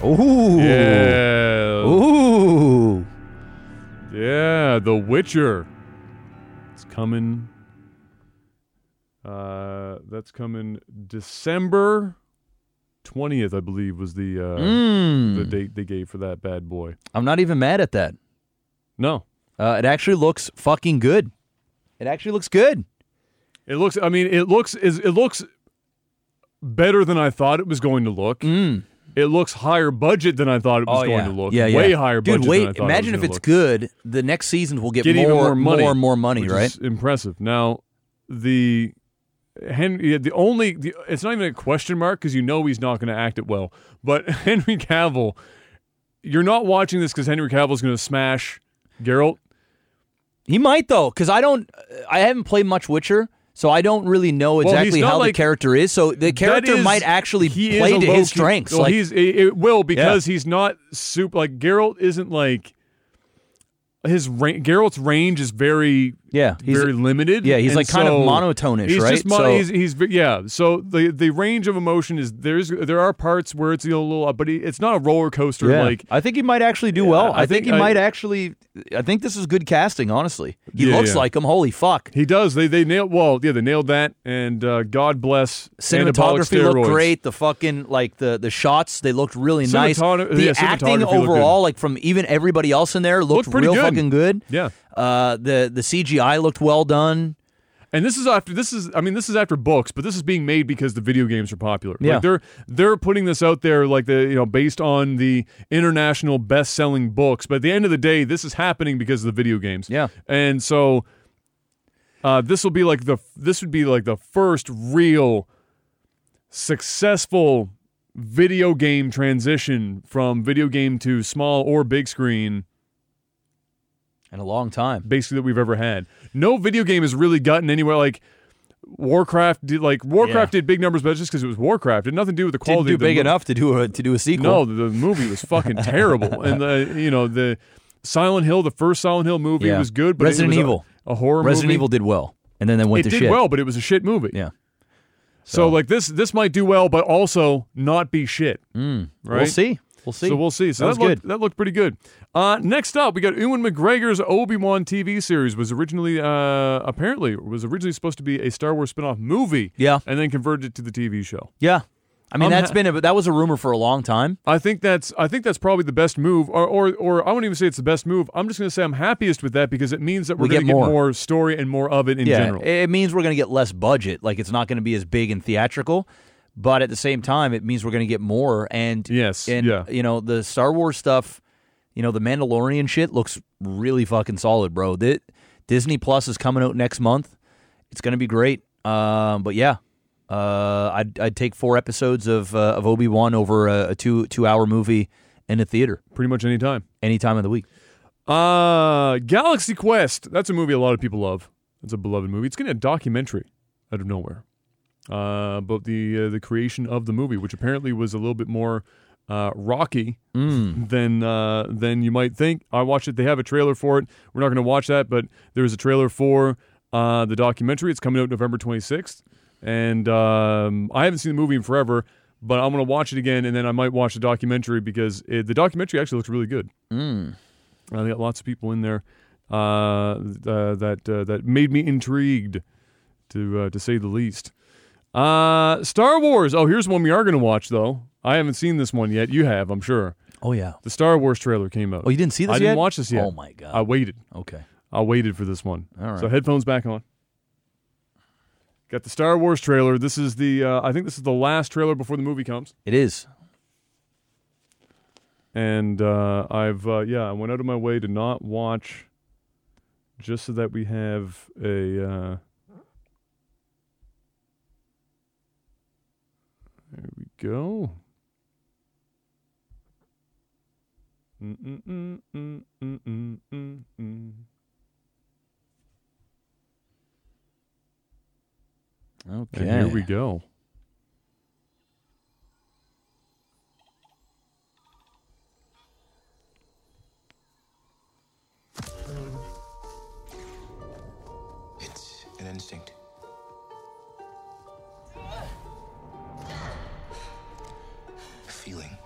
[SPEAKER 2] Ooh.
[SPEAKER 1] Yeah.
[SPEAKER 2] Ooh.
[SPEAKER 1] Yeah, The Witcher. It's coming. Uh, that's coming December twentieth, I believe, was the uh,
[SPEAKER 2] Hmm.
[SPEAKER 1] the date they gave for that bad boy.
[SPEAKER 2] I'm not even mad at that.
[SPEAKER 1] No,
[SPEAKER 2] Uh, it actually looks fucking good. It actually looks good.
[SPEAKER 1] it looks. I mean, it looks is it looks better than I thought it was going to look. It looks higher budget than I thought it was going to Oh, look.
[SPEAKER 2] Hmm. Oh, Yeah, yeah.
[SPEAKER 1] way higher
[SPEAKER 2] Dude,
[SPEAKER 1] budget.
[SPEAKER 2] wait.
[SPEAKER 1] than I thought
[SPEAKER 2] imagine
[SPEAKER 1] it was
[SPEAKER 2] if
[SPEAKER 1] gonna
[SPEAKER 2] it's
[SPEAKER 1] look.
[SPEAKER 2] good. The next seasons will get,
[SPEAKER 1] Get
[SPEAKER 2] more,
[SPEAKER 1] even more money,
[SPEAKER 2] more and more money,
[SPEAKER 1] which
[SPEAKER 2] right?
[SPEAKER 1] is impressive. Now the Henry, the only the, it's not even a question mark because you know he's not going to act it well. But Henry Cavill, you're not watching this because Henry Cavill's going to smash Geralt.
[SPEAKER 2] He might though, because I don't. I haven't played much Witcher, so I don't really know
[SPEAKER 1] he's
[SPEAKER 2] exactly
[SPEAKER 1] not
[SPEAKER 2] how
[SPEAKER 1] like-
[SPEAKER 2] the character is. So the character
[SPEAKER 1] That is-
[SPEAKER 2] might actually
[SPEAKER 1] he
[SPEAKER 2] play
[SPEAKER 1] is a
[SPEAKER 2] to
[SPEAKER 1] low
[SPEAKER 2] his
[SPEAKER 1] key-
[SPEAKER 2] strengths.
[SPEAKER 1] Well,
[SPEAKER 2] like,
[SPEAKER 1] he's it, it will because he's not super like Geralt isn't like his ra- Geralt's range is very
[SPEAKER 2] yeah, he's
[SPEAKER 1] very limited.
[SPEAKER 2] yeah, he's,
[SPEAKER 1] and
[SPEAKER 2] like, kind of
[SPEAKER 1] so
[SPEAKER 2] monotone-ish,
[SPEAKER 1] He's
[SPEAKER 2] right?
[SPEAKER 1] just mono-
[SPEAKER 2] So-
[SPEAKER 1] he's, he's ve- yeah. So the the range of emotion is there's there are parts where it's a little up, but he, it's not a roller coaster
[SPEAKER 2] yeah.
[SPEAKER 1] like
[SPEAKER 2] I think he might actually do well.
[SPEAKER 1] I
[SPEAKER 2] I, think,
[SPEAKER 1] think
[SPEAKER 2] he
[SPEAKER 1] I-
[SPEAKER 2] might actually. I think this is good casting. Honestly, he
[SPEAKER 1] Yeah,
[SPEAKER 2] looks
[SPEAKER 1] yeah.
[SPEAKER 2] like him. Holy fuck!
[SPEAKER 1] he does. They they nailed well yeah they nailed that and uh, God bless anabolic
[SPEAKER 2] Cinematography looked
[SPEAKER 1] steroids.
[SPEAKER 2] great. The fucking like the the shots they looked really nice.
[SPEAKER 1] Cinematogra-
[SPEAKER 2] The
[SPEAKER 1] yeah, cinematography
[SPEAKER 2] acting
[SPEAKER 1] looked good.
[SPEAKER 2] overall, like from even everybody else in there, looked,
[SPEAKER 1] Looked pretty
[SPEAKER 2] real
[SPEAKER 1] good.
[SPEAKER 2] fucking good.
[SPEAKER 1] Yeah.
[SPEAKER 2] Uh, the the CGI looked well done.
[SPEAKER 1] And this is after this is I mean this is after books, but this is being made because the video games are popular.
[SPEAKER 2] Yeah.
[SPEAKER 1] Like they're they're putting this out there like the you know based on the international best-selling books, but at the end of the day this is happening because of the video games.
[SPEAKER 2] Yeah.
[SPEAKER 1] And so uh, this will be like the this would be like the first real successful video game transition from video game to small or big screen
[SPEAKER 2] In a long time.
[SPEAKER 1] basically that we've ever had. No video game has really gotten anywhere like Warcraft did like Warcraft did big numbers, but it's just because it was Warcraft. It had nothing to do with the
[SPEAKER 2] didn't
[SPEAKER 1] quality.
[SPEAKER 2] do
[SPEAKER 1] of the
[SPEAKER 2] big
[SPEAKER 1] mo-
[SPEAKER 2] enough to do a to do a sequel.
[SPEAKER 1] No, the, the movie was fucking terrible. And the you know, the Silent Hill, the first Silent Hill movie
[SPEAKER 2] Yeah.
[SPEAKER 1] was good, but it
[SPEAKER 2] Resident
[SPEAKER 1] was a-
[SPEAKER 2] Evil.
[SPEAKER 1] A, horror
[SPEAKER 2] Resident
[SPEAKER 1] movie.
[SPEAKER 2] Evil did well, and then they went
[SPEAKER 1] it
[SPEAKER 2] to
[SPEAKER 1] did
[SPEAKER 2] shit.
[SPEAKER 1] well, but it was a shit movie.
[SPEAKER 2] Yeah,
[SPEAKER 1] So like this this might do well, but also not be shit.
[SPEAKER 2] Mm.
[SPEAKER 1] right?
[SPEAKER 2] we'll see. We'll see.
[SPEAKER 1] So we'll see. So
[SPEAKER 2] That
[SPEAKER 1] that,
[SPEAKER 2] was
[SPEAKER 1] looked,
[SPEAKER 2] good.
[SPEAKER 1] That looked pretty good. Uh, next up, we got Ewan McGregor's Obi Wan TV series was originally, uh, apparently, was originally supposed to be a Star Wars spin-off movie.
[SPEAKER 2] Yeah.
[SPEAKER 1] and then converted to the TV show.
[SPEAKER 2] yeah, I mean
[SPEAKER 1] I'm
[SPEAKER 2] that's
[SPEAKER 1] ha-
[SPEAKER 2] been a, that was a rumor for a long time.
[SPEAKER 1] I think that's I think that's probably the best move, or or, or I won't even say it's the best move. I'm just going to say I'm happiest with that because it means that we're
[SPEAKER 2] We
[SPEAKER 1] going
[SPEAKER 2] get
[SPEAKER 1] to get
[SPEAKER 2] more.
[SPEAKER 1] more story and more of it in
[SPEAKER 2] yeah,
[SPEAKER 1] general.
[SPEAKER 2] it- it means we're going to get less budget. Like it's not going to be as big and theatrical, but at the same time, it means we're going to get more. And
[SPEAKER 1] Yes,
[SPEAKER 2] and
[SPEAKER 1] yeah.
[SPEAKER 2] you know the Star Wars stuff, you know the Mandalorian shit looks really fucking solid, bro. That Disney Plus is coming out next month. It's going to be great. Um, but yeah. Uh, I'd I'd take four episodes of uh, of Obi Wan over a, a two two hour movie in a theater
[SPEAKER 1] Pretty much any time.
[SPEAKER 2] any time of the week.
[SPEAKER 1] Uh, Galaxy Quest. That's a movie a lot of people love. It's a beloved movie. It's getting a documentary out of nowhere uh, about the uh, the creation of the movie, which apparently was a little bit more uh, rocky than uh, than you might think. I watched it. They have a trailer for it. We're not going to watch that, but there is a trailer for uh, the documentary. It's coming out November 26th, and um, I haven't seen the movie in forever. But I'm going to watch it again, and then I might watch the documentary because it, the documentary actually looks really good. Uh, they got lots of people in there uh, th- uh, that uh, that made me intrigued, to uh, to say the least. Uh, Star Wars. Oh, here's one we are going to watch though. I haven't seen this one yet. You have, I'm sure.
[SPEAKER 2] Oh yeah.
[SPEAKER 1] The Star Wars trailer came out.
[SPEAKER 2] Oh, you didn't see this
[SPEAKER 1] I didn't
[SPEAKER 2] yet?
[SPEAKER 1] watch this yet.
[SPEAKER 2] Oh, my God.
[SPEAKER 1] I waited.
[SPEAKER 2] Okay.
[SPEAKER 1] I waited for this one.
[SPEAKER 2] All right.
[SPEAKER 1] So headphones back on. Got the Star Wars trailer. This is the. Uh, I think this is the last trailer before the movie comes.
[SPEAKER 2] It is.
[SPEAKER 1] and uh, I've uh, yeah, I went out of my way to not watch, just so that we have a. Uh, there we go. Mm-mm-mm-mm-mm-mm-mm.
[SPEAKER 2] Okay.
[SPEAKER 1] And here we go.
[SPEAKER 4] It's an instinct. A feeling.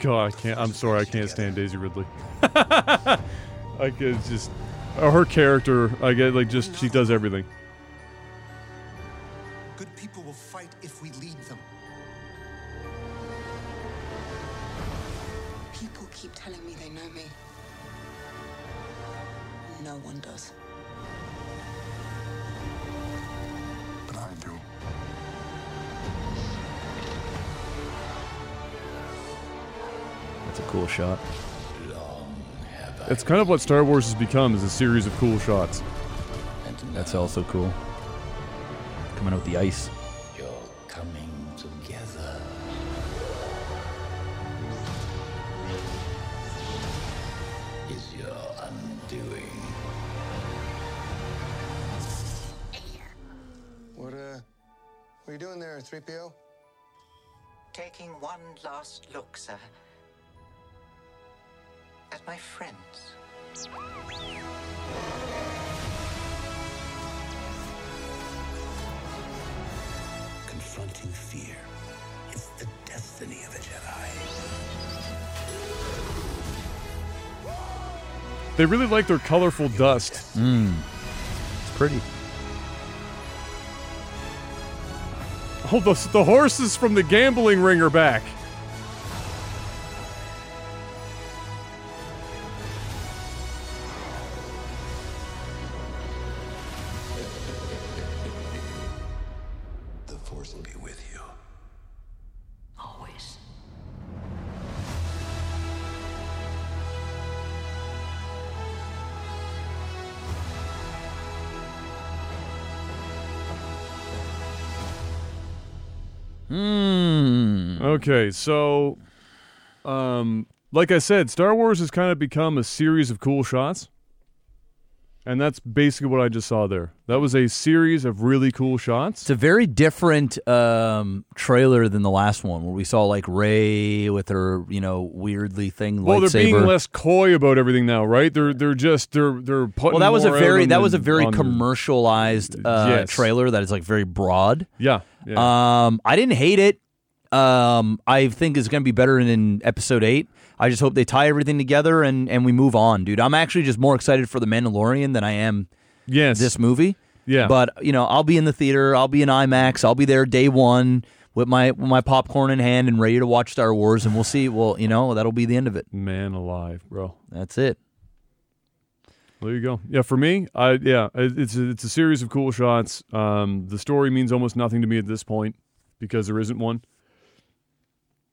[SPEAKER 1] God, I can't. I'm sorry, I can't stand Daisy Ridley. I could just, or her character. I get like just she does everything.
[SPEAKER 4] Good people will fight if we lead them.
[SPEAKER 5] keep telling me they know me. No one does.
[SPEAKER 4] But I do.
[SPEAKER 2] That's a cool shot.
[SPEAKER 1] It's kind of what Star Wars has become is a series of cool shots.
[SPEAKER 4] And
[SPEAKER 2] That's also cool. Coming out with the ice.
[SPEAKER 4] you're coming together. Is your undoing.
[SPEAKER 6] What, uh, what are you doing there, 3PO?
[SPEAKER 7] Taking one last look, sir, at my friends.
[SPEAKER 4] Confronting fear. It's the destiny of a Jedi.
[SPEAKER 1] They really like their colorful dust.
[SPEAKER 2] It's pretty.
[SPEAKER 1] Oh, the, the horses from the gambling ring are back.
[SPEAKER 4] The Force will be with you.
[SPEAKER 7] Always.
[SPEAKER 2] Hmm.
[SPEAKER 1] Okay, so, um, like I said, Star Wars has kind of become a series of cool shots, and that's basically what I just saw there. That was a series of really cool shots.
[SPEAKER 2] It's a very different um, trailer than the last one, where we saw like Ray with her, you know, weirdly thing
[SPEAKER 1] Well, they're
[SPEAKER 2] lightsaber.
[SPEAKER 1] being less coy about everything now, right? They're they're just they're they're putting.
[SPEAKER 2] well, that was a
[SPEAKER 1] more out
[SPEAKER 2] very
[SPEAKER 1] on
[SPEAKER 2] that
[SPEAKER 1] the-
[SPEAKER 2] was a very
[SPEAKER 1] on the-
[SPEAKER 2] commercialized uh,
[SPEAKER 1] Yes.
[SPEAKER 2] trailer that is like very broad.
[SPEAKER 1] yeah. yeah.
[SPEAKER 2] Um, I didn't hate it. Um, I think it's going to be better than episode eight. I just hope they tie everything together and and we move on, dude. I'm actually just more excited for the Mandalorian than I am
[SPEAKER 1] yes,
[SPEAKER 2] this movie.
[SPEAKER 1] Yeah.
[SPEAKER 2] But you know, I'll be in the theater. I'll be in IMAX. I'll be there day one with my with my popcorn in hand and ready to watch Star Wars. And we'll see. Well, you know, that'll be the end of it.
[SPEAKER 1] man alive, bro.
[SPEAKER 2] That's it.
[SPEAKER 1] There you go. Yeah, for me, I yeah, it- it's a, it's a series of cool shots. Um, the story means almost nothing to me at this point because there isn't one.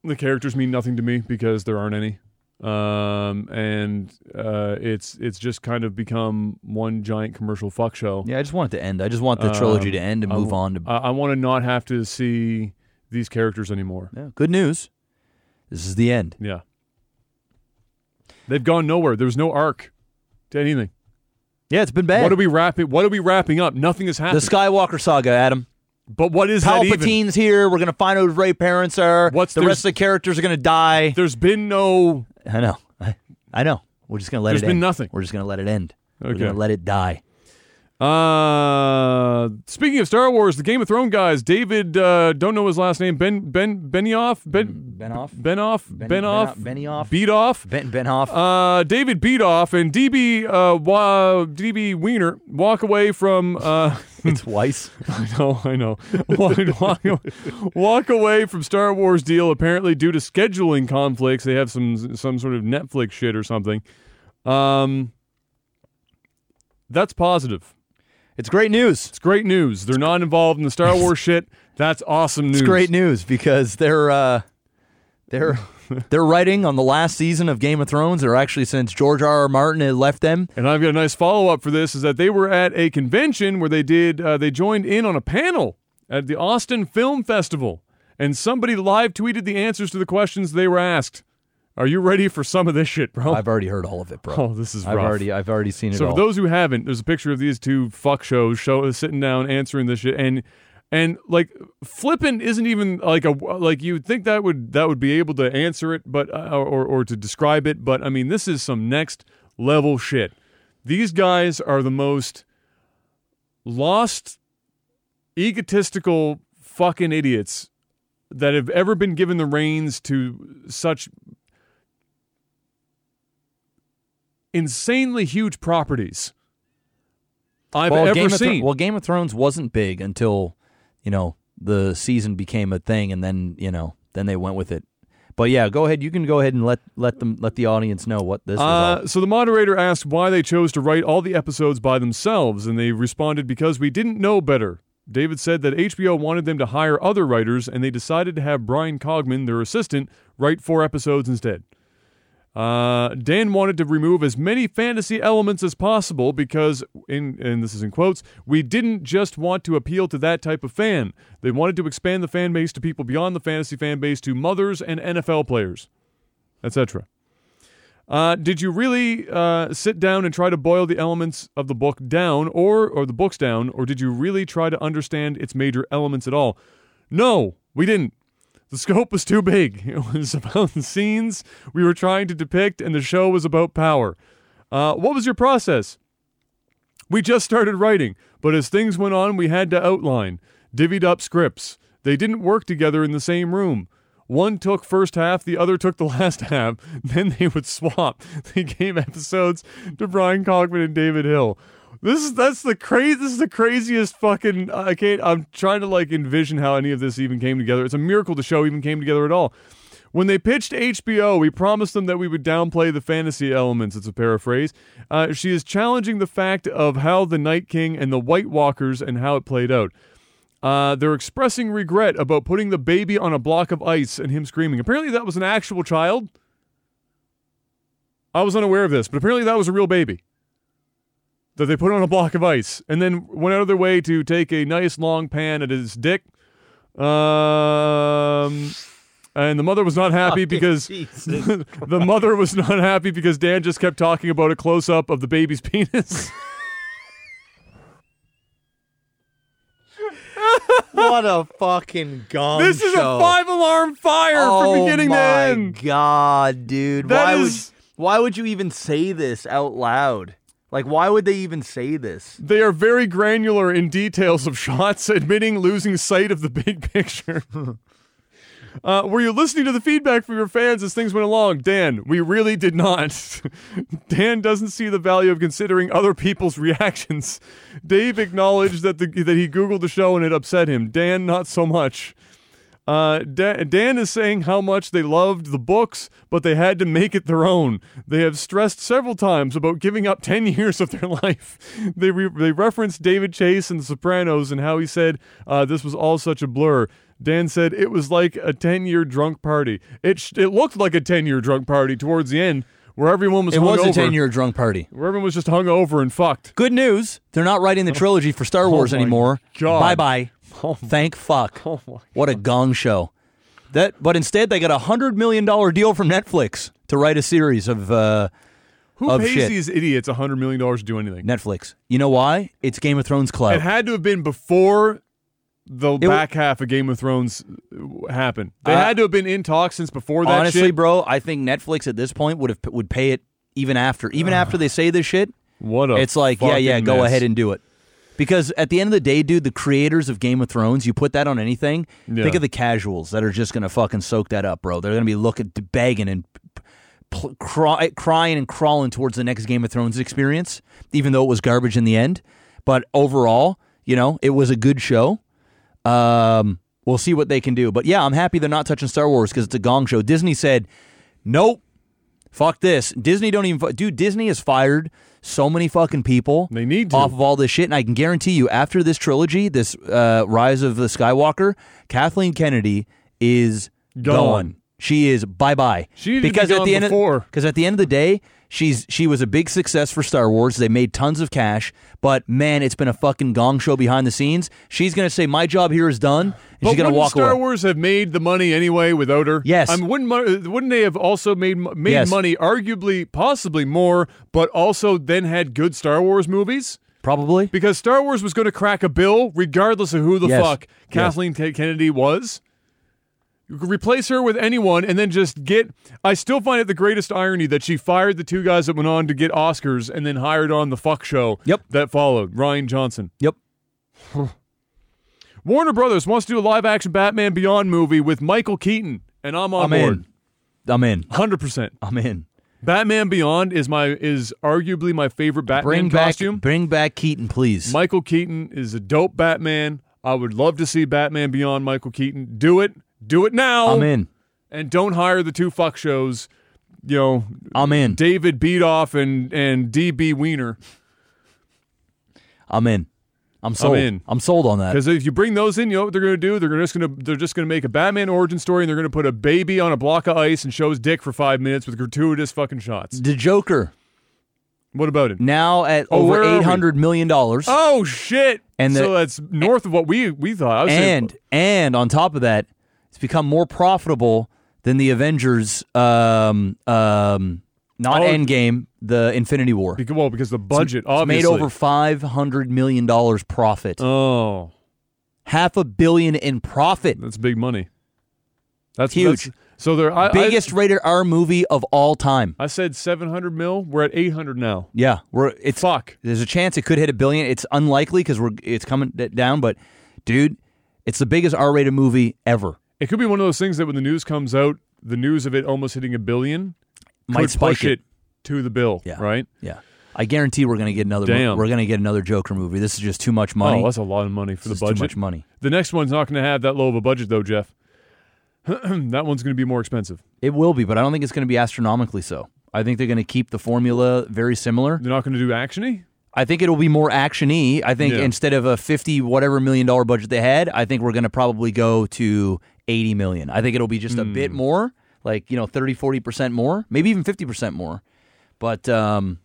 [SPEAKER 1] The characters mean nothing to me because there aren't any. Um, and uh, it's it's just kind of become one giant commercial fuck show. Um,
[SPEAKER 2] Yeah, I just want it to end. I just want the trilogy to end and move on to
[SPEAKER 1] Uh, I, I want to not have to see these characters anymore.
[SPEAKER 2] yeah. good news. This is the end.
[SPEAKER 1] Yeah. They've gone nowhere. There's no arc to anything.
[SPEAKER 2] Yeah, it's been bad.
[SPEAKER 1] What are we wrapping? What are we wrapping up? Nothing has
[SPEAKER 2] the
[SPEAKER 1] happened.
[SPEAKER 2] Skywalker saga, Adam.
[SPEAKER 1] but what is that even?
[SPEAKER 2] Palpatine's here. We're gonna find out who Ray parents are.
[SPEAKER 1] What's
[SPEAKER 2] the
[SPEAKER 1] their-
[SPEAKER 2] rest of the characters are gonna die.
[SPEAKER 1] There's been no.
[SPEAKER 2] I know. I, I know. We're just gonna let
[SPEAKER 1] There's
[SPEAKER 2] it.
[SPEAKER 1] been
[SPEAKER 2] end.
[SPEAKER 1] nothing.
[SPEAKER 2] We're just gonna let it end. We're
[SPEAKER 1] Okay.
[SPEAKER 2] gonna let it die.
[SPEAKER 1] Uh, speaking of Star Wars, the Game of Thrones guys, David, uh, don't know his last name. Ben Ben Benioff Ben
[SPEAKER 2] Benioff?
[SPEAKER 1] Benoff
[SPEAKER 2] Ben-
[SPEAKER 1] Benoff
[SPEAKER 2] Benioff?
[SPEAKER 1] Beat off.
[SPEAKER 2] Ben Benhoff.
[SPEAKER 1] uh, David Beatoff and DB uh, Wa- DB Wiener walk away from uh,
[SPEAKER 2] it's Weiss.
[SPEAKER 1] I know, Oh, I know. Walk, walk, walk away from Star Wars deal apparently due to scheduling conflicts. They have some some sort of Netflix shit or something. Um, that's positive.
[SPEAKER 2] It's great news.
[SPEAKER 1] It's great news. They're not involved in the Star Wars shit. That's awesome news.
[SPEAKER 2] It's great news because they're uh, they're they're writing on the last season of Game of Thrones, or actually since George R. R. Martin had left them.
[SPEAKER 1] And I've got a nice follow up for this is that they were at a convention where they did uh, they joined in on a panel at the Austin Film Festival, and somebody live tweeted the answers to the questions they were asked. Are you ready for some of this shit, bro?
[SPEAKER 2] I've already heard all of it, bro.
[SPEAKER 1] Oh, this is
[SPEAKER 2] I've
[SPEAKER 1] rough.
[SPEAKER 2] already I've already seen it
[SPEAKER 1] So
[SPEAKER 2] all.
[SPEAKER 1] for those who haven't, there's a picture of these two fuck shows show sitting down answering this shit and and like flippin isn't even like a like you'd think that would that would be able to answer it but uh, or or to describe it but I mean this is some next level shit. These guys are the most lost egotistical fucking idiots that have ever been given the reins to such insanely huge properties I've
[SPEAKER 2] well,
[SPEAKER 1] ever
[SPEAKER 2] Game of Thro-
[SPEAKER 1] seen.
[SPEAKER 2] well, Game of Thrones wasn't big until you know the season became a thing, and then you know then they went with it. But yeah, go ahead. You can go ahead and let let them let the audience know what this is.
[SPEAKER 1] Uh, so the moderator asked why they chose to write all the episodes by themselves, and they responded because we didn't know better. David said that HBO wanted them to hire other writers, and they decided to have Brian Cogman, their assistant, write four episodes instead. Uh, Dan wanted to remove as many fantasy elements as possible because, in and this is in quotes, we didn't just want to appeal to that type of fan. They wanted to expand the fan base to people beyond the fantasy fan base to mothers and NFL players, etc. Uh, did you really uh, sit down and try to boil the elements of the book down, or or the books down, or did you really try to understand its major elements at all? No, we didn't. The scope was too big. It was about the scenes we were trying to depict, and the show was about power. Uh, what was your process? We just started writing, but as things went on, we had to outline, divvied up scripts. They didn't work together in the same room. One took first half, the other took the last half. Then they would swap. They gave episodes to Brian Cogman and David Hill. This is that's the crazy. This is the craziest fucking. I can't. I'm trying to like envision how any of this even came together. It's a miracle the show even came together at all. When they pitched HBO, we promised them that we would downplay the fantasy elements. It's a paraphrase. Uh, she is challenging the fact of how the Night King and the White Walkers and how it played out. Uh, they're expressing regret about putting the baby on a block of ice and him screaming. Apparently, that was an actual child. I was unaware of this, but apparently, that was a real baby that they put on a block of ice and then went out of their way to take a nice long pan at his dick. Um, and the mother was not happy
[SPEAKER 8] Oh,
[SPEAKER 1] because the mother was not happy because Dan just kept talking about a close up of the baby's penis.
[SPEAKER 8] what a fucking gong
[SPEAKER 1] this is
[SPEAKER 8] show. Oh
[SPEAKER 1] a five alarm fire from beginning to
[SPEAKER 8] my
[SPEAKER 1] end.
[SPEAKER 8] god, dude!
[SPEAKER 1] That
[SPEAKER 8] why
[SPEAKER 1] is-
[SPEAKER 8] would why would you even say this out loud? Like, why would they even say this?
[SPEAKER 1] They are very granular in details of shots, admitting losing sight of the big picture. Uh, were you listening to the feedback from your fans as things went along? Dan, we really did not. Dan doesn't see the value of considering other people's reactions. Dave acknowledged that, the, that he Googled the show and it upset him. Dan, not so much. Uh, Da- Dan is saying how much they loved the books, but they had to make it their own. They have stressed several times about giving up 10 years of their life. They, re- they referenced David Chase and The Sopranos and how he said uh, this was all such a blur. Dan said it was like a 10 year drunk party. It, sh- it looked like a 10 year drunk party towards the end where everyone was
[SPEAKER 2] It was
[SPEAKER 1] hungover,
[SPEAKER 2] a ten year drunk party.
[SPEAKER 1] Where everyone was just hung over and fucked.
[SPEAKER 2] Good news. They're not writing the trilogy for Star Wars
[SPEAKER 1] Oh my
[SPEAKER 2] anymore.
[SPEAKER 1] God. Oh
[SPEAKER 2] Bye bye. Thank fuck. what a gong show. That, but instead they got a hundred million dollar deal from Netflix to write a series of uh,
[SPEAKER 1] Who
[SPEAKER 2] Of
[SPEAKER 1] pays
[SPEAKER 2] shit.
[SPEAKER 1] these idiots $100 million to do anything?
[SPEAKER 2] Netflix. You know why? It's Game of Thrones
[SPEAKER 1] It
[SPEAKER 2] Cloud.
[SPEAKER 1] had to have been before the
[SPEAKER 2] Oh. w-
[SPEAKER 1] back half of Game of Thrones uh, happened. They
[SPEAKER 2] Uh,
[SPEAKER 1] had to have been in talks since before that
[SPEAKER 2] Honestly,
[SPEAKER 1] shit.
[SPEAKER 2] bro, I think Netflix at this point would have would pay it even after, even after they say this shit.
[SPEAKER 1] What a
[SPEAKER 2] it's like, yeah, yeah,
[SPEAKER 1] fucking
[SPEAKER 2] go
[SPEAKER 1] mess.
[SPEAKER 2] ahead and do it. Because at the end of the day, dude, the creators of Game of Thrones, you put that on anything.
[SPEAKER 1] Yeah.
[SPEAKER 2] Think of the casuals that are just gonna fucking soak that up, bro. They're gonna be looking, begging, and p- pl- cry, crying and crawling towards the next Game of Thrones experience, even though it was garbage in the end. But overall, you know, it was a good show. Um, we'll see what they can do. But yeah, I'm happy they're not touching Star Wars because it's a gong show. Disney said, nope, fuck this. Disney don't even. fu- Dude, Disney has fired so many fucking people.
[SPEAKER 1] They need to.
[SPEAKER 2] off of all this shit, and I can guarantee you, after this trilogy, this uh, Rise of the Skywalker, Kathleen Kennedy is
[SPEAKER 1] Gone.
[SPEAKER 2] gone. She is bye bye.
[SPEAKER 1] She needed to be gone
[SPEAKER 2] end
[SPEAKER 1] before.
[SPEAKER 2] because at the end of the day, she's she was a big success for Star Wars. They made tons of cash, but man, it's been a fucking gong show behind the scenes. She's gonna say my job here is done, and
[SPEAKER 1] But
[SPEAKER 2] she's gonna
[SPEAKER 1] wouldn't
[SPEAKER 2] walk
[SPEAKER 1] Star
[SPEAKER 2] away.
[SPEAKER 1] Wars have made the money anyway without her?
[SPEAKER 2] Yes.
[SPEAKER 1] I mean, wouldn't mo- wouldn't they have also made mo- made
[SPEAKER 2] Yes.
[SPEAKER 1] money, arguably, possibly more, but also then had good Star Wars movies?
[SPEAKER 2] Probably.
[SPEAKER 1] Because Star Wars was going to crack a bill regardless of who the
[SPEAKER 2] Yes.
[SPEAKER 1] fuck
[SPEAKER 2] Yes.
[SPEAKER 1] Kathleen K- Kennedy was. You could replace her with anyone and then just get. I still find it the greatest irony that she fired the two guys that went on to get Oscars and then hired on the fuck show
[SPEAKER 2] Yep.
[SPEAKER 1] that followed, Ryan Johnson.
[SPEAKER 2] Yep.
[SPEAKER 1] Warner Brothers wants to do a live action Batman Beyond movie with Michael Keaton, and I'm on
[SPEAKER 2] I'm
[SPEAKER 1] board.
[SPEAKER 2] in. I'm in.
[SPEAKER 1] 100%.
[SPEAKER 2] I'm in.
[SPEAKER 1] Batman Beyond is my is arguably my favorite Batman
[SPEAKER 2] Bring back
[SPEAKER 1] costume.
[SPEAKER 2] bring back Keaton, please.
[SPEAKER 1] Michael Keaton is a dope Batman. I would love to see Batman Beyond Michael Keaton. Do it. Do it now.
[SPEAKER 2] I'm in.
[SPEAKER 1] And don't hire the two fuck shows, you know,
[SPEAKER 2] I'm in.
[SPEAKER 1] David Beatoff and and DB Wiener.
[SPEAKER 2] I'm in. I'm sold.
[SPEAKER 1] in.
[SPEAKER 2] I'm sold on that.
[SPEAKER 1] Because if you bring those in, you know what they're going to do. They're gonna- just going to they're just going to make a Batman origin story, and they're going to put a baby on a block of ice and show his dick for five minutes with gratuitous fucking shots.
[SPEAKER 2] The Joker
[SPEAKER 1] What about it?
[SPEAKER 2] now at
[SPEAKER 1] Oh, where
[SPEAKER 2] over
[SPEAKER 1] are we?
[SPEAKER 2] eight hundred million dollars,
[SPEAKER 1] Oh shit!
[SPEAKER 2] And the-
[SPEAKER 1] so that's north of what we we thought. I was saying-
[SPEAKER 2] and and on top of that, it's become more profitable than the Avengers. Um, um, not
[SPEAKER 1] Oh.
[SPEAKER 2] Endgame, the Infinity War.
[SPEAKER 1] Beca- well, because the budget
[SPEAKER 2] It's made
[SPEAKER 1] obviously
[SPEAKER 2] over five hundred million dollars profit,
[SPEAKER 1] Oh,
[SPEAKER 2] half a billion in profit.
[SPEAKER 1] that's big money. That's
[SPEAKER 2] Huge.
[SPEAKER 1] that's- so they're I, I-
[SPEAKER 2] Biggest rated R movie of all time.
[SPEAKER 1] I, said seven hundred mil. We're at eight hundred now.
[SPEAKER 2] Yeah, we're it's
[SPEAKER 1] Fuck.
[SPEAKER 2] There's a chance it could hit a billion. It's unlikely because we're it's coming d- down, but dude, it's the biggest R-rated movie ever.
[SPEAKER 1] It could be one of those things that when the news comes out, the news of it almost hitting a billion
[SPEAKER 2] Might
[SPEAKER 1] could
[SPEAKER 2] spike
[SPEAKER 1] push it. to the bill.
[SPEAKER 2] Yeah.
[SPEAKER 1] Right.
[SPEAKER 2] Yeah, I guarantee we're gonna get another. mo-
[SPEAKER 1] Damn.
[SPEAKER 2] we're gonna get another Joker movie. This is just too much money.
[SPEAKER 1] Oh, that's a lot of money for
[SPEAKER 2] This
[SPEAKER 1] the
[SPEAKER 2] is
[SPEAKER 1] budget.
[SPEAKER 2] Too much money.
[SPEAKER 1] The next one's not going to have that low of a budget though, Jeff. that one's going to be more expensive.
[SPEAKER 2] It will be, but I don't think it's gonna be astronomically so. I think they're gonna keep the formula very similar.
[SPEAKER 1] They're not going to do actiony.
[SPEAKER 2] I think it'll be more actiony. I think
[SPEAKER 1] Yeah.
[SPEAKER 2] instead of a fifty whatever million dollar budget they had, I think we're gonna probably go to eighty million. I think it'll be just a bit
[SPEAKER 1] Hmm.
[SPEAKER 2] more, like you know, 30, 40 percent more, maybe even fifty percent more. But um,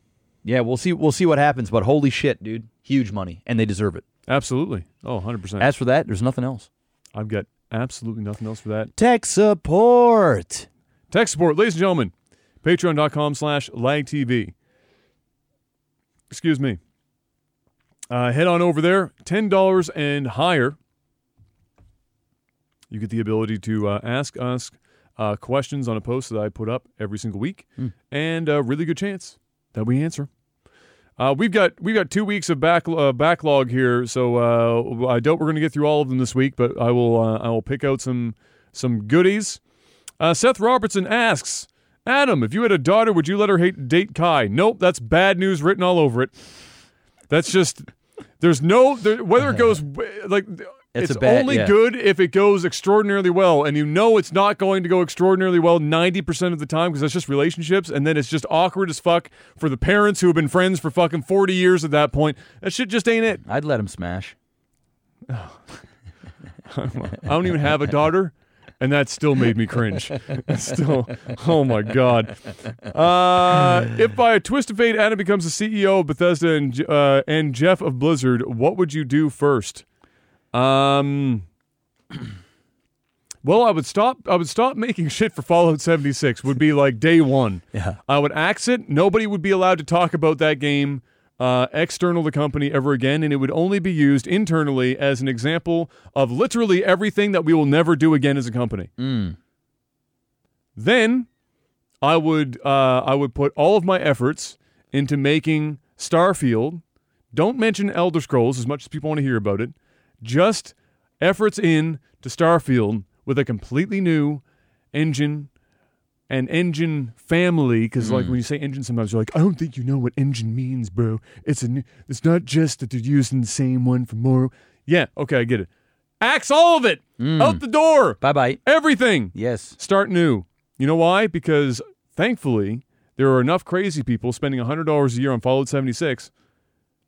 [SPEAKER 2] yeah, we'll see. We'll see what happens. But holy shit, dude, huge money, and they deserve it.
[SPEAKER 1] Absolutely. Oh, 100 percent.
[SPEAKER 2] As for that, there's nothing else.
[SPEAKER 1] I've got absolutely nothing else for that.
[SPEAKER 2] Tech support.
[SPEAKER 1] Tech support, ladies and gentlemen, patreon.com slash lagtv. Excuse me. Uh, head on over there, $10 and higher. You get the ability to uh, ask us uh, questions on a post that I put up every single week, and a really good chance that we answer. Uh, we've got we've got two weeks of back, uh, backlog here, so uh, I doubt we're going to get through all of them this week. But I will uh, I will pick out some some goodies. Uh, Seth Robertson asks, Adam, if you had a daughter, would you let her hate, date Kai? Nope, that's bad news written all over it. That's just there's no there, whether it goes w- like
[SPEAKER 2] It's
[SPEAKER 1] it's,
[SPEAKER 2] a bad-
[SPEAKER 1] only
[SPEAKER 2] yeah.
[SPEAKER 1] good if it goes extraordinarily well, and you know it's not going to go extraordinarily well ninety percent of the time because that's just relationships, and then it's just awkward as fuck for the parents who have been friends for fucking forty years at that point. That shit just ain't it.
[SPEAKER 2] I'd let him smash.
[SPEAKER 1] I don't even have a daughter, and that still made me cringe. still, oh my god. Uh, if by a twist of fate Adam becomes the CEO of Bethesda and J- uh, and Jeff of Blizzard, what would you do first? Um. Well, I would stop. I would stop making shit for Fallout 76. Would be like day one.
[SPEAKER 2] Yeah.
[SPEAKER 1] I would axe it. Nobody would be allowed to talk about that game uh, external to company ever again, and it would only be used internally as an example of literally everything that we will never do again as a company. Then I would uh, I would put all of my efforts into making Starfield. Don't mention Elder Scrolls as much as people want to hear about it. Just efforts in to Starfield with a completely new engine and engine family. Because like when you say engine, sometimes you're like, I don't think you know what engine means, bro. It's a new, it's not just that they're using the same one for more. Yeah, okay, I get it. Axe all of it out the door.
[SPEAKER 2] Bye bye.
[SPEAKER 1] Everything
[SPEAKER 2] Yes.
[SPEAKER 1] start new. You know why? Because thankfully, there are enough crazy people spending $100 a year on Fallout 76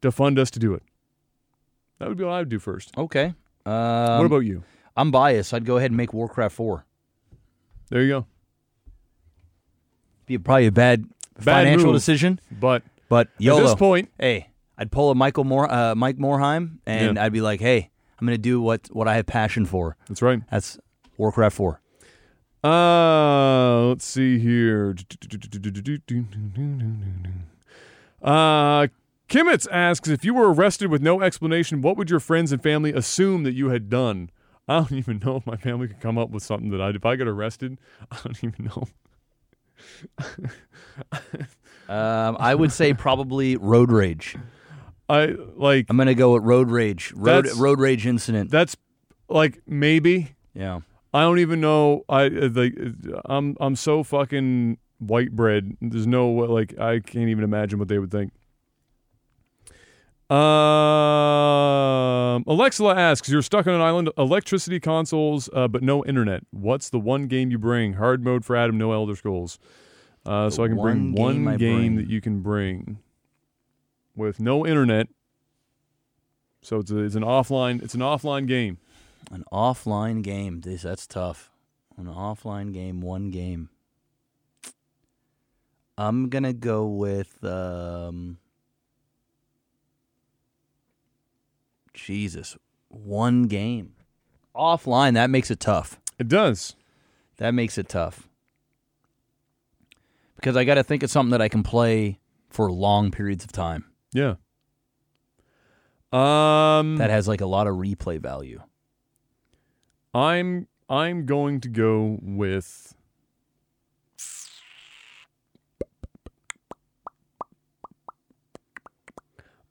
[SPEAKER 1] to fund us to do it. That would be what I would do first.
[SPEAKER 2] Okay. Um,
[SPEAKER 1] what about you?
[SPEAKER 2] I'm biased. I'd go ahead and make Warcraft four.
[SPEAKER 1] There you go.
[SPEAKER 2] Be probably a bad,
[SPEAKER 1] Bad
[SPEAKER 2] financial
[SPEAKER 1] move.
[SPEAKER 2] decision.
[SPEAKER 1] But
[SPEAKER 2] But YOLO.
[SPEAKER 1] at this point,
[SPEAKER 2] hey, I'd pull a Michael Moore, uh, Mike Moorheim, and
[SPEAKER 1] Yeah.
[SPEAKER 2] I'd be like, hey, I'm gonna do what what I have passion for.
[SPEAKER 1] that's right.
[SPEAKER 2] That's Warcraft Four.
[SPEAKER 1] Uh, let's see here. Uh, Kimmets asks if you were arrested with no explanation, what would your friends and family assume that you had done? I don't even know if my family could come up with something that I. If I got arrested, I don't even know.
[SPEAKER 2] Um, I would say probably road rage.
[SPEAKER 1] I like
[SPEAKER 2] I'm gonna go with road rage. Road
[SPEAKER 1] That's-
[SPEAKER 2] road rage incident.
[SPEAKER 1] that's like maybe
[SPEAKER 2] yeah.
[SPEAKER 1] I don't even know. I uh, like uh, I'm I'm so fucking white bread. There's no like I can't even imagine what they would think. Um, Alexa asks, "You're stuck on an island, electricity consoles, uh, but no internet. What's the one game you bring? Hard mode for Adam, no Elder Scrolls. Uh, so I can bring
[SPEAKER 2] one game
[SPEAKER 1] one
[SPEAKER 2] I
[SPEAKER 1] game
[SPEAKER 2] bring.
[SPEAKER 1] that you can bring with no internet. So it's a, it's an offline it's an offline game.
[SPEAKER 2] An offline game. This that's tough. An offline game, one game. I'm gonna go with um Jesus. One game. Offline, that makes it tough.
[SPEAKER 1] It does.
[SPEAKER 2] That makes it tough. Because I gotta think of something that I can play for long periods of time.
[SPEAKER 1] Yeah. Um,
[SPEAKER 2] That has like a lot of replay value.
[SPEAKER 1] I'm I'm going to go with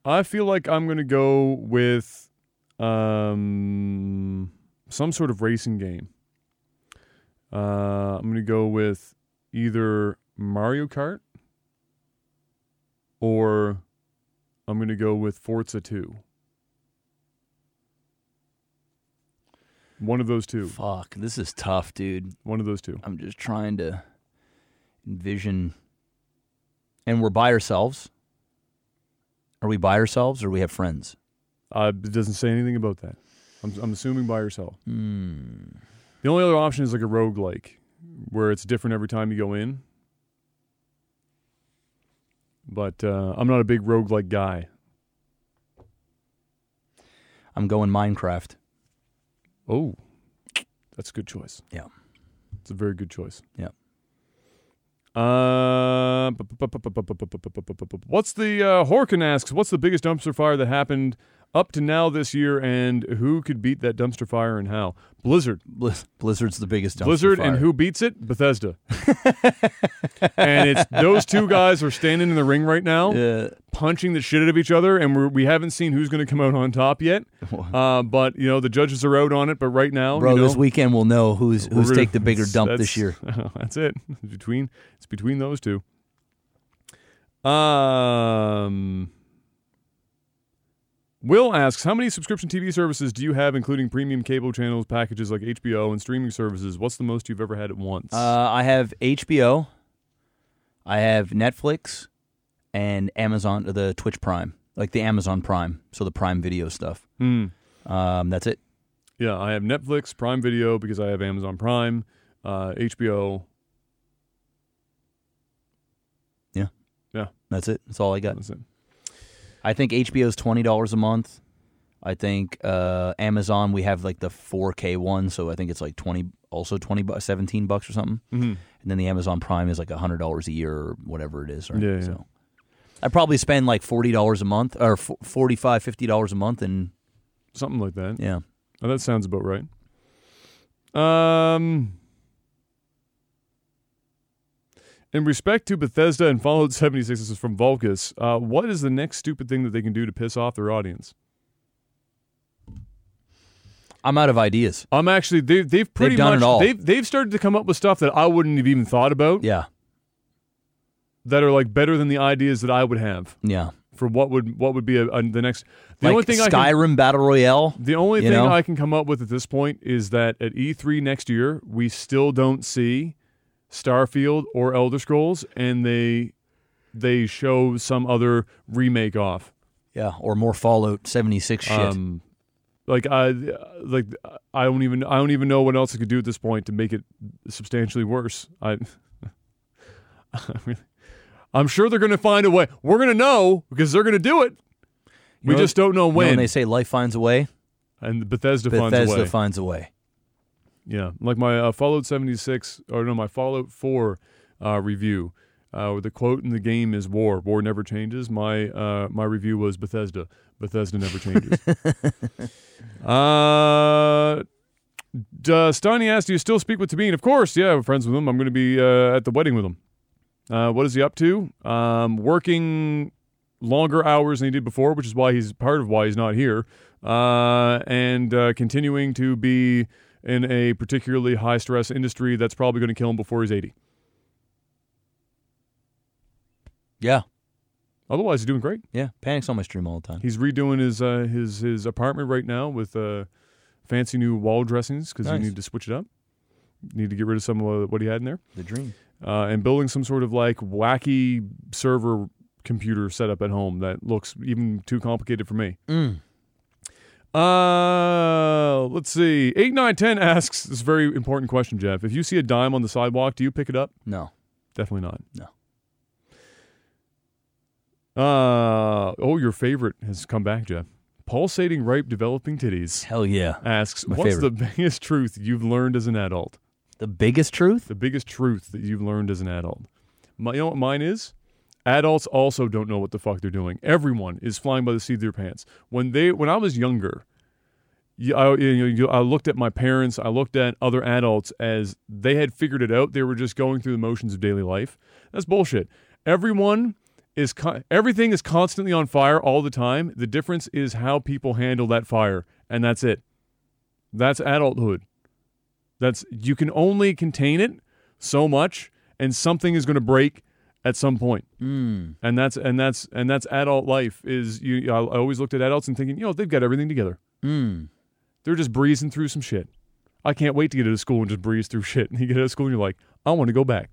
[SPEAKER 1] I feel like I'm going to go with um some sort of racing game. Uh I'm going to go with either Mario Kart or I'm going to go with Forza 2. One of those two.
[SPEAKER 2] Fuck, this is tough, dude.
[SPEAKER 1] One of those two.
[SPEAKER 2] I'm just trying to envision. And we're by ourselves. Are we by ourselves or we have friends?
[SPEAKER 1] Uh, it doesn't say anything about that. I'm, I'm assuming by yourself.
[SPEAKER 2] Hmm.
[SPEAKER 1] The only other option is like a roguelike, where it's different every time you go in. But uh, I'm not a big roguelike guy.
[SPEAKER 2] I'm going Minecraft.
[SPEAKER 1] Oh, that's a good choice.
[SPEAKER 2] Yeah.
[SPEAKER 1] It's a very good choice.
[SPEAKER 2] Yeah.
[SPEAKER 1] Uh, bu- bu- bu- bu- bu- bu- bu- bu- bu- bu- bu- bu- bu- what's the uh, Horkin asks? What's the biggest dumpster fire that happened up to now this year, and who could beat that dumpster fire and how? Blizzard.
[SPEAKER 2] Blizz- Blizzard's the biggest dumpster
[SPEAKER 1] Blizzard and
[SPEAKER 2] fire.
[SPEAKER 1] who beats it? Bethesda. and it's those two guys are standing in the ring right now,
[SPEAKER 2] Yeah.
[SPEAKER 1] punching the shit out of each other, and we're, we haven't seen who's going to come out on top yet. Uh, but you know the judges are out on it. But right now,
[SPEAKER 2] Bro,
[SPEAKER 1] you know,
[SPEAKER 2] this weekend we'll know who's
[SPEAKER 1] we're
[SPEAKER 2] who's
[SPEAKER 1] gonna-
[SPEAKER 2] take the bigger dump this
[SPEAKER 1] that's-
[SPEAKER 2] year.
[SPEAKER 1] That's it. It's between it's between those two. Um. Will asks, how many subscription TV services do you have, including premium cable channels, packages like HBO and streaming services? What's the most you've ever had at once?
[SPEAKER 2] Uh, I have HBO. I have Netflix and Amazon the Twitch Prime. Like the Amazon Prime, so the Prime Video stuff.
[SPEAKER 1] Hmm.
[SPEAKER 2] Um, that's it.
[SPEAKER 1] Yeah, I have Netflix, Prime Video because I have Amazon Prime, uh, HBO.
[SPEAKER 2] That's it. That's all I got.
[SPEAKER 1] That's it.
[SPEAKER 2] I think HBO's twenty dollars a month. I think uh, Amazon we have like the 4K one, so I think it's like twenty, also twenty, bu- seventeen bucks or something.
[SPEAKER 1] Mhm.
[SPEAKER 2] And then the Amazon Prime is like hundred dollars a year or whatever it is. Right?
[SPEAKER 1] Yeah, yeah.
[SPEAKER 2] So I probably spend like forty dollars a month or f- 45 dollars a month, and
[SPEAKER 1] Something like that.
[SPEAKER 2] yeah,
[SPEAKER 1] Oh, that sounds about right. Um, in respect to Bethesda and Fallout 76, this is from Vulcus. Uh, what is the next stupid thing that they can do to piss off their audience?
[SPEAKER 2] I'm out of ideas.
[SPEAKER 1] I'm actually they, they've pretty
[SPEAKER 2] done
[SPEAKER 1] much
[SPEAKER 2] it all.
[SPEAKER 1] they've they've started to come up with stuff that I wouldn't have even thought about
[SPEAKER 2] Yeah,
[SPEAKER 1] that are like better than the ideas that I would have
[SPEAKER 2] yeah.
[SPEAKER 1] for what would what would be a, a, the next the
[SPEAKER 2] like
[SPEAKER 1] only thing I can
[SPEAKER 2] Skyrim Battle Royale.
[SPEAKER 1] The only
[SPEAKER 2] you
[SPEAKER 1] thing
[SPEAKER 2] know?
[SPEAKER 1] I can come up with at this point is that at E3 next year, we still don't see Starfield or Elder Scrolls, and they they show some other remake off.
[SPEAKER 2] Yeah, or more Fallout seventy six shit.
[SPEAKER 1] Um, like I like I don't even I don't even know what else I could do at this point to make it substantially worse. I. I really- I'm sure they're going to find a way. We're going to know because they're going to do it.
[SPEAKER 2] You
[SPEAKER 1] we
[SPEAKER 2] know-
[SPEAKER 1] just don't know
[SPEAKER 2] You know
[SPEAKER 1] when.
[SPEAKER 2] they say life finds a way,
[SPEAKER 1] and Bethesda, finds a
[SPEAKER 2] Bethesda
[SPEAKER 1] way.
[SPEAKER 2] finds a way.
[SPEAKER 1] Yeah, like my uh, Fallout 76 or no, my Fallout 4 uh, review. Uh, where the quote in the game is "War. War never changes." My uh, my review was Bethesda. Bethesda never changes. uh, d- uh, Stani asked, "Do you still speak with Tabine?" Of course, yeah, we're friends with him. I'm going to be uh, at the wedding with him. Uh, what is he up to? Um, working longer hours than he did before, which is why he's part of why he's not here, uh, and uh, continuing to be in a particularly high stress industry that's probably going to kill him before he's 80.
[SPEAKER 2] Yeah,
[SPEAKER 1] Otherwise, he's doing great.
[SPEAKER 2] Yeah, panics on my stream all the time.
[SPEAKER 1] He's redoing his uh, his his apartment right now with uh, fancy new wall dressings because
[SPEAKER 2] Nice.
[SPEAKER 1] you need to switch it up. Need to get rid of some of what he had in there,
[SPEAKER 2] The dream.
[SPEAKER 1] uh, and building some sort of like wacky server computer setup at home that looks even too complicated for me. Uh, let's see. Eight nine ten asks this very important question, Jeff. If you see a dime on the sidewalk, do you pick it up?
[SPEAKER 2] No.
[SPEAKER 1] Definitely not.
[SPEAKER 2] No.
[SPEAKER 1] Uh oh, your favorite has come back, Jeff. Pulsating ripe developing titties
[SPEAKER 2] Hell yeah.
[SPEAKER 1] asks,
[SPEAKER 2] My
[SPEAKER 1] "What's the biggest truth you've learned as an adult?
[SPEAKER 2] The biggest truth?
[SPEAKER 1] The biggest truth that you've learned as an adult? My, you know what mine is? Adults also don't know what the fuck they're doing. Everyone is flying by the seat of their pants. When they, when I was younger, you, I, you know, you, I looked at my parents, I looked at other adults as they had figured it out. They were just going through the motions of daily life. That's bullshit. Everyone is con- everything is constantly on fire all the time. The difference is how people handle that fire, and that's it. That's adulthood. That's you can only contain it so much, and something is going to break at some point
[SPEAKER 2] Hmm.
[SPEAKER 1] and that's and that's and that's adult life is you I I always looked at adults and thinking you know they've got everything together
[SPEAKER 2] Hmm.
[SPEAKER 1] they're just breezing through some shit I can't wait to get out of school and just breeze through shit and you get out of school and you're like I want to go back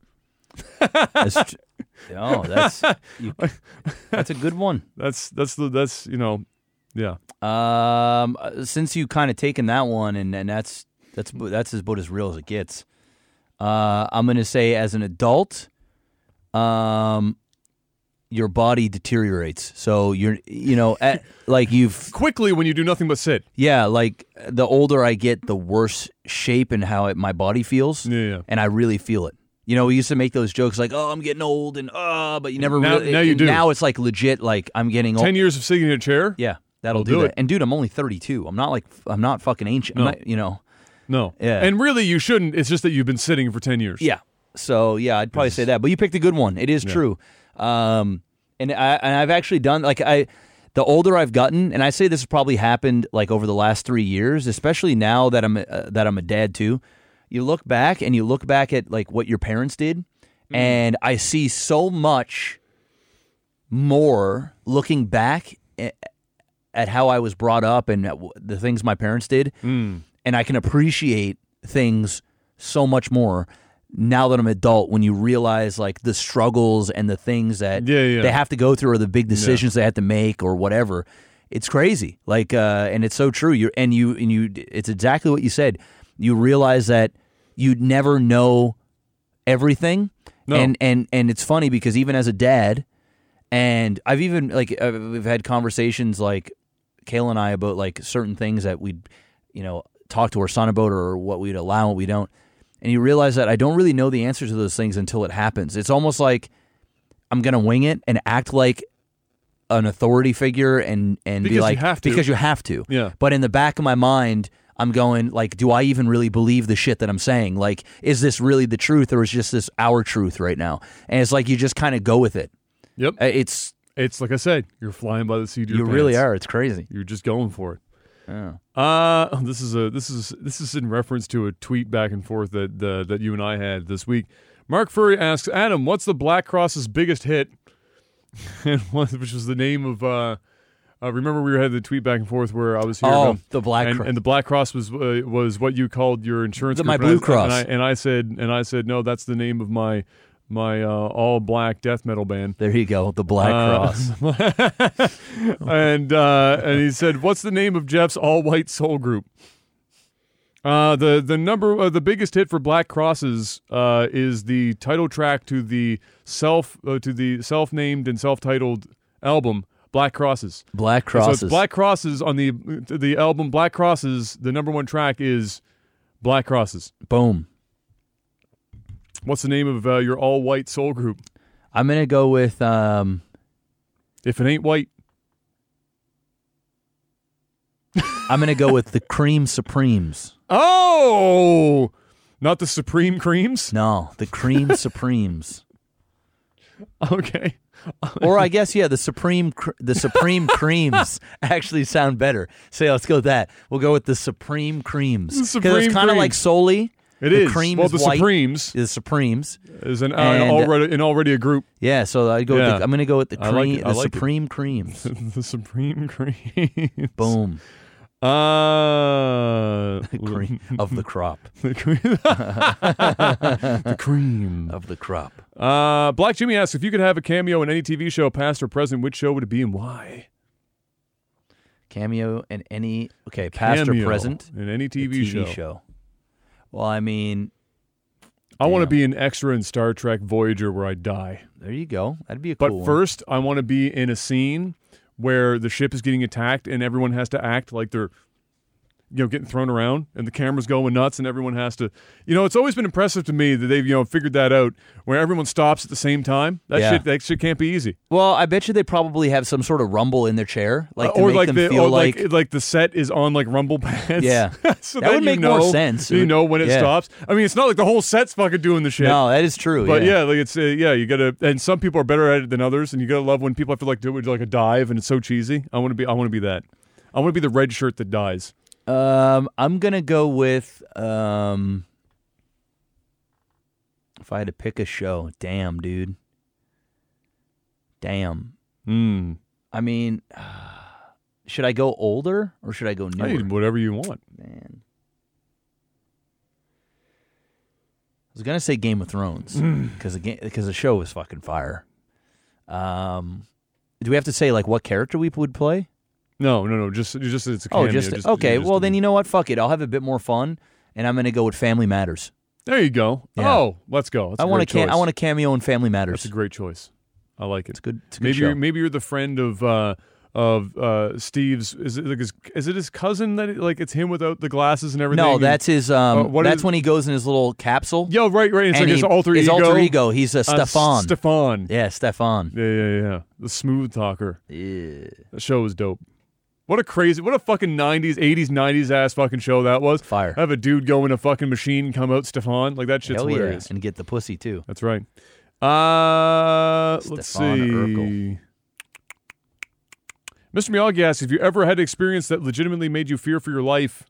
[SPEAKER 2] That's tr- oh, that's you, that's a good one.
[SPEAKER 1] that's that's the that's you know yeah
[SPEAKER 2] Um, uh, since you kind of taken that one, and, and that's that's that's as about as real as it gets. Uh, I'm gonna say as an adult, um, your body deteriorates. So you're you know at, like you've
[SPEAKER 1] quickly when you do nothing but sit
[SPEAKER 2] yeah like the older I get, the worse shape and how it, my body feels.
[SPEAKER 1] Yeah, yeah.
[SPEAKER 2] and I really feel it. You know, we used to make those jokes like, "Oh, I'm getting old," and "Oh," but you never
[SPEAKER 1] Now-
[SPEAKER 2] really.
[SPEAKER 1] now you
[SPEAKER 2] and
[SPEAKER 1] do.
[SPEAKER 2] Now it's like legit. Like I'm getting old.
[SPEAKER 1] ten years of sitting in a chair
[SPEAKER 2] Yeah, that'll
[SPEAKER 1] I'll
[SPEAKER 2] do,
[SPEAKER 1] do
[SPEAKER 2] that.
[SPEAKER 1] it.
[SPEAKER 2] And dude, I'm only 32. I'm not like I'm not fucking ancient. I'm
[SPEAKER 1] No.
[SPEAKER 2] not, you know.
[SPEAKER 1] no
[SPEAKER 2] Yeah.
[SPEAKER 1] and really you shouldn't it's just that you've been sitting for ten years
[SPEAKER 2] Yeah. So yeah, I'd probably say that. But you picked a good one. It is true. Um, and I and I've actually done like I, the older I've gotten, and I say this has probably happened like over the last three years, especially now that I'm uh, that I'm a dad too. You look back and you look back at like what your parents did, and I see so much more looking back eh, a- at how I was brought up and at w- the things my parents did,
[SPEAKER 1] Mm.
[SPEAKER 2] and I can appreciate things so much more now that I'm an adult. When you realize like the struggles and the things that
[SPEAKER 1] Yeah, yeah.
[SPEAKER 2] they have to go through, or the big decisions they have to make, or whatever, it's crazy. Like, uh, and it's so true. You and you and you, it's exactly what you said. You realize that you'd never know everything.
[SPEAKER 1] No.
[SPEAKER 2] And and and it's funny because even as a dad, and I've even like uh, we've had conversations like Kayla and I about like certain things that we'd you know talk to our son about or what we'd allow and what we don't. And you realize that I don't really know the answers to those things until it happens. It's almost like I'm gonna wing it and act like an authority figure and and
[SPEAKER 1] Because
[SPEAKER 2] be
[SPEAKER 1] you
[SPEAKER 2] like
[SPEAKER 1] have to.
[SPEAKER 2] because you have to.
[SPEAKER 1] Yeah.
[SPEAKER 2] But in the back of my mind, I'm going like, do I even really believe the shit that I'm saying? Like, is this really the truth or is just this our truth right now? And it's like you just kind of go with it.
[SPEAKER 1] yep
[SPEAKER 2] Uh, It's
[SPEAKER 1] it's like I said you're flying by the seat of your
[SPEAKER 2] you
[SPEAKER 1] pants.
[SPEAKER 2] really are. It's crazy.
[SPEAKER 1] You're just going for it. Uh, this is a this is this is in reference to a tweet back and forth that uh, that you and I had this week. Mark Furry asks Adam, "What's the Black Cross's biggest hit?" and one, which was the name of. Uh, uh, remember we had the tweet back and forth where I was here.
[SPEAKER 2] Oh,
[SPEAKER 1] about-
[SPEAKER 2] the Black
[SPEAKER 1] and,
[SPEAKER 2] Cross.
[SPEAKER 1] and the Black Cross was uh, was what you called your insurance.
[SPEAKER 2] The- my
[SPEAKER 1] group, and I-
[SPEAKER 2] Blue Cross.
[SPEAKER 1] and I, and I said and I said no, that's the name of my my uh, all black death metal band.
[SPEAKER 2] There you go. The Black
[SPEAKER 1] Uh,
[SPEAKER 2] Cross.
[SPEAKER 1] Um, and uh, and he said, "What's the name of Jeff's all-white soul group?" Uh, the the number uh, the biggest hit for Black Crosses uh, is the title track to the self uh, to the self-named and self-titled album Black Crosses.
[SPEAKER 2] Black
[SPEAKER 1] And
[SPEAKER 2] Crosses.
[SPEAKER 1] So it's Black Crosses on the the album Black Crosses. The number one track is Black Crosses.
[SPEAKER 2] Boom.
[SPEAKER 1] What's the name of uh, your all-white soul group?
[SPEAKER 2] I'm gonna go with um.
[SPEAKER 1] If it ain't white,
[SPEAKER 2] I'm gonna go with the Cream Supremes.
[SPEAKER 1] oh, not the Supreme Creams.
[SPEAKER 2] No, the Cream Supremes.
[SPEAKER 1] Okay.
[SPEAKER 2] Or I guess yeah, the Supreme cr- the Supreme Creams actually sound better. So yeah, let's go with that. We'll go with the Supreme Creams
[SPEAKER 1] The
[SPEAKER 2] because
[SPEAKER 1] Supreme
[SPEAKER 2] it's kind of
[SPEAKER 1] Creams.
[SPEAKER 2] like Soli,
[SPEAKER 1] It
[SPEAKER 2] the
[SPEAKER 1] is.
[SPEAKER 2] cream
[SPEAKER 1] well,
[SPEAKER 2] is
[SPEAKER 1] the
[SPEAKER 2] white.
[SPEAKER 1] Supremes
[SPEAKER 2] The Supremes.
[SPEAKER 1] is an, uh, an
[SPEAKER 2] And-
[SPEAKER 1] already an already a group.
[SPEAKER 2] Yeah, so I go. With
[SPEAKER 1] Yeah.
[SPEAKER 2] the, I'm going to go with the
[SPEAKER 1] I
[SPEAKER 2] cream,
[SPEAKER 1] like it. I
[SPEAKER 2] the
[SPEAKER 1] like it.
[SPEAKER 2] Supreme creams.
[SPEAKER 1] the Supreme Cream.
[SPEAKER 2] Boom,
[SPEAKER 1] Uh,
[SPEAKER 2] the cream of the crop
[SPEAKER 1] the cream. the cream.
[SPEAKER 2] of the crop.
[SPEAKER 1] Uh, Black Jimmy asks if you could have a cameo in any TV show, past or present. Which show would it be and why?
[SPEAKER 2] Cameo and any okay, past
[SPEAKER 1] Cameo
[SPEAKER 2] or present
[SPEAKER 1] in any
[SPEAKER 2] a
[SPEAKER 1] TV, show.
[SPEAKER 2] Well, I mean,
[SPEAKER 1] I want to
[SPEAKER 2] Damn.
[SPEAKER 1] be an extra in Star Trek Voyager where I die.
[SPEAKER 2] there you go. That'd be a
[SPEAKER 1] But
[SPEAKER 2] cool. one.
[SPEAKER 1] first, I want to be in a scene where the ship is getting attacked and everyone has to act like they're, you know, getting thrown around and the camera's going nuts and everyone has to, you know, it's always been impressive to me that they've you know figured that out where everyone stops at the same time. That
[SPEAKER 2] Yeah.
[SPEAKER 1] shit, that shit can't be easy.
[SPEAKER 2] well, I bet you they probably have some sort of rumble in their chair, like
[SPEAKER 1] Uh,
[SPEAKER 2] to
[SPEAKER 1] or
[SPEAKER 2] make
[SPEAKER 1] like
[SPEAKER 2] them
[SPEAKER 1] the
[SPEAKER 2] feel
[SPEAKER 1] or
[SPEAKER 2] like,
[SPEAKER 1] like, like the set is on like rumble pads.
[SPEAKER 2] Yeah.
[SPEAKER 1] so
[SPEAKER 2] That
[SPEAKER 1] then
[SPEAKER 2] would
[SPEAKER 1] you
[SPEAKER 2] make
[SPEAKER 1] know,
[SPEAKER 2] more sense. It
[SPEAKER 1] You
[SPEAKER 2] would-
[SPEAKER 1] know when it
[SPEAKER 2] yeah.
[SPEAKER 1] stops. I mean, it's not like the whole set's fucking doing the shit.
[SPEAKER 2] no, that is true.
[SPEAKER 1] But
[SPEAKER 2] yeah.
[SPEAKER 1] yeah, like it's uh, yeah, you gotta. And some people are better at it than others, and you gotta love when people have to like do it with, like a dive, and it's so cheesy. I want to be, I want to be that. I want to be the red shirt that dies.
[SPEAKER 2] Um, I'm gonna go with um. If I had to pick a show, damn, dude, damn.
[SPEAKER 1] Mm.
[SPEAKER 2] I mean, should I go older or should I go newer?
[SPEAKER 1] I need whatever you want.
[SPEAKER 2] Man, I was gonna say Game of Thrones
[SPEAKER 1] Mm.
[SPEAKER 2] because the game because the show was fucking fire. Um, do we have to say like what character we would play?
[SPEAKER 1] No, no, no. Just, just it's a
[SPEAKER 2] Oh,
[SPEAKER 1] cameo.
[SPEAKER 2] just, okay.
[SPEAKER 1] just
[SPEAKER 2] well,
[SPEAKER 1] a-
[SPEAKER 2] then you know what? Fuck it. I'll have a bit more fun, and I'm gonna go with Family Matters.
[SPEAKER 1] there you go.
[SPEAKER 2] Yeah.
[SPEAKER 1] Oh, let's go. That's
[SPEAKER 2] I
[SPEAKER 1] a
[SPEAKER 2] want to
[SPEAKER 1] great
[SPEAKER 2] cam- I
[SPEAKER 1] choice.
[SPEAKER 2] want to cameo in Family Matters.
[SPEAKER 1] That's a great choice. I like it.
[SPEAKER 2] It's good. It's a good
[SPEAKER 1] maybe
[SPEAKER 2] show.
[SPEAKER 1] you're maybe you're the friend of uh of uh Steve's. Is it like his? Is it his cousin that like it's him without the glasses and everything?
[SPEAKER 2] no,
[SPEAKER 1] and-
[SPEAKER 2] that's his. Um,
[SPEAKER 1] Uh, what
[SPEAKER 2] that's
[SPEAKER 1] is-
[SPEAKER 2] when he goes in his little capsule.
[SPEAKER 1] yo right right. It's
[SPEAKER 2] and
[SPEAKER 1] like his
[SPEAKER 2] he-
[SPEAKER 1] alter
[SPEAKER 2] his
[SPEAKER 1] ego.
[SPEAKER 2] alter ego. He's a
[SPEAKER 1] Uh,
[SPEAKER 2] Stefan.
[SPEAKER 1] Stefan.
[SPEAKER 2] yeah, Stefan.
[SPEAKER 1] Yeah, yeah, yeah. The smooth talker. Yeah. That show was dope. What a crazy, what a fucking 90s, 80s, 90s ass fucking show that was.
[SPEAKER 2] Fire.
[SPEAKER 1] Have a dude go in a fucking machine and come out Stefan. Like that shit's
[SPEAKER 2] Hell yeah,
[SPEAKER 1] hilarious.
[SPEAKER 2] and get the pussy too.
[SPEAKER 1] That's right. Uh, let's see.
[SPEAKER 2] Stefan Urkel.
[SPEAKER 1] Mr. Miyagi asks, have you ever had an experience that legitimately made you fear for your life?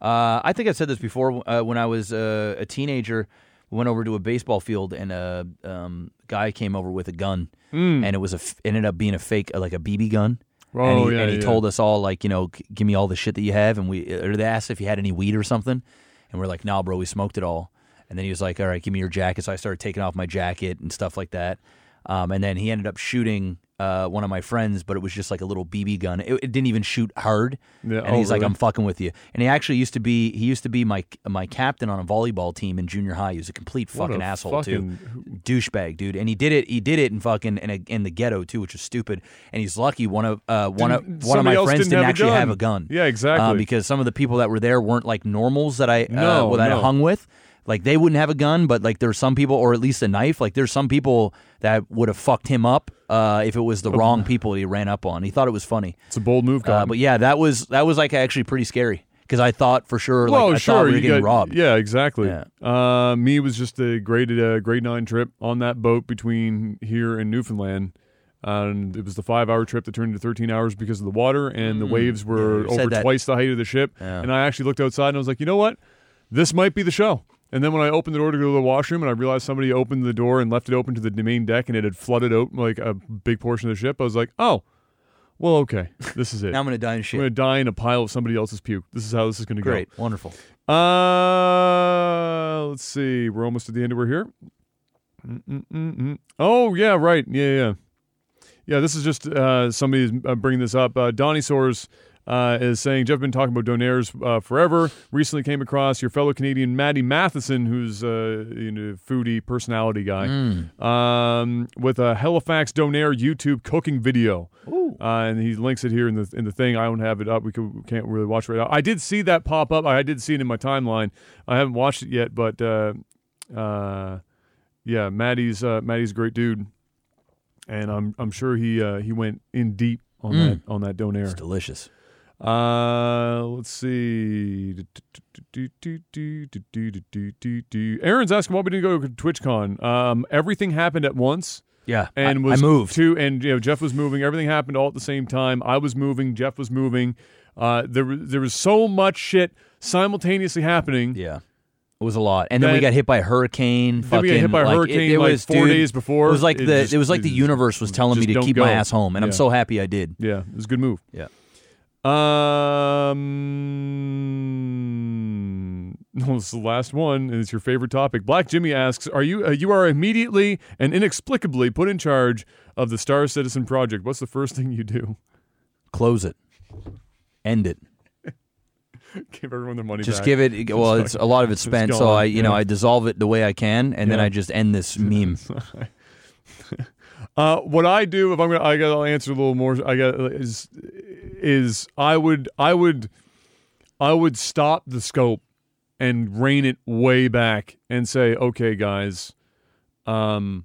[SPEAKER 2] Uh, I think I've said this before. Uh, when I was uh, a teenager, we went over to a baseball field, and a um, guy came over with a gun, and it was a f- ended up being a fake, uh, like a BB gun. and
[SPEAKER 1] Hmm. Oh,
[SPEAKER 2] he,
[SPEAKER 1] yeah,
[SPEAKER 2] and he
[SPEAKER 1] yeah.
[SPEAKER 2] told us all like, you know, "G- give me all the shit that you have, and we uh, or they asked if you had any weed or something, and we're like, nah, bro, we smoked it all. And then he was like, all right, give me your jacket. So I started taking off my jacket and stuff like that. Um, and then he ended up shooting uh, one of my friends, but it was just like a little BB gun. It, it didn't even shoot hard.
[SPEAKER 1] Yeah,
[SPEAKER 2] and
[SPEAKER 1] oh,
[SPEAKER 2] he's like,
[SPEAKER 1] really?
[SPEAKER 2] I'm fucking with you. And he actually used to be he used to be my my captain on a volleyball team in junior high. He was a complete
[SPEAKER 1] What
[SPEAKER 2] fucking
[SPEAKER 1] a
[SPEAKER 2] asshole
[SPEAKER 1] fucking-
[SPEAKER 2] too, douchebag dude. And he did it he did it in fucking in, a, in the ghetto too, which is stupid. And he's lucky one of uh, one of
[SPEAKER 1] Didn't-
[SPEAKER 2] one of
[SPEAKER 1] somebody
[SPEAKER 2] my
[SPEAKER 1] else
[SPEAKER 2] friends
[SPEAKER 1] didn't
[SPEAKER 2] didn't,
[SPEAKER 1] have a
[SPEAKER 2] actually
[SPEAKER 1] gun.
[SPEAKER 2] have a gun.
[SPEAKER 1] Yeah, exactly.
[SPEAKER 2] Uh, because some of the people that were there weren't like normals that I uh,
[SPEAKER 1] No,
[SPEAKER 2] that
[SPEAKER 1] no.
[SPEAKER 2] I hung with. Like they wouldn't have a gun, but like there's some people, or at least a knife. Like there's some people that would have fucked him up uh, if it was the wrong people he ran up on. He thought it was funny.
[SPEAKER 1] Oh. It's a bold move,
[SPEAKER 2] Uh,
[SPEAKER 1] Cotton.
[SPEAKER 2] but yeah, that was that was like actually pretty scary because I thought for sure, like
[SPEAKER 1] well,
[SPEAKER 2] I
[SPEAKER 1] sure,
[SPEAKER 2] thought we were
[SPEAKER 1] you
[SPEAKER 2] getting
[SPEAKER 1] got-
[SPEAKER 2] robbed.
[SPEAKER 1] Yeah, exactly.
[SPEAKER 2] Yeah.
[SPEAKER 1] Uh, me was just a grade uh, grade nine trip on that boat between here and Newfoundland, Uh, and it was the five hour trip that turned into thirteen hours because of the water and the waves were
[SPEAKER 2] Mm. you said
[SPEAKER 1] over
[SPEAKER 2] that.
[SPEAKER 1] twice the height of the ship. And I actually looked outside and I was like, you know what, this might be the show. And then when I opened the door to go to the washroom, and I realized somebody opened the door and left it open to the main deck, and it had flooded out like a big portion of the ship. I was like, oh, well, okay, this is it.
[SPEAKER 2] Now I'm gonna die in
[SPEAKER 1] I'm
[SPEAKER 2] shit.
[SPEAKER 1] gonna die in a pile of somebody else's puke. This is how this is gonna go.
[SPEAKER 2] Great, wonderful.
[SPEAKER 1] Uh, let's see. We're almost at the end of we're here. Mm, Mm-mm-mm-mm. Oh yeah, right. Yeah, yeah, yeah. This is just uh, somebody's uh, bringing this up. Uh, Donnie Soares uh, is saying Jeff been talking about donairs uh, forever. Recently came across your fellow Canadian Maddie Matheson, who's uh, you know foodie personality guy, um, with a Halifax donair YouTube cooking video. Uh, and he links it here in the in the thing. I don't have it up. We, could, we can't really watch it right now. I did see that pop up. I did see it in my timeline. I haven't watched it yet, but uh, uh, yeah, Maddie's uh, Maddie's a great dude, and I'm I'm sure he uh, he went in deep on that on that
[SPEAKER 2] It's
[SPEAKER 1] donair.
[SPEAKER 2] delicious.
[SPEAKER 1] Uh, let's see. Aaron's asking why we didn't go to TwitchCon. Um, everything happened at once
[SPEAKER 2] Yeah,
[SPEAKER 1] and
[SPEAKER 2] I,
[SPEAKER 1] was
[SPEAKER 2] I moved.
[SPEAKER 1] too. And you know, Jeff was moving. Everything happened all at the same time. I was moving. Jeff was moving. Uh, there was there was so much shit simultaneously happening.
[SPEAKER 2] yeah, it It was a lot, and then we
[SPEAKER 1] That-
[SPEAKER 2] got hit by a hurricane.
[SPEAKER 1] Then we got hit
[SPEAKER 2] fucking,
[SPEAKER 1] by a
[SPEAKER 2] like, it-
[SPEAKER 1] hurricane,
[SPEAKER 2] it
[SPEAKER 1] like,
[SPEAKER 2] was,
[SPEAKER 1] four
[SPEAKER 2] dude,
[SPEAKER 1] days before.
[SPEAKER 2] It was like
[SPEAKER 1] It
[SPEAKER 2] the
[SPEAKER 1] just-
[SPEAKER 2] it was like the
[SPEAKER 1] it
[SPEAKER 2] universe was telling me
[SPEAKER 1] just
[SPEAKER 2] to
[SPEAKER 1] don't
[SPEAKER 2] keep my
[SPEAKER 1] go.
[SPEAKER 2] ass home, and I'm
[SPEAKER 1] Yeah.
[SPEAKER 2] so happy I did.
[SPEAKER 1] Yeah, it was a good move.
[SPEAKER 2] Yeah.
[SPEAKER 1] Um, no, this is the last one, and it's your favorite topic. Black Jimmy asks, "Are you uh, you are immediately and inexplicably put in charge of the Star Citizen project? What's the first thing you do?
[SPEAKER 2] Close it, end it.
[SPEAKER 1] give everyone their money
[SPEAKER 2] Just
[SPEAKER 1] back.
[SPEAKER 2] give it. Well, it's a lot of it's
[SPEAKER 1] It's
[SPEAKER 2] spent, so
[SPEAKER 1] gone,
[SPEAKER 2] I you know
[SPEAKER 1] yeah.
[SPEAKER 2] I dissolve it the way I can, and then
[SPEAKER 1] Yeah.
[SPEAKER 2] I just end this meme.
[SPEAKER 1] Uh, what I do if I'm gonna, I gotta answer a little more. I got is is I would I would I would stop the scope and rein it way back and say, okay, guys, um,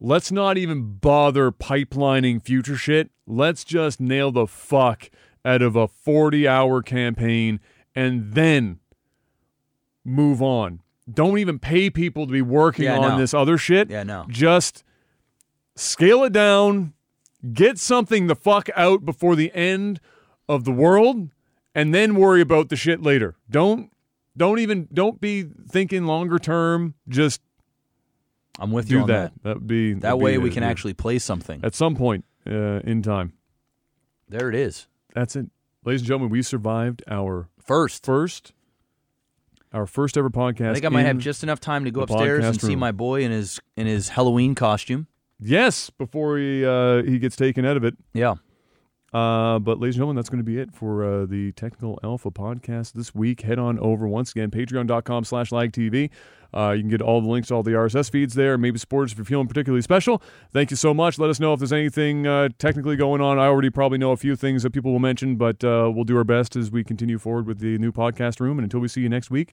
[SPEAKER 1] let's not even bother pipelining future shit. Let's just nail the fuck out of a 40 hour campaign and then move on. Don't even pay people to be working
[SPEAKER 2] Yeah,
[SPEAKER 1] on
[SPEAKER 2] no.
[SPEAKER 1] this other shit.
[SPEAKER 2] Yeah, no.
[SPEAKER 1] Just scale it down, get something the fuck out before the end of the world, and then worry about the shit later. Don't don't even don't be thinking longer term. Just
[SPEAKER 2] I'm with you
[SPEAKER 1] do
[SPEAKER 2] on
[SPEAKER 1] that.
[SPEAKER 2] that.
[SPEAKER 1] That would be
[SPEAKER 2] That,
[SPEAKER 1] that'd
[SPEAKER 2] way
[SPEAKER 1] be
[SPEAKER 2] we
[SPEAKER 1] it,
[SPEAKER 2] can
[SPEAKER 1] yeah.
[SPEAKER 2] actually play something.
[SPEAKER 1] at some point uh, in time.
[SPEAKER 2] There it is.
[SPEAKER 1] That's it, ladies and gentlemen. We survived our
[SPEAKER 2] First,
[SPEAKER 1] first our first ever podcast.
[SPEAKER 2] I think I might have
[SPEAKER 1] in-
[SPEAKER 2] just enough time to go
[SPEAKER 1] the
[SPEAKER 2] upstairs and
[SPEAKER 1] podcast
[SPEAKER 2] see
[SPEAKER 1] room.
[SPEAKER 2] my boy in his in his Halloween costume.
[SPEAKER 1] yes before he uh, he gets taken out of it.
[SPEAKER 2] Yeah.
[SPEAKER 1] Uh, but ladies and gentlemen, that's going to be it for uh, the Technical Alpha podcast this week. Head on over once again, patreon.com slash lagtv. Uh, you can get all the links, to all the RSS feeds there. Maybe support us if you're feeling particularly special. Thank you so much. Let us know if there's anything uh, technically going on. I already probably know a few things that people will mention, but uh, we'll do our best as we continue forward with the new podcast room. And until we see you next week,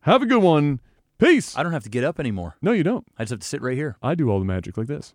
[SPEAKER 1] have a good one. Peace.
[SPEAKER 2] I don't have to get up anymore.
[SPEAKER 1] no, you don't.
[SPEAKER 2] I just have to sit right here.
[SPEAKER 1] I do all the magic like this.